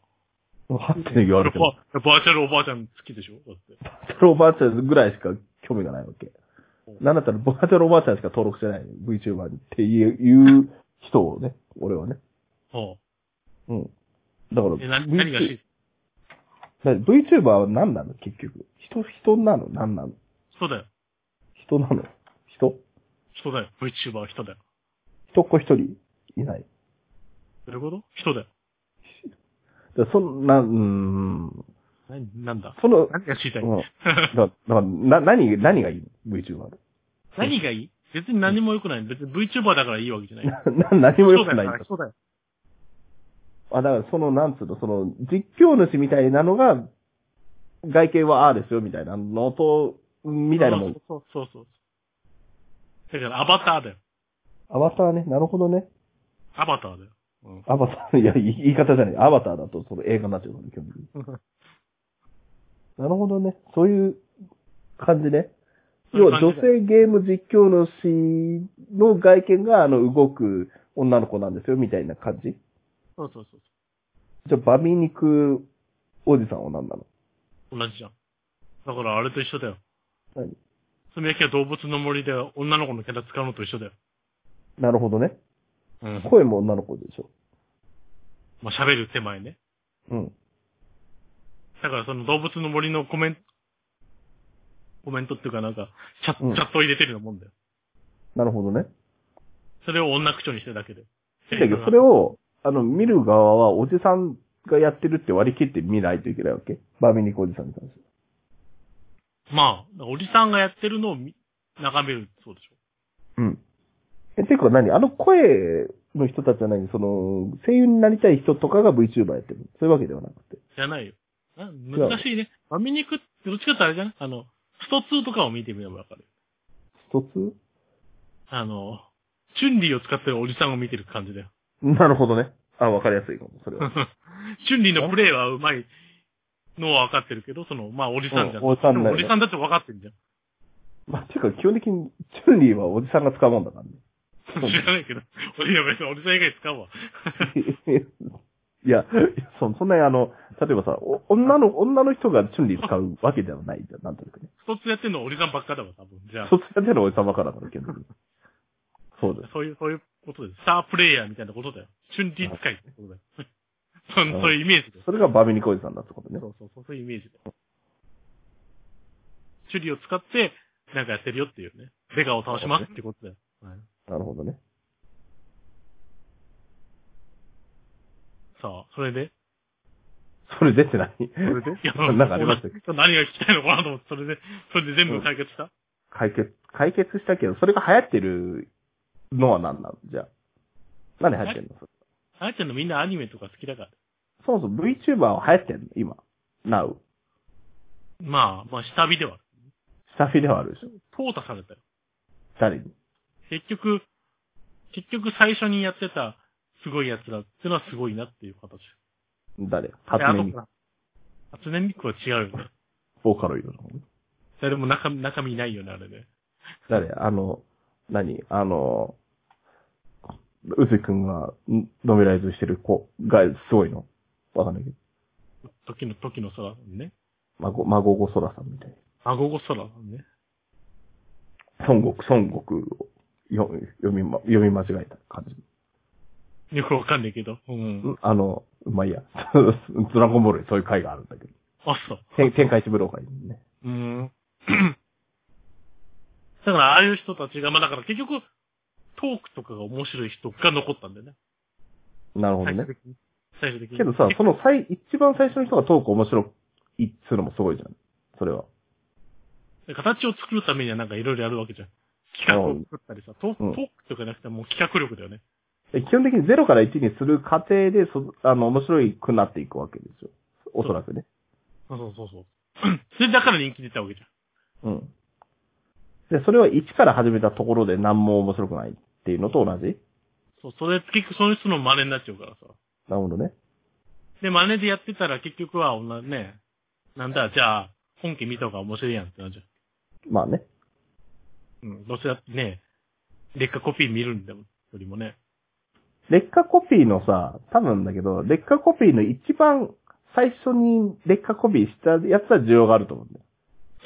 S1: もうはって言
S2: あ。
S1: わ
S2: バ
S1: れて <laughs> も、
S2: ーチャルおばあちゃん好きでしょだって。
S1: それおばあちゃんぐらいしか興味がないわけ。なんだったら、バーチャルおばあちゃんしか登録してない、VTuber にっていういう人をね、俺はね。
S2: は
S1: うん。だから、
S2: あ。え、な、何がし
S1: VTuber だ VTuber は何なの結局。人、人なの何なの
S2: 人だよ。
S1: 人なの人
S2: 人だよ。VTuber は人だよ。
S1: 人っ子一人いない。
S2: どういうこと人だよ。
S1: だからそんな、うーん。
S2: な、なんだ
S1: その、
S2: 何が知りたい
S1: うん。だから、だからな何、何がいいの ?VTuber
S2: 何がいい別に何も良くない。別に VTuber だからいいわけじゃない。
S1: の。 <laughs> な、何も良くないんだ。
S2: そうだよ。
S1: あ、だからその、なんつうの、その、実況主みたいなのが、外見はああですよ、みたいなのと、みたいなもん。
S2: そうそうそうそう。だからアバターだよ。
S1: アバターね、なるほどね。
S2: アバターだよ。うん。
S1: アバター、いや、い言い方じゃない。アバターだと、その映画になっちゃうから、基 <laughs> 本的に。なるほどね。そういう感じね。
S2: そうい
S1: 要
S2: う
S1: は、
S2: 感じ
S1: 女性ゲーム実況主の外見が、あの、動く女の子なんですよ、みたいな感じ。
S2: そうそうそう
S1: じゃあ、バミ肉おじさんは何なの
S2: そう。同じじゃん。だからあれと一緒だよ。
S1: 何
S2: 炭焼きは動物の森で女の子のキャラ使うのと一緒だよ。
S1: なるほどね。
S2: うん。
S1: 声も女の子でしょ。
S2: まあ、喋る手前ね。
S1: うん。
S2: だからその動物の森のコメント、コメントっていうかなんか、チャ
S1: うん
S2: チャットを入れてるようなもんだよ。
S1: なるほどね。
S2: それを女口調にしてるだけで。
S1: だけど、それ
S2: を、
S1: を、あの、見る側はおじさんがやってるって割り切って見ないといけないわけ。バーミニクおじさんに関して。
S2: まあ、おじさんがやってるのを見眺める、そうでしょ。
S1: うん。え、ていうか何あの声の人たちは何その、声優になりたい人とかが VTuber やってるのそういうわけではなくて。
S2: じゃないよ。な難しいね。まみに行くって、どっちかってあれじゃないあの、スト2とかを見てみればわかるよ。
S1: 一つ
S2: あの、チュンリーを使ってるおじさんを見てる感じだよ。
S1: なるほどね。あ、わかりやすいかも、それは。
S2: <laughs> チュンリーのプレイはうまいのは分かってるけど、その、まあ、おじさんじゃん。
S1: うんおじさんだよ
S2: でもおじさんだって分かってんじゃん。
S1: <laughs> まあ、ていうか、基本的に、チュンリーはおじさんが使うもんだからね。そう <laughs>
S2: 知らないけど。おじいや別におじさん以外使うわ。
S1: いや、そそんなにあの、例えばさ、お女の、女の人がチュンリー使うわけではないじゃん、なんとなくね。
S2: ストツやってんのはおじさんばっかだわ、多分。じゃあ
S1: そ。っちでのおじさまからだけど。そうです。
S2: そういう、そういうことです。スタープレイヤーみたいなことだよ。チュンリー使いってことだよ。 <laughs> そんそういうイメージです。
S1: それがバーベニコおじさんだってことね
S2: そ。うそうそう、そういうイメージです。チュリーを使って、なんかやってるよっていうね。ベガを倒しますってことだよ。はい
S1: なるほどね。
S2: さあ、それで
S1: それ出てない。
S2: いや、
S1: なんかありましたっけ
S2: 俺何が聞きたいのかなと思って、それで、それで全部解決した、
S1: 解決、解決したけど、それが流行ってるのは何なのじゃあ。何で流行ってんのそれ
S2: あやちゃんのみんなアニメとか好きだから。
S1: そもそも VTuber は流行ってんの今。Now。
S2: まあ、まあ、下火ではある。
S1: 下火ではあるでしょ
S2: 淘汰されたよ。
S1: 誰に
S2: 結局、結局最初にやってた、すごい奴らってのはすごいなっていう形。
S1: 誰
S2: で
S1: 初音ミク。
S2: あと初音ミクは違うよね。
S1: ボーカロイドの方ね
S2: いやでも中身、中身ないよね、あれね。
S1: 誰あの、何あの、うずくんがんノベライズしてる子がすごいのわかんないけど。
S2: 時の、時の空さんね。
S1: 孫、孫ごそらさんみたい
S2: 孫子空さんね。
S1: な。孫悟、孫悟をよ読み、ま、読み間違えた感じ。
S2: よくわかんないけど。うん。
S1: んあの、まあ、いいや。 <laughs> ドラゴンボールにそういう回があるんだけど。
S2: あ、そう。
S1: 天天開一武道会にね。
S2: うん。 <clears throat> だから、ああいう人たちが、まあだから結局、トークとかが面白い人が残ったんだよね。
S1: なるほど
S2: 最終
S1: ね。
S2: 的に。最終的に。
S1: けどさ、その最、一番最初の人がトーク面白いっつうのもすごいじゃん。それは。
S2: 形を作るためにはなんかいろいろやるわけじゃん。企画を作ったりさ、トーク、
S1: うん
S2: トークとかじゃなくてもう企画力だよね。
S1: で基本的に0から1にする過程で、そ、あの、面白くなっていくわけですよ。おそらくね。
S2: そうそうそう <clears throat> そう。それだから人気出たわけじゃん。
S1: うん。で、それは1から始めたところで何も面白くないっていうのと同じ
S2: そう、それ、結局その人の真似になっちゃうからさ。
S1: なるほどね。
S2: で、真似でやってたら結局は、おなね、なんだ、じゃあ、本家見た方が面白いやんってなっちゃ
S1: まあね。
S2: う。うん。どうせだってね、劣化コピー見るんだよりもね。
S1: 劣化コピーのさ、多分だけど、劣化コピーの一番最初に劣化コピーしたやつは需要があると思うんだよ。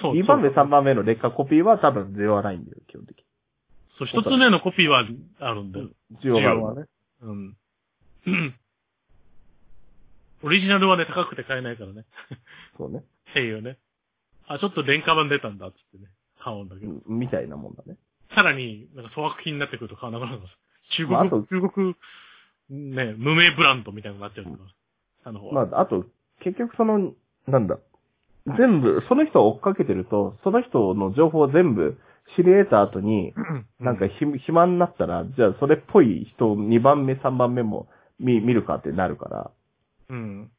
S2: そう。
S1: 2番目、
S2: そう
S1: 3番目の劣化コピーは多分需要はないんだよ、基本的
S2: そう、一つ目のコピーはあるんだよ。
S1: に。需要がある。
S2: 需要はうん。うんオリジナルはね、高くて買えないからね。
S1: そうね。
S2: っていうね。あ、ちょっと廉価版出たんだ、つってね。買うんだけど。
S1: うんみたいなもんだね。
S2: さらに、なんか粗悪品になってくると買わなくなるんです。中国、
S1: まああと
S2: 中国、ね、無名ブランドみたいになっちゃうから。あの方 <clears throat> は。
S1: まあ、あと、結局その、なんだ。全部、その人を追っかけてると、その人の情報を全部知り得た後に、なんかひ、暇になったら、じゃあそれっぽい人を2番目、3番目も見、見るかってなるから。
S2: うん。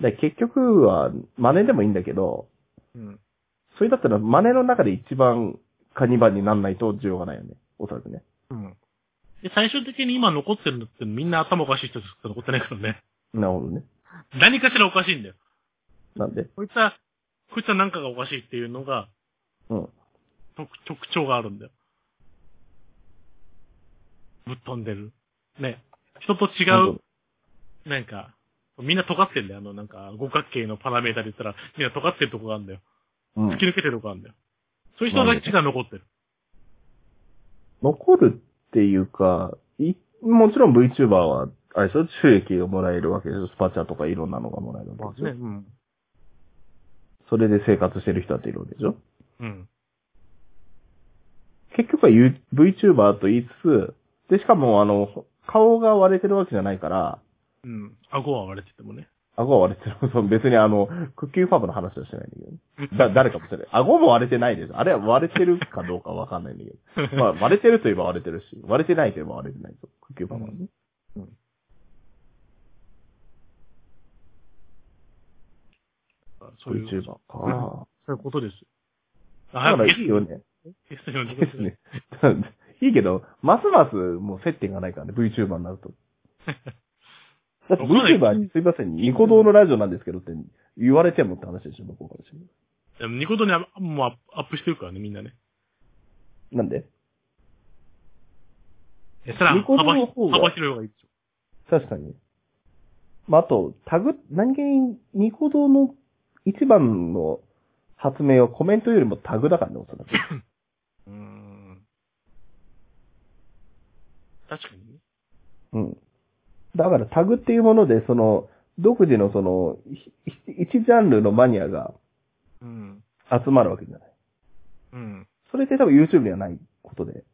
S1: で結局は、真似でもいいんだけど、
S2: うん。
S1: それだったら真似の中で一番カニバになんないと需要がないよね。おそらくね。
S2: うん。で、最終的に今残ってるのってみんな頭おかしい人しか残ってないからね。 <laughs>
S1: なるほどね。
S2: 何かしらおかしいんだよ。
S1: なんで
S2: こいつは、こいつはなんかがおかしいっていうのが
S1: うん。
S2: 特、特徴があるんだよ。ぶっ飛んでる。ね。人と違うなんか、みんな尖ってんだよ。あの、なんか、五角形のパラメータで言ったら、みんな尖ってるとこがあるんだよ。
S1: うん。う
S2: 突
S1: ん
S2: き。抜けてるとこがあるんだよ。そういう人だけが残ってる。
S1: 残るっていうか、い、もちろん VTuber は、あれでしょ収益をもらえるわけでしょスパチャとかいろんなのがもらえるわけでしょ、
S2: うん。
S1: それで生活してる人だっているわけでしょ
S2: うん。
S1: 結局は You- VTuber と言いつつ、で、しかもあの、顔が割れてるわけじゃないから、
S2: うん。顎は割れててもね。
S1: 顎は割れてる。 <laughs> そう別にあの、クッキーファブの話はしてないんだけどね。だ、誰かもしれない。顎も割れてないです。あれは割れてるかどうかわかんないんだけど。 <laughs> まあ、割れてるといえば割れてるし、割れてないといえば割れてないと。呼吸パワーね。うん。
S2: そういう、
S1: VTuber か。 <laughs>
S2: そういうことです。
S1: だ
S2: あ
S1: から
S2: ゲ
S1: い
S2: ス
S1: いよね。
S2: ゲストに呼ん
S1: い
S2: で
S1: い
S2: くだ
S1: で
S2: さ
S1: す
S2: い
S1: ね。 <laughs> いいけど、ますますもう接点がないからね、VTuber になる <laughs> と。だって VTuber に、すいません、ニコ動のラジオなんですけどって言われてもって話でしょ、向こうからしても
S2: <laughs> でもニコ動にあもうアップアップしてるからね、みんなね。
S1: なんで
S2: え、そら、
S1: ニコ動
S2: 幅
S1: の
S2: 広
S1: 方が
S2: 幅広い方がいいでしょ。
S1: 確かに。まあ、あと、タグ、何気にニコ動の一番の発明はコメントよりもタグだからね、おそらく。
S2: うーん。確かにね。
S1: うん。だからタグっていうもので、その、独自のその、ひひ一ジャンルのマニアが
S2: うん。
S1: 集まるわけじゃない。
S2: うん。
S1: それって多分 YouTube にはないことで、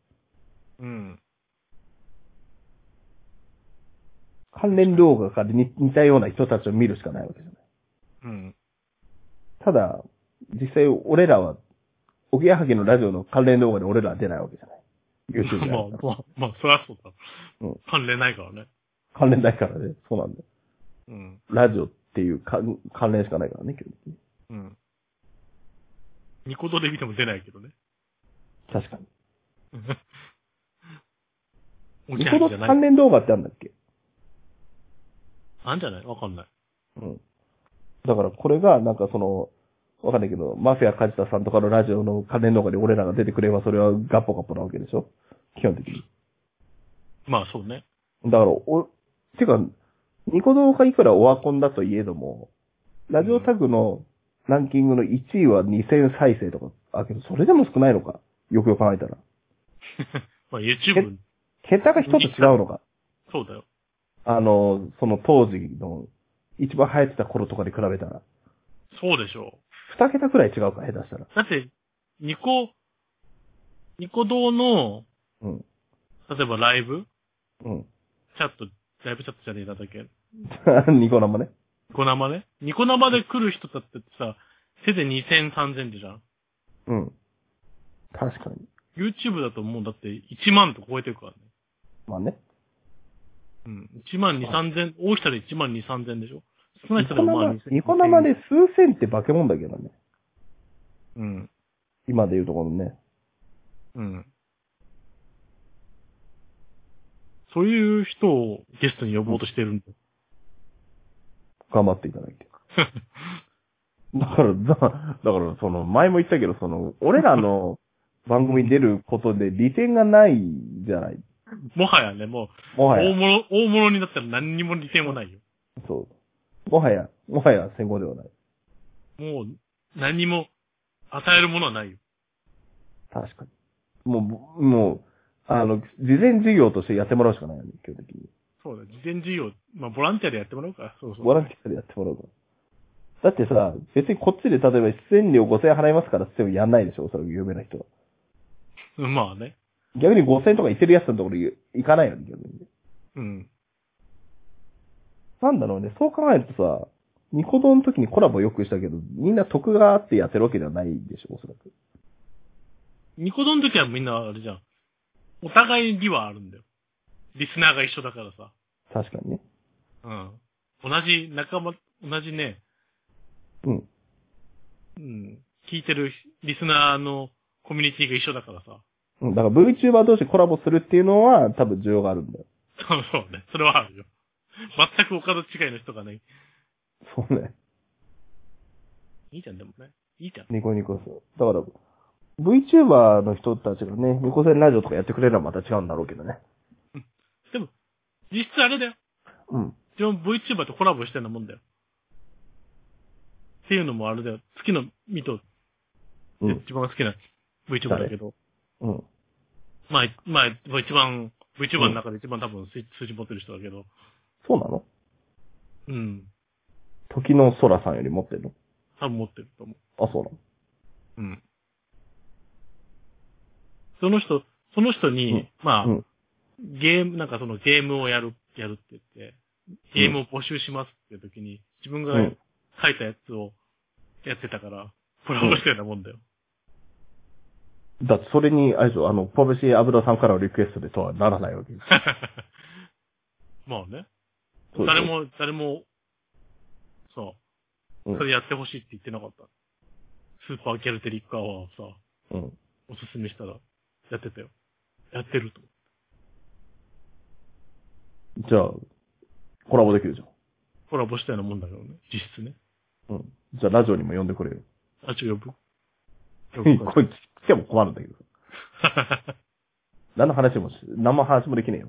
S2: うん。
S1: 関連動画から似似たような人たちを見るしかないわけじゃない。
S2: うん。
S1: ただ、実際俺らは、おぎやはぎのラジオの関連動画で俺らは出ないわけじゃない。YouTube に
S2: <laughs> まあ
S1: は、
S2: まあ、まあ、そりゃそうだ。
S1: うん
S2: 関連ないからね。
S1: 関連ないからね。そうなんだよ。
S2: うん。
S1: ラジオっていう関関連しかないからね、基本的に
S2: うん。ニコ動で見ても出ないけど <laughs> ね。
S1: 確かに。
S2: おぎ
S1: ニ
S2: やは
S1: コ動
S2: ぎじゃない
S1: 関。連動画ってあるんだっけ
S2: なんじゃないわかんない。
S1: うん。だからこれが、なんかその、わかんないけど、マフィア梶田さんとかのラジオの関連動画で俺らが出てくれば、それはガッポガッポなわけでしょ基本的に。
S2: まあ、そうね。
S1: だから、お、てか、ニコ動がいくらオワコンだといえども、ラジオタグのランキングの1位は2000再生とか、あ、けどそれでも少ないのか。よくよく考えたら。
S2: まあ、YouTube、
S1: 桁が一つ違うのか。
S2: そうだよ。
S1: あの、その当時の、一番流行ってた頃とかで比べたら、
S2: そうでしょ
S1: 二桁くらい違うか、下手したら。
S2: う。だって、ニコ、ニコ動の、
S1: うん。
S2: 例えばライブ
S1: うん。 <laughs>
S2: チャット、ライブチャットじゃねえなんだっけニ
S1: ニコ生ね。
S2: コ生ね。ニコ生で来る人だってさ、せいぜい2000、3000でじゃん。
S1: うん。確かに。
S2: YouTube だともうだって1万と超えてるからね。
S1: まあね。
S2: うん。1万2、3000、多い人で1万2、3000でしょ少ない
S1: ニ
S2: 人
S1: コ
S2: でもまあ
S1: 生
S2: 2000。、
S1: ニコ生で数千って化け物だけどね。
S2: うん。
S1: 今で言うところのね。
S2: うん。そういう人をゲストに呼ぼうとしてるんだよ。
S1: 頑張っていただい
S2: <laughs>
S1: て。だから、だだから、その、前も言ったけど、その、俺ら
S2: <laughs>
S1: の番組に出ることで利点がないじゃない。
S2: もはやね、もう、
S1: もは
S2: 大
S1: や、
S2: 物、大物になったら何にも利点もないよ。
S1: そう。もはや、もはや戦後ではない。
S2: もう、何にも与えるものはないよ。
S1: 確かに。もう、もう、あの、事前事業としてやってもらうしかないよね、基本的に。
S2: そうだ、事前事業、まあ、ボランティアでやってもらおうか。そうそう。
S1: ボランティアでやってもらうから。だってさ、別にこっちで例えば出演料5000円払いますからって言ってもやんないでしょ、それ有名な人は。
S2: うんまあね。
S1: 逆に5000円とか言ってるやつのところ行かないよね、逆に。
S2: うん。
S1: なんだろうね、そう考えるとさ、ニコ動の時にコラボよくしたけど、みんな得があってやってるわけではないでしょ、おそらく。
S2: ニコ動の時はみんなあれじゃん。お互いにはあるんだよ。リスナーが一緒だからさ。
S1: 確かにね。
S2: うん。同じ仲間、同じね、
S1: うん。
S2: うん。聞いてるリスナーのコミュニティが一緒だからさ。
S1: うん、だから VTuber 同士コラボするっていうのは多分需要があるんだよ。
S2: そうそうね。それはあるよ。全くお門違いの人がね、
S1: そうね。
S2: いいじゃん、でもね。いいじゃん。
S1: ニコニコそう。だから、VTuber の人たちがね、ニコ戦ラジオとかやってくれればまた違うんだろうけどね。
S2: でも、実質あれだよ。
S1: うん。
S2: 自分 VTuber とコラボしてるようなもんだよ。っていうのもあれだよ。好きな、ミト、
S1: うん。
S2: 一番好きな VTuber だけど。
S1: うん。
S2: まあ、まあ、一番、VTuber の中で一番多分数数字持ってる人だけど。
S1: そうなの
S2: うん。
S1: 時の空さんより持ってるの
S2: 多分持ってると思う。
S1: あ、そうなの
S2: うん。その人、その人に、
S1: うん
S2: まあ、
S1: うん
S2: ゲーム、なんかそのゲームをやる、やるって言って、ゲームを募集しますって時に、自分が
S1: うん
S2: 書いたやつをやってたから、コラボしたようなもんだよ。
S1: だってそれに、あれでしょ、あの、パブシー油さんからのリクエストでとはならないわけです。
S2: <laughs> まあね。
S1: そう
S2: 誰も、誰も、そう、
S1: うん
S2: それやってほしいって言ってなかった。スーパーキャルテリックアワーをさ、
S1: うん。
S2: おすすめしたら、やってたよ。やってると。
S1: じゃあ、コラボできるじ
S2: コラボしたようなもんだけどね、実質ね。
S1: ゃん。うん。じゃあ、ラジオにも呼んでくれよ。
S2: あ、違う、ぶ
S1: <laughs> こいつ来ても困るんだけど。
S2: <laughs> あ、
S1: 何の話もし、何も話もできねえよ、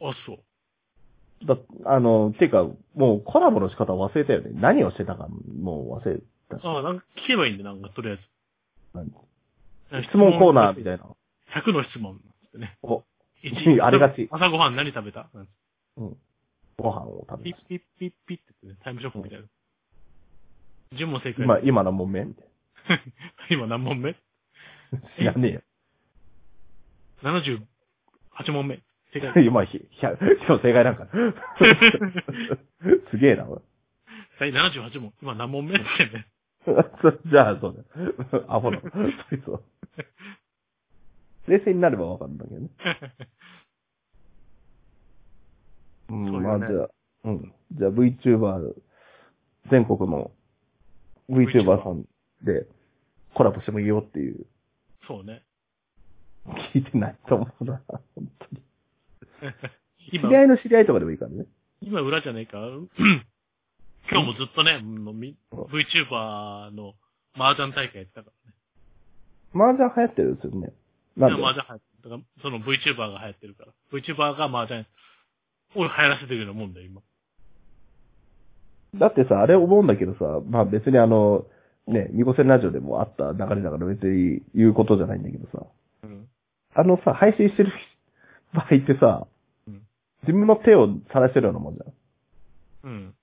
S1: 俺は。
S2: そう。
S1: だ、あの、てか、もうコラボの仕方忘れたよね。何をしてたか、もう忘れたし。
S2: あなんか聞けばいいんで、なんか、とりあえず。
S1: なん質問コーナーみた
S2: い
S1: いな。
S2: な。100の質問なんてね。
S1: お、
S2: 1
S1: ありがち
S2: 朝ごはん何食べたなんて
S1: うん。ご飯を食べ
S2: ピッ
S1: ます。
S2: ピッピッピッって言ってね、タイムショックみたいな。10問正解。
S1: 今、今何問目みたい
S2: <laughs> 今何問目
S1: な。知らねえよ。
S2: ?78 問目。正解。
S1: 今、ひ、ひゃ、今日正解なん <laughs> か。すげえな、俺。
S2: 第78問。今何問目ってね。
S1: <laughs> じゃあ、そうだ。アホな。そいつは。冷静になればわかるんだけどね。うん、
S2: そう
S1: ま
S2: よ
S1: あ
S2: ね
S1: じゃあ、うん。じゃあ VTuber、全国の VTuber さんでコラボしてもいいよっていう、
S2: <laughs> そうね。
S1: 聞いてないと思うな。本当に。知
S2: 今
S1: り、合いの知り合いとかでもいいからね。
S2: 今裏じゃねえか。うん今日もずっとね、もうみ VTuber の麻雀大会やってたか
S1: 麻雀流行ってるんですよね。な
S2: ら。
S1: んで
S2: 今麻雀流行ってる。その VTuber が流行ってるから。VTuber が麻雀を流行らせてるようなもんだよ、今。
S1: だってさ、あれ思うんだけどさ、まあ別にあの、ね、ニコセンラジオでもあった流れだから別に言うことじゃないんだけどさ、
S2: うん。
S1: あのさ、配信してる <laughs> 場合ってさ
S2: うん、
S1: 自分の手をさらしてるようなもんじゃん。
S2: うん。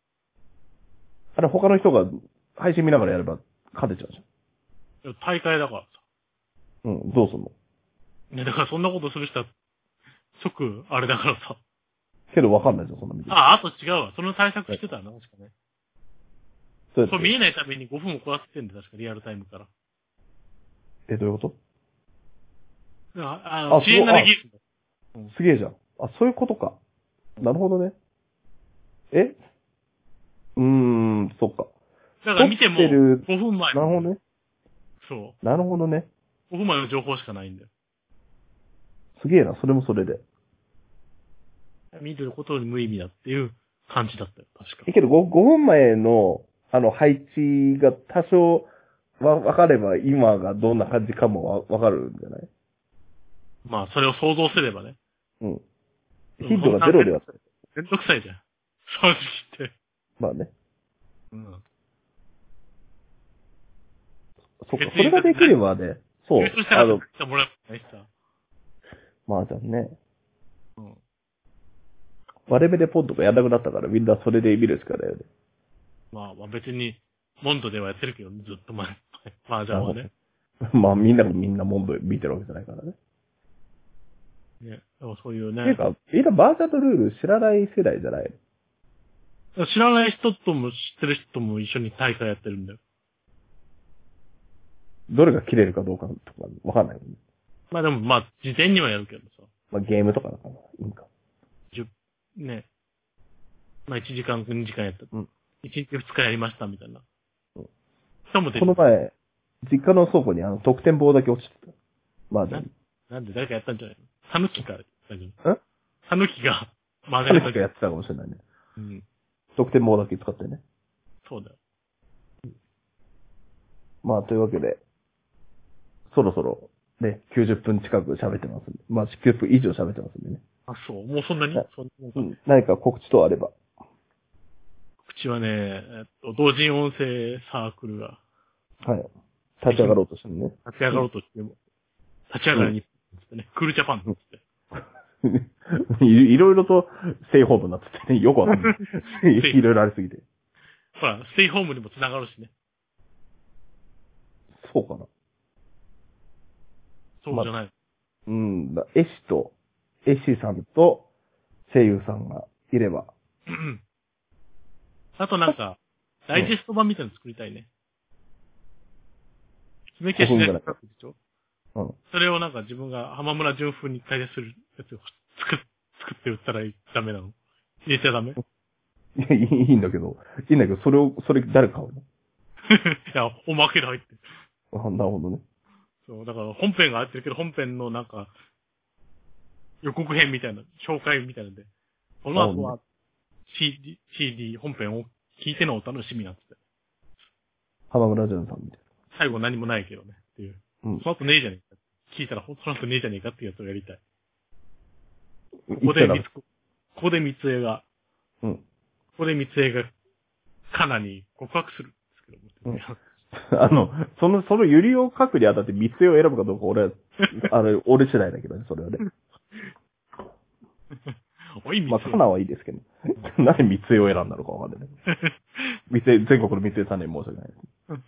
S1: あれ他の人が配信見ながらやれば勝てちゃうじ
S2: でも大会だからさ。
S1: ゃん。うん、どうすんの
S2: ね、だからそんなことする人は、即、あれだからさ。
S1: けどわかんないじゃん、そんな見て。
S2: あ、あと違うわ。その対策してたな、確かね。
S1: そ
S2: そうう見えないために5分を壊してんだ、確か、リアルタイムから。
S1: え、どういうこと
S2: ああの、
S1: あ
S2: 遅延ができる。
S1: すげえじゃん。あ、そういうことか。なるほどね。えうーん、そっか。
S2: だから見ても、
S1: 撮ってる
S2: 5分前。
S1: なるほどね。
S2: そ
S1: なるほどね。
S2: う。5分前の情報しかないんだよ。
S1: すげえな、それもそれで。
S2: 見てることに無意味だっていう感じだったよ、確
S1: え、
S2: か。
S1: けど 5, 分前の、あの、配置が多少わ、わかれば今がどんな感じかもわわかるんじゃない
S2: まあ、それを想像すればね。
S1: うん。ヒントがゼロでは、
S2: めんどくさいじゃん。 <laughs> 正直言って。
S1: まあね。
S2: うん。
S1: そっか
S2: 別、に
S1: それができればね、そう
S2: 優勝し、た
S1: あ
S2: ら、
S1: の、
S2: 来てもらえないしさ。
S1: まあじゃあね、
S2: うん。
S1: 割れ目でポンとかやんなくなったからみんなそれで見るしかないよね。 <laughs>
S2: まあ、まあ別に、モンドではやってるけど、ずっと前、 <laughs> まあじゃあね。
S1: まあみんながみんなモンド見てるわけじゃないからね。
S2: ねでもそういう
S1: ていう
S2: ね。
S1: か、みんなバージョンのルール知らない世代じゃない
S2: 知らない人とも知ってる人も一緒に大会やってるんだよ。
S1: どれが切れるかどうかとかわかんないもんね。
S2: まあでもまあ、事前にはやるけどさ。
S1: まあゲームとかだから、いいんか。
S2: ね。まあ1時間、2時間やった。
S1: うん
S2: 1日2日やりましたみたいな
S1: うん。
S2: 人も出
S1: この
S2: て
S1: 前、実家の倉庫にあの得点棒だけ落ちてた。まあじゃあ、
S2: なんで誰かやったんじゃないのタヌキから。
S1: ん
S2: タヌキが、まあ
S1: 彼女
S2: だ
S1: が
S2: け。
S1: やってたかもしれないね。
S2: うん。
S1: 得点棒だけ使ってね。
S2: そうだよ。
S1: まあというわけで、そろそろ、ね、90分近く喋ってますんで。まあ90分以上喋ってますんでね。
S2: あ、そう。もうそんなに
S1: はい
S2: そんなもんか
S1: うん。何か告知等あれば。
S2: 口はね、えっと、同人音声サークルが
S1: はい。立ち上がろうとして <laughs> ね。
S2: 立ち上がろうとしても、立ち上がる日本ですね。クールジャパンですね。
S1: いいろいろと、ステイホームになっててね、よくわかんない。 <laughs> いろいろありすぎて。
S2: ほら、ステイホームにも繋がるしね。
S1: そうかな。
S2: そうじゃない。
S1: うんだ。絵師と、絵師さんと、声優さんがいれば。
S2: うんあとなんか、ダイジェスト版みたいなの作りたいね。爪消し
S1: 5分
S2: で
S1: ぐらい
S2: 書くでしょ
S1: うん。
S2: それをなんか自分が浜村純風に対峙するやつを作っ作って売ったらダメなの。入れちゃダメ
S1: い
S2: い
S1: や、いいいいんだけど、いいんだけど、それを、それ誰買う
S2: や、おまけで入ってる。
S1: のあなるほどね。
S2: そう、だから本編が入ってるけど、本編のなんか、予告編みたいな、紹介みたいなんで、この後は CD、CD 本編を聞いてのお楽しみになってて、
S1: 浜村ジャンさんみたい
S2: 最後何もないけどね、っていう。
S1: な。うん。
S2: その後ねえじゃねえか。聞いたらほんとその後ねえじゃねえかっていうやつをやりたい。
S1: こ
S2: ここで三つ、ここで三つ江が、
S1: うん。 <laughs>
S2: ここで三つ江が、カナに告白するんですけども。
S1: うんあの、その、そのユリを書くにあたって三つ絵を選ぶかどうか俺は、あ
S2: <laughs>
S1: れ、俺次第だけどね、それはね。
S2: おい、三
S1: まあ、
S2: つ江。
S1: カナはいいですけ
S2: <laughs>
S1: ど。なんで三つ絵を選んだのかわかんないね。三つ江、全国の三つ江さんには申し訳ない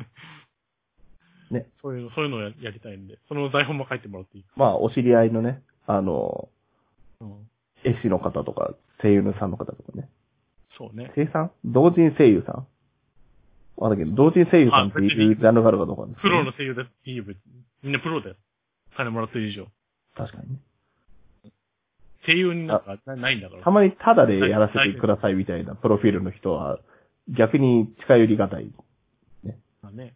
S1: です。
S2: そういうの、そういうのをややりたいんで、その台本も書いてもらっていい
S1: まあ、お知り合いのね、あの、
S2: うん。
S1: 絵師の方とか、声優のさんの方とかね。
S2: そうね。
S1: 声優さん同人声優さんわかんないけど、同人声優さんっていうジャンルがあるかどうかなんですけ
S2: プ
S1: ど
S2: ロの声優だっていいよ、別にみんなプロだよ。金もらってる以上。
S1: 確かにね。
S2: 声優になんかなないんだから。
S1: たまにタダでやらせてくださいみたいなプロフィールの人は、逆に近寄りがたい。
S2: まあね。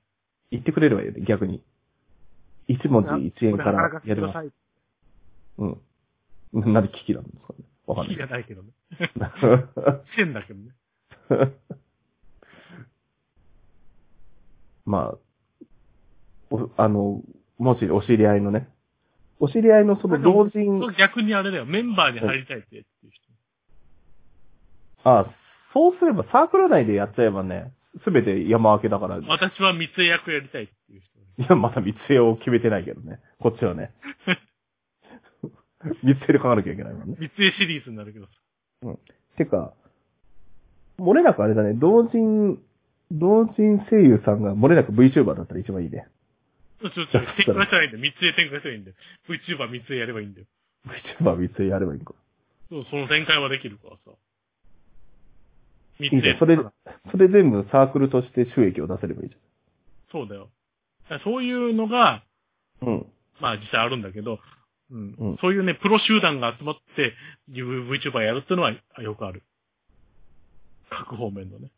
S1: 言ってくれればいいよね、逆に。一文字一円か
S2: これ
S1: ら
S2: 働
S1: や
S2: て
S1: ります。
S2: ください。
S1: うん。なんで危機なんですかね。わかんな
S2: 好きじゃ
S1: い。
S2: ないけどね。してんだけどね。
S1: <laughs> まあ、おあの、もしお知り合いのね、お知り合いのその同人
S2: そう逆にあれだよ、メンバーに入りたいって言ってる
S1: あ、そうすればサークル内でやっちゃえばね、すべて山分けだから、い
S2: 人。私は三つ役やりたいっていう人。
S1: や、まだ密営を決めてないけどね。こっちは
S2: <laughs>
S1: ね。密営で書かなきゃいけないもんね。
S2: 三つシリーズになるけどさ。
S1: てか、漏れなくあれだね、同人、同人声優さんが漏れなく VTuber だったら一番いいね。
S2: ちょ、ちょ、ちょ、転換したらいいんだよ。三つ転換したらいいんだよ。VTuber 三つやればいいんだよ。
S1: VTuber 密営やればいいのか。
S2: そう、その展開はできるからさ。三
S1: いいね。それ、それ全部サークルとして収益を出せればいいじ
S2: そうだよ。だからそういうのが、
S1: ゃん。うん。
S2: まあ実際あるんだけど、うん
S1: うん
S2: そういうね、プロ集団が集まって、自分 VTuber やるってのはあよくある。各方面のね。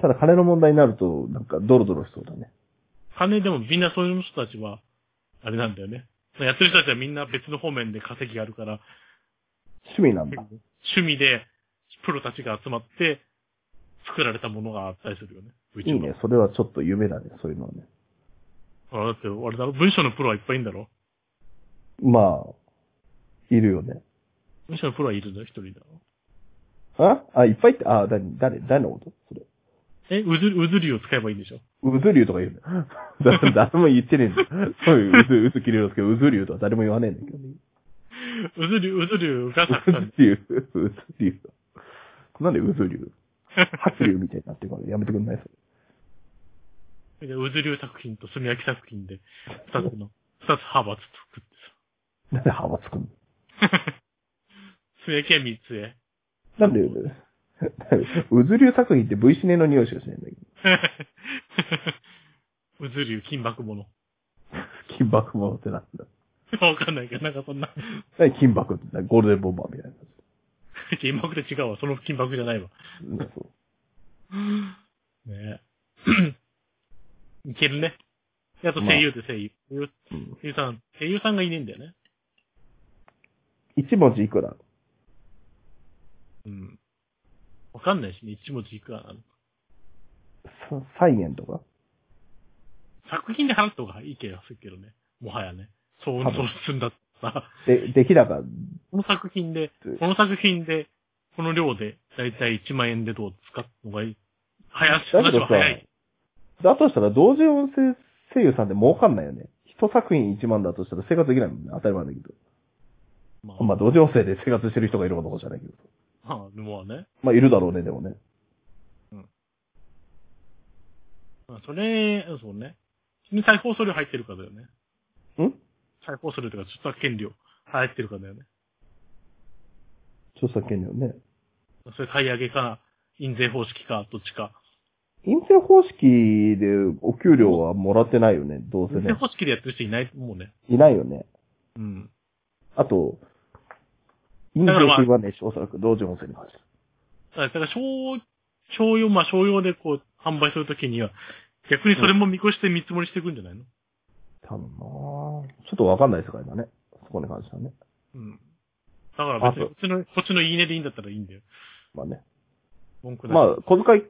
S1: ただ金の問題になると、なんかドロドロしそうだね。
S2: 金でもみんなそういう人たちは、あれなんだよね。やってる人たちはみんな別の方面で稼ぎがあるから、
S1: 趣味なんだ。
S2: 趣味でプロたちが集まって作られたものがあったりするよね。
S1: いい
S2: VTuber。
S1: ね。それはちょっと夢だね。そういうのはね。
S2: あだって、あれだろ文章のプロはいっぱいいんだろ
S1: まあ、いるよね。
S2: 文章のプロはいるんだよ、一人だろ
S1: ああ、いっぱいって、あ、だ、誰、誰のことそれ。
S2: え、うず、うずりを使えばいいんでしょ
S1: うずりゅうとか言うんだよ。だ <laughs> 誰も言ってねえんだよ。そういううず、うずきりゅうですけど、うずりゅうとは誰も言わねえんだけどね。
S2: うずり、うずりゅう
S1: <laughs>
S2: が作
S1: う
S2: さん
S1: ずりゅう、うずりゅう。なんでうずりゅう発りゅうみたいになってるからやめてくんないそ
S2: で、うずりゅう作品と炭焼き作品で、二つの、二つ派閥作って
S1: れ。なんで幅つくの
S2: さ。炭焼きは三つへ。 <laughs>
S1: なんで、うずりゅう作品って V シネの匂いしかしないんだけ
S2: うずりゅう金箔もの。
S1: ど。金箔ものってなんだ。
S2: わかんないけど、なんかそんな、
S1: 何金箔ってゴールデンボンバーみたいなや
S2: 金箔と違うわ。その金箔じゃないわ。
S1: つうん。そう <clears throat>
S2: ねえ。いけるね。であと声優で声優。声優
S1: うん
S2: 声優さん、声優さんがいねえんだよね。
S1: 一文字いくら
S2: うん。わかんないしね、一文字いくらなのか。
S1: さ ?3 円とか
S2: 作品で払った方がいい気がするけどね。もはやね。そう、
S1: 多
S2: そ
S1: 分
S2: うするんだったら。
S1: で、出来高
S2: この作品で
S1: うん、
S2: この作品で、この量で、だいたい1万円でどう使ったのがいい。早し、
S1: だけ
S2: 話
S1: ど
S2: は
S1: さ
S2: 早い。
S1: だとしたら同時音声声優さんって儲かんないよね。一作品1万だとしたら生活できないもんね。当たり前だけど。
S2: ま
S1: まあ同時音声で生活してる人がいるかどうかじゃないけど。
S2: あ、まあ、でもね。
S1: まあいるだろうね、でもね。
S2: まあ、それ、そうね。再放送料入ってるかだよね。
S1: ん
S2: 再放送料とか、ちょっと権利を入ってるかだよね。
S1: 著作権料ね。
S2: それ買い上げか、印税方式か、どっちか。
S1: 陰性方式でお給料はもらってないよね、どうせ
S2: 印税
S1: ね。
S2: 方式でやってる人いない、もうね。
S1: いないよね。
S2: うん。
S1: あと、陰性
S2: からまあ
S1: 費はね、おそらく同時音声に関して。
S2: だから、商、商用、まあ、商用でこう、販売するときには、逆にそれも見越して見積もりしていくんじゃないの
S1: 多分なぁちょっとわかんない世界だね。そこに関してはね。
S2: うん。だから別に
S1: あ
S2: こっちの、こっちのいいねでいいんだったらいいんだよ。
S1: まあね。
S2: 文句ない。
S1: まあ、小遣い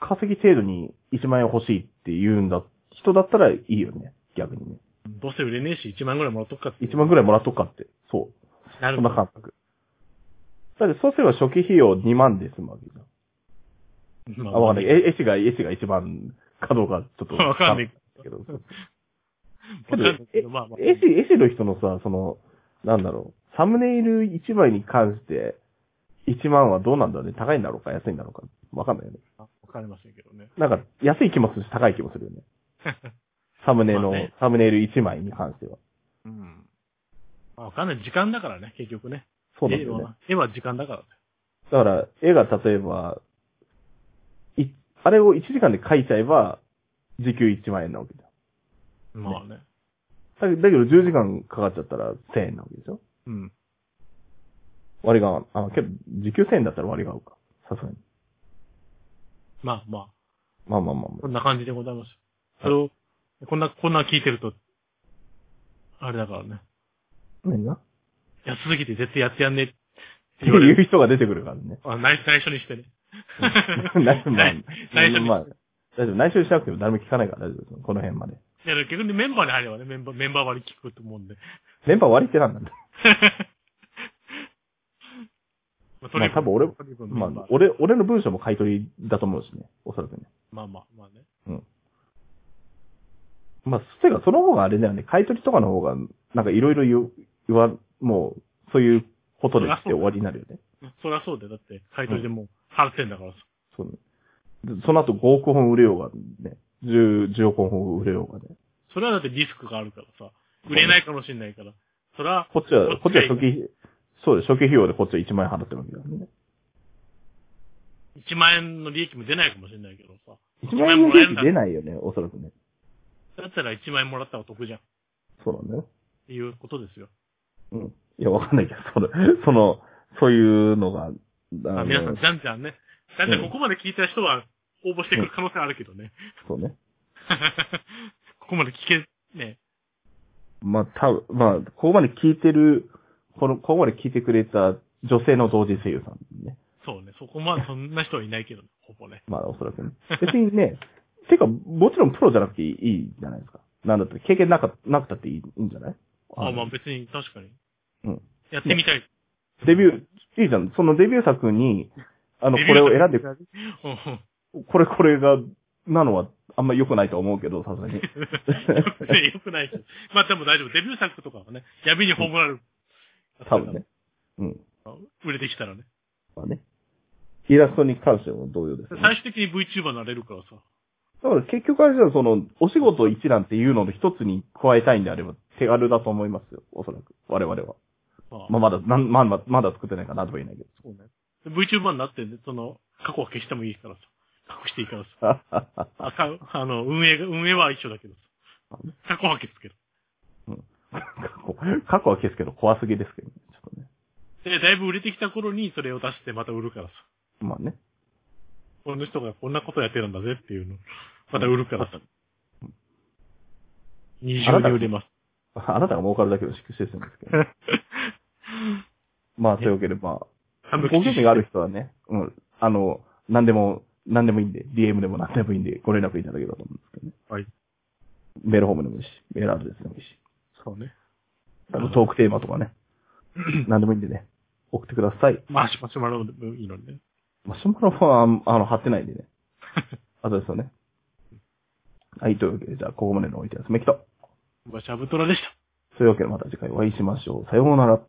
S1: 稼ぎ程度に1万円欲しいって言うんだ、人だったらいいよね。逆にね。
S2: どうせ売れねえし、1万ぐらいもらっとくかって。
S1: 1万ぐらいもらっとくかって。そう。
S2: なる
S1: そ
S2: ほ
S1: ん
S2: ど
S1: な感覚。だってそうすれば初期費用2万で済むわけじゃん。
S2: ま
S1: あ、わかんない。え、絵師が、絵師が一番かどうか、ちょっと。
S2: <laughs> わかんない
S1: けど。
S2: わかんないけ
S1: け
S2: ど、
S1: ど
S2: まあまあ。
S1: 絵師、絵師の人のさ、その、なんだろう、サムネイル1枚に関して、1万はどうなんだろうね。高いんだろうか、安いんだろうか。わかんないよね。
S2: わかりませんけどね。
S1: なんか、安い気もするし、高い気もするよね。サムネの、
S2: まあね
S1: サムネイル1枚に関しては。
S2: <laughs> うん。まあわかんない。時間だからね、結局ね。
S1: そうなんだよね。
S2: 絵は絵は時間だからね。
S1: だから、絵が例えば、い、あれを1時間で描いちゃえば、時給1万円なわけだ。
S2: まあね。
S1: だけど、だけど10時間かかっちゃったら1000円なわけでしょ
S2: うん。
S1: 割が、あ、けど、時給1000円だったら割が合うか。さすがに。
S2: まあまあ。
S1: まあまあまあま
S2: こんな感じでございます。それを、こんな、こんなん聞いてると、あれだからね。
S1: あ。何がっ
S2: 安すぎて絶対やってやんねえって
S1: て
S2: 言われ
S1: い <laughs>
S2: る。
S1: う人が出てくるから
S2: <laughs>
S1: ね。
S2: あ内内緒にしてね。
S1: <laughs> 内
S2: <laughs>
S1: 緒、まあ、
S2: 内緒に
S1: まあ、大丈夫。内緒にしなくても誰も聞かないから大丈夫です。この辺まで。
S2: いや、逆にメンバーに入ればね、メンバー、メンバー割り聞くと思う
S1: <laughs>
S2: んで。
S1: メンバー割りってなんなんだ
S2: まあ
S1: まあ多分俺
S2: トリブンメン
S1: ま
S2: バ
S1: あ
S2: ー、
S1: 俺、俺の文章も買い取りだと思うしね。おそらくね。
S2: まあまあ、まあね。
S1: まあ、てか、その方があれだよね。買い取りとかの方が、なんかいろいろ言う言わ、もう、そういうことで来て終わりになるよね。
S2: そりゃそうだよ。だって、買い取りでもう払ってんだからさ。
S1: そうね。でその後5億本売れようがね。10、10億本売れようがね。
S2: それはだってリスクがあるからさ。売れないかもしれないから。それは、
S1: こっちは、こ
S2: こっ
S1: っち
S2: ちは
S1: は初期費、そうです、初期費用でこっちは1万円払ってるわけだからね。
S2: 1万円の利益も出ないかもしれないけどさ。
S1: 1万円
S2: も
S1: の
S2: らえ
S1: 利
S2: る
S1: 益
S2: んだ
S1: 出ないよね、おそらくね。
S2: だったら1万円もらった方が得じゃん。っ
S1: そうなんだよ。
S2: ていうことですよ。
S1: うん。いや、わかんないけど、 <laughs> その、その、そういうのが、あ
S2: まあ、
S1: の
S2: 皆さん、じゃんじゃんね。だいたいここまで聞いた人は応募してくる可能性あるけどね。 <laughs>
S1: そうね。
S2: ここまで聞け、ね。
S1: まあ、たぶまあ、ここまで聞いてる、この、ここまで聞いてくれた女性の同時声優さんね。
S2: そうね。そこまでそんな人はいないけど、ほぼね。
S1: まあ、おそら
S2: <laughs>
S1: くね。別にね、てか、もちろんプロじゃなくていいいいじゃないですか。なんだって、経験なか、なくたっていいいいんじゃない
S2: あまあ別に確かに。
S1: うん。
S2: やってみたい。
S1: デビュー、いいじゃん。そのデビュー作に、あの、これを選んでく
S2: うんうん
S1: これこれが、なのはあんま良くないと思うけど、さすがに。
S2: よく <laughs> ないし。まあでも大丈夫。デビュー作とかはね、闇に葬られる。
S1: 多分ね。。うん。
S2: 売れてきたらね。
S1: まあね。イラストに関しても同様です、ね。
S2: 最終的に VTuber になれるからさ。
S1: だから結局あれじゃんその、お仕事一覧っていうのの一つに加えたいんであれば、手軽だと思いますよ、おそらく。我々は。
S2: ま
S1: まあ、まだ、なんまあ、まあまだ作ってないからなんとも言えないけど。
S2: そうね。VTuber になってね、その、過去は消してもいいからさ。隠していいからさ。あ、か、あの、運営が、運営は一緒だけどさ。過去は消すけど。
S1: 過去過去は消すけど、怖すぎですけどね。ちょっとね。
S2: で、だいぶ売れてきた頃にそれを出してまた売るからさ。
S1: まあね。
S2: この人がこんなことやってるんだぜっていうの。また売るからさ。二重で売れます。
S1: あなたが儲かるだけのシステムですけど、ね。まあ、というわけで、まあ、
S2: 半分
S1: ご興味がある人はね、うん、あの、何でも、何でもいいんで、DM でも何でもいいんで、ご連絡いただければと思うんですけどね。
S2: はい。
S1: メールホームでもいいし、メールアドレスでもいいし、
S2: そうね。
S1: あのトークテーマとか
S2: <clears throat>
S1: ね、何でもいいんでね、送ってください。
S2: マシュマシュマロでもいいのにね。
S1: マシュマロは、あのあの、貼ってないん
S2: <laughs>
S1: でね。アドレスをね。はい、というわけで、じゃあ、ここまでのおいてはすめきと。
S2: 僕はシャブトラでした。
S1: というわけで、また次回お会いしましょう。さようなら。